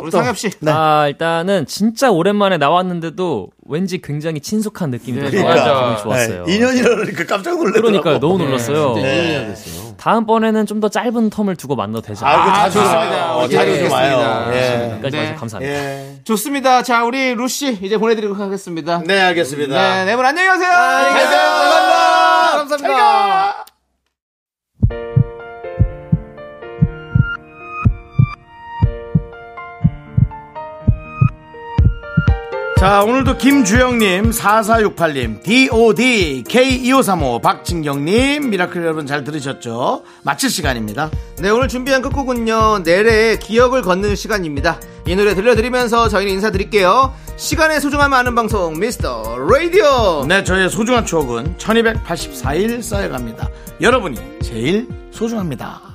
[SPEAKER 8] 우리 상엽 씨.
[SPEAKER 1] 네.
[SPEAKER 10] 네.
[SPEAKER 8] 아 일단은 진짜 오랜만에 나왔는데도 왠지 굉장히 친숙한 느낌이
[SPEAKER 1] 네,
[SPEAKER 8] 들어서
[SPEAKER 1] 그러니까.
[SPEAKER 8] 기분이 좋았어요.
[SPEAKER 1] 네, 2년이라 그러니까 깜짝 놀랐더라고요.
[SPEAKER 8] 그러니까요, 너무
[SPEAKER 1] 네,
[SPEAKER 8] 놀랐어요.
[SPEAKER 1] 진짜 2년이나
[SPEAKER 8] 됐어요. 다음번에는 좀 더 짧은 텀을 두고 만나도 되지
[SPEAKER 1] 아, 그거
[SPEAKER 8] 않을까.
[SPEAKER 1] 자주 와요. 어, 자주 좀 와요. 예.
[SPEAKER 10] 아,
[SPEAKER 8] 여기까지
[SPEAKER 1] 네.
[SPEAKER 8] 와주셔서 감사합니다.
[SPEAKER 2] 좋습니다. 자, 우리 루씨 이제 보내드리도록 하겠습니다. 네,
[SPEAKER 1] 알겠습니다.
[SPEAKER 2] 네, 네분 안녕히 가세요.
[SPEAKER 1] 안녕히 가세요.
[SPEAKER 2] 감사합니다. 감사합니다.
[SPEAKER 1] 자, 오늘도 김주영님, 4468님, DOD, K2535, 박진경님, 미라클 여러분 잘 들으셨죠? 마칠 시간입니다.
[SPEAKER 2] 네, 오늘 준비한 끝곡은요. 넬의 기억을 걷는 시간입니다. 이 노래 들려드리면서 저희는 인사드릴게요. 시간의 소중함 아는 방송 미스터 라디오.
[SPEAKER 1] 네, 저희의 소중한 추억은 1284일 쌓여갑니다. 여러분이 제일 소중합니다.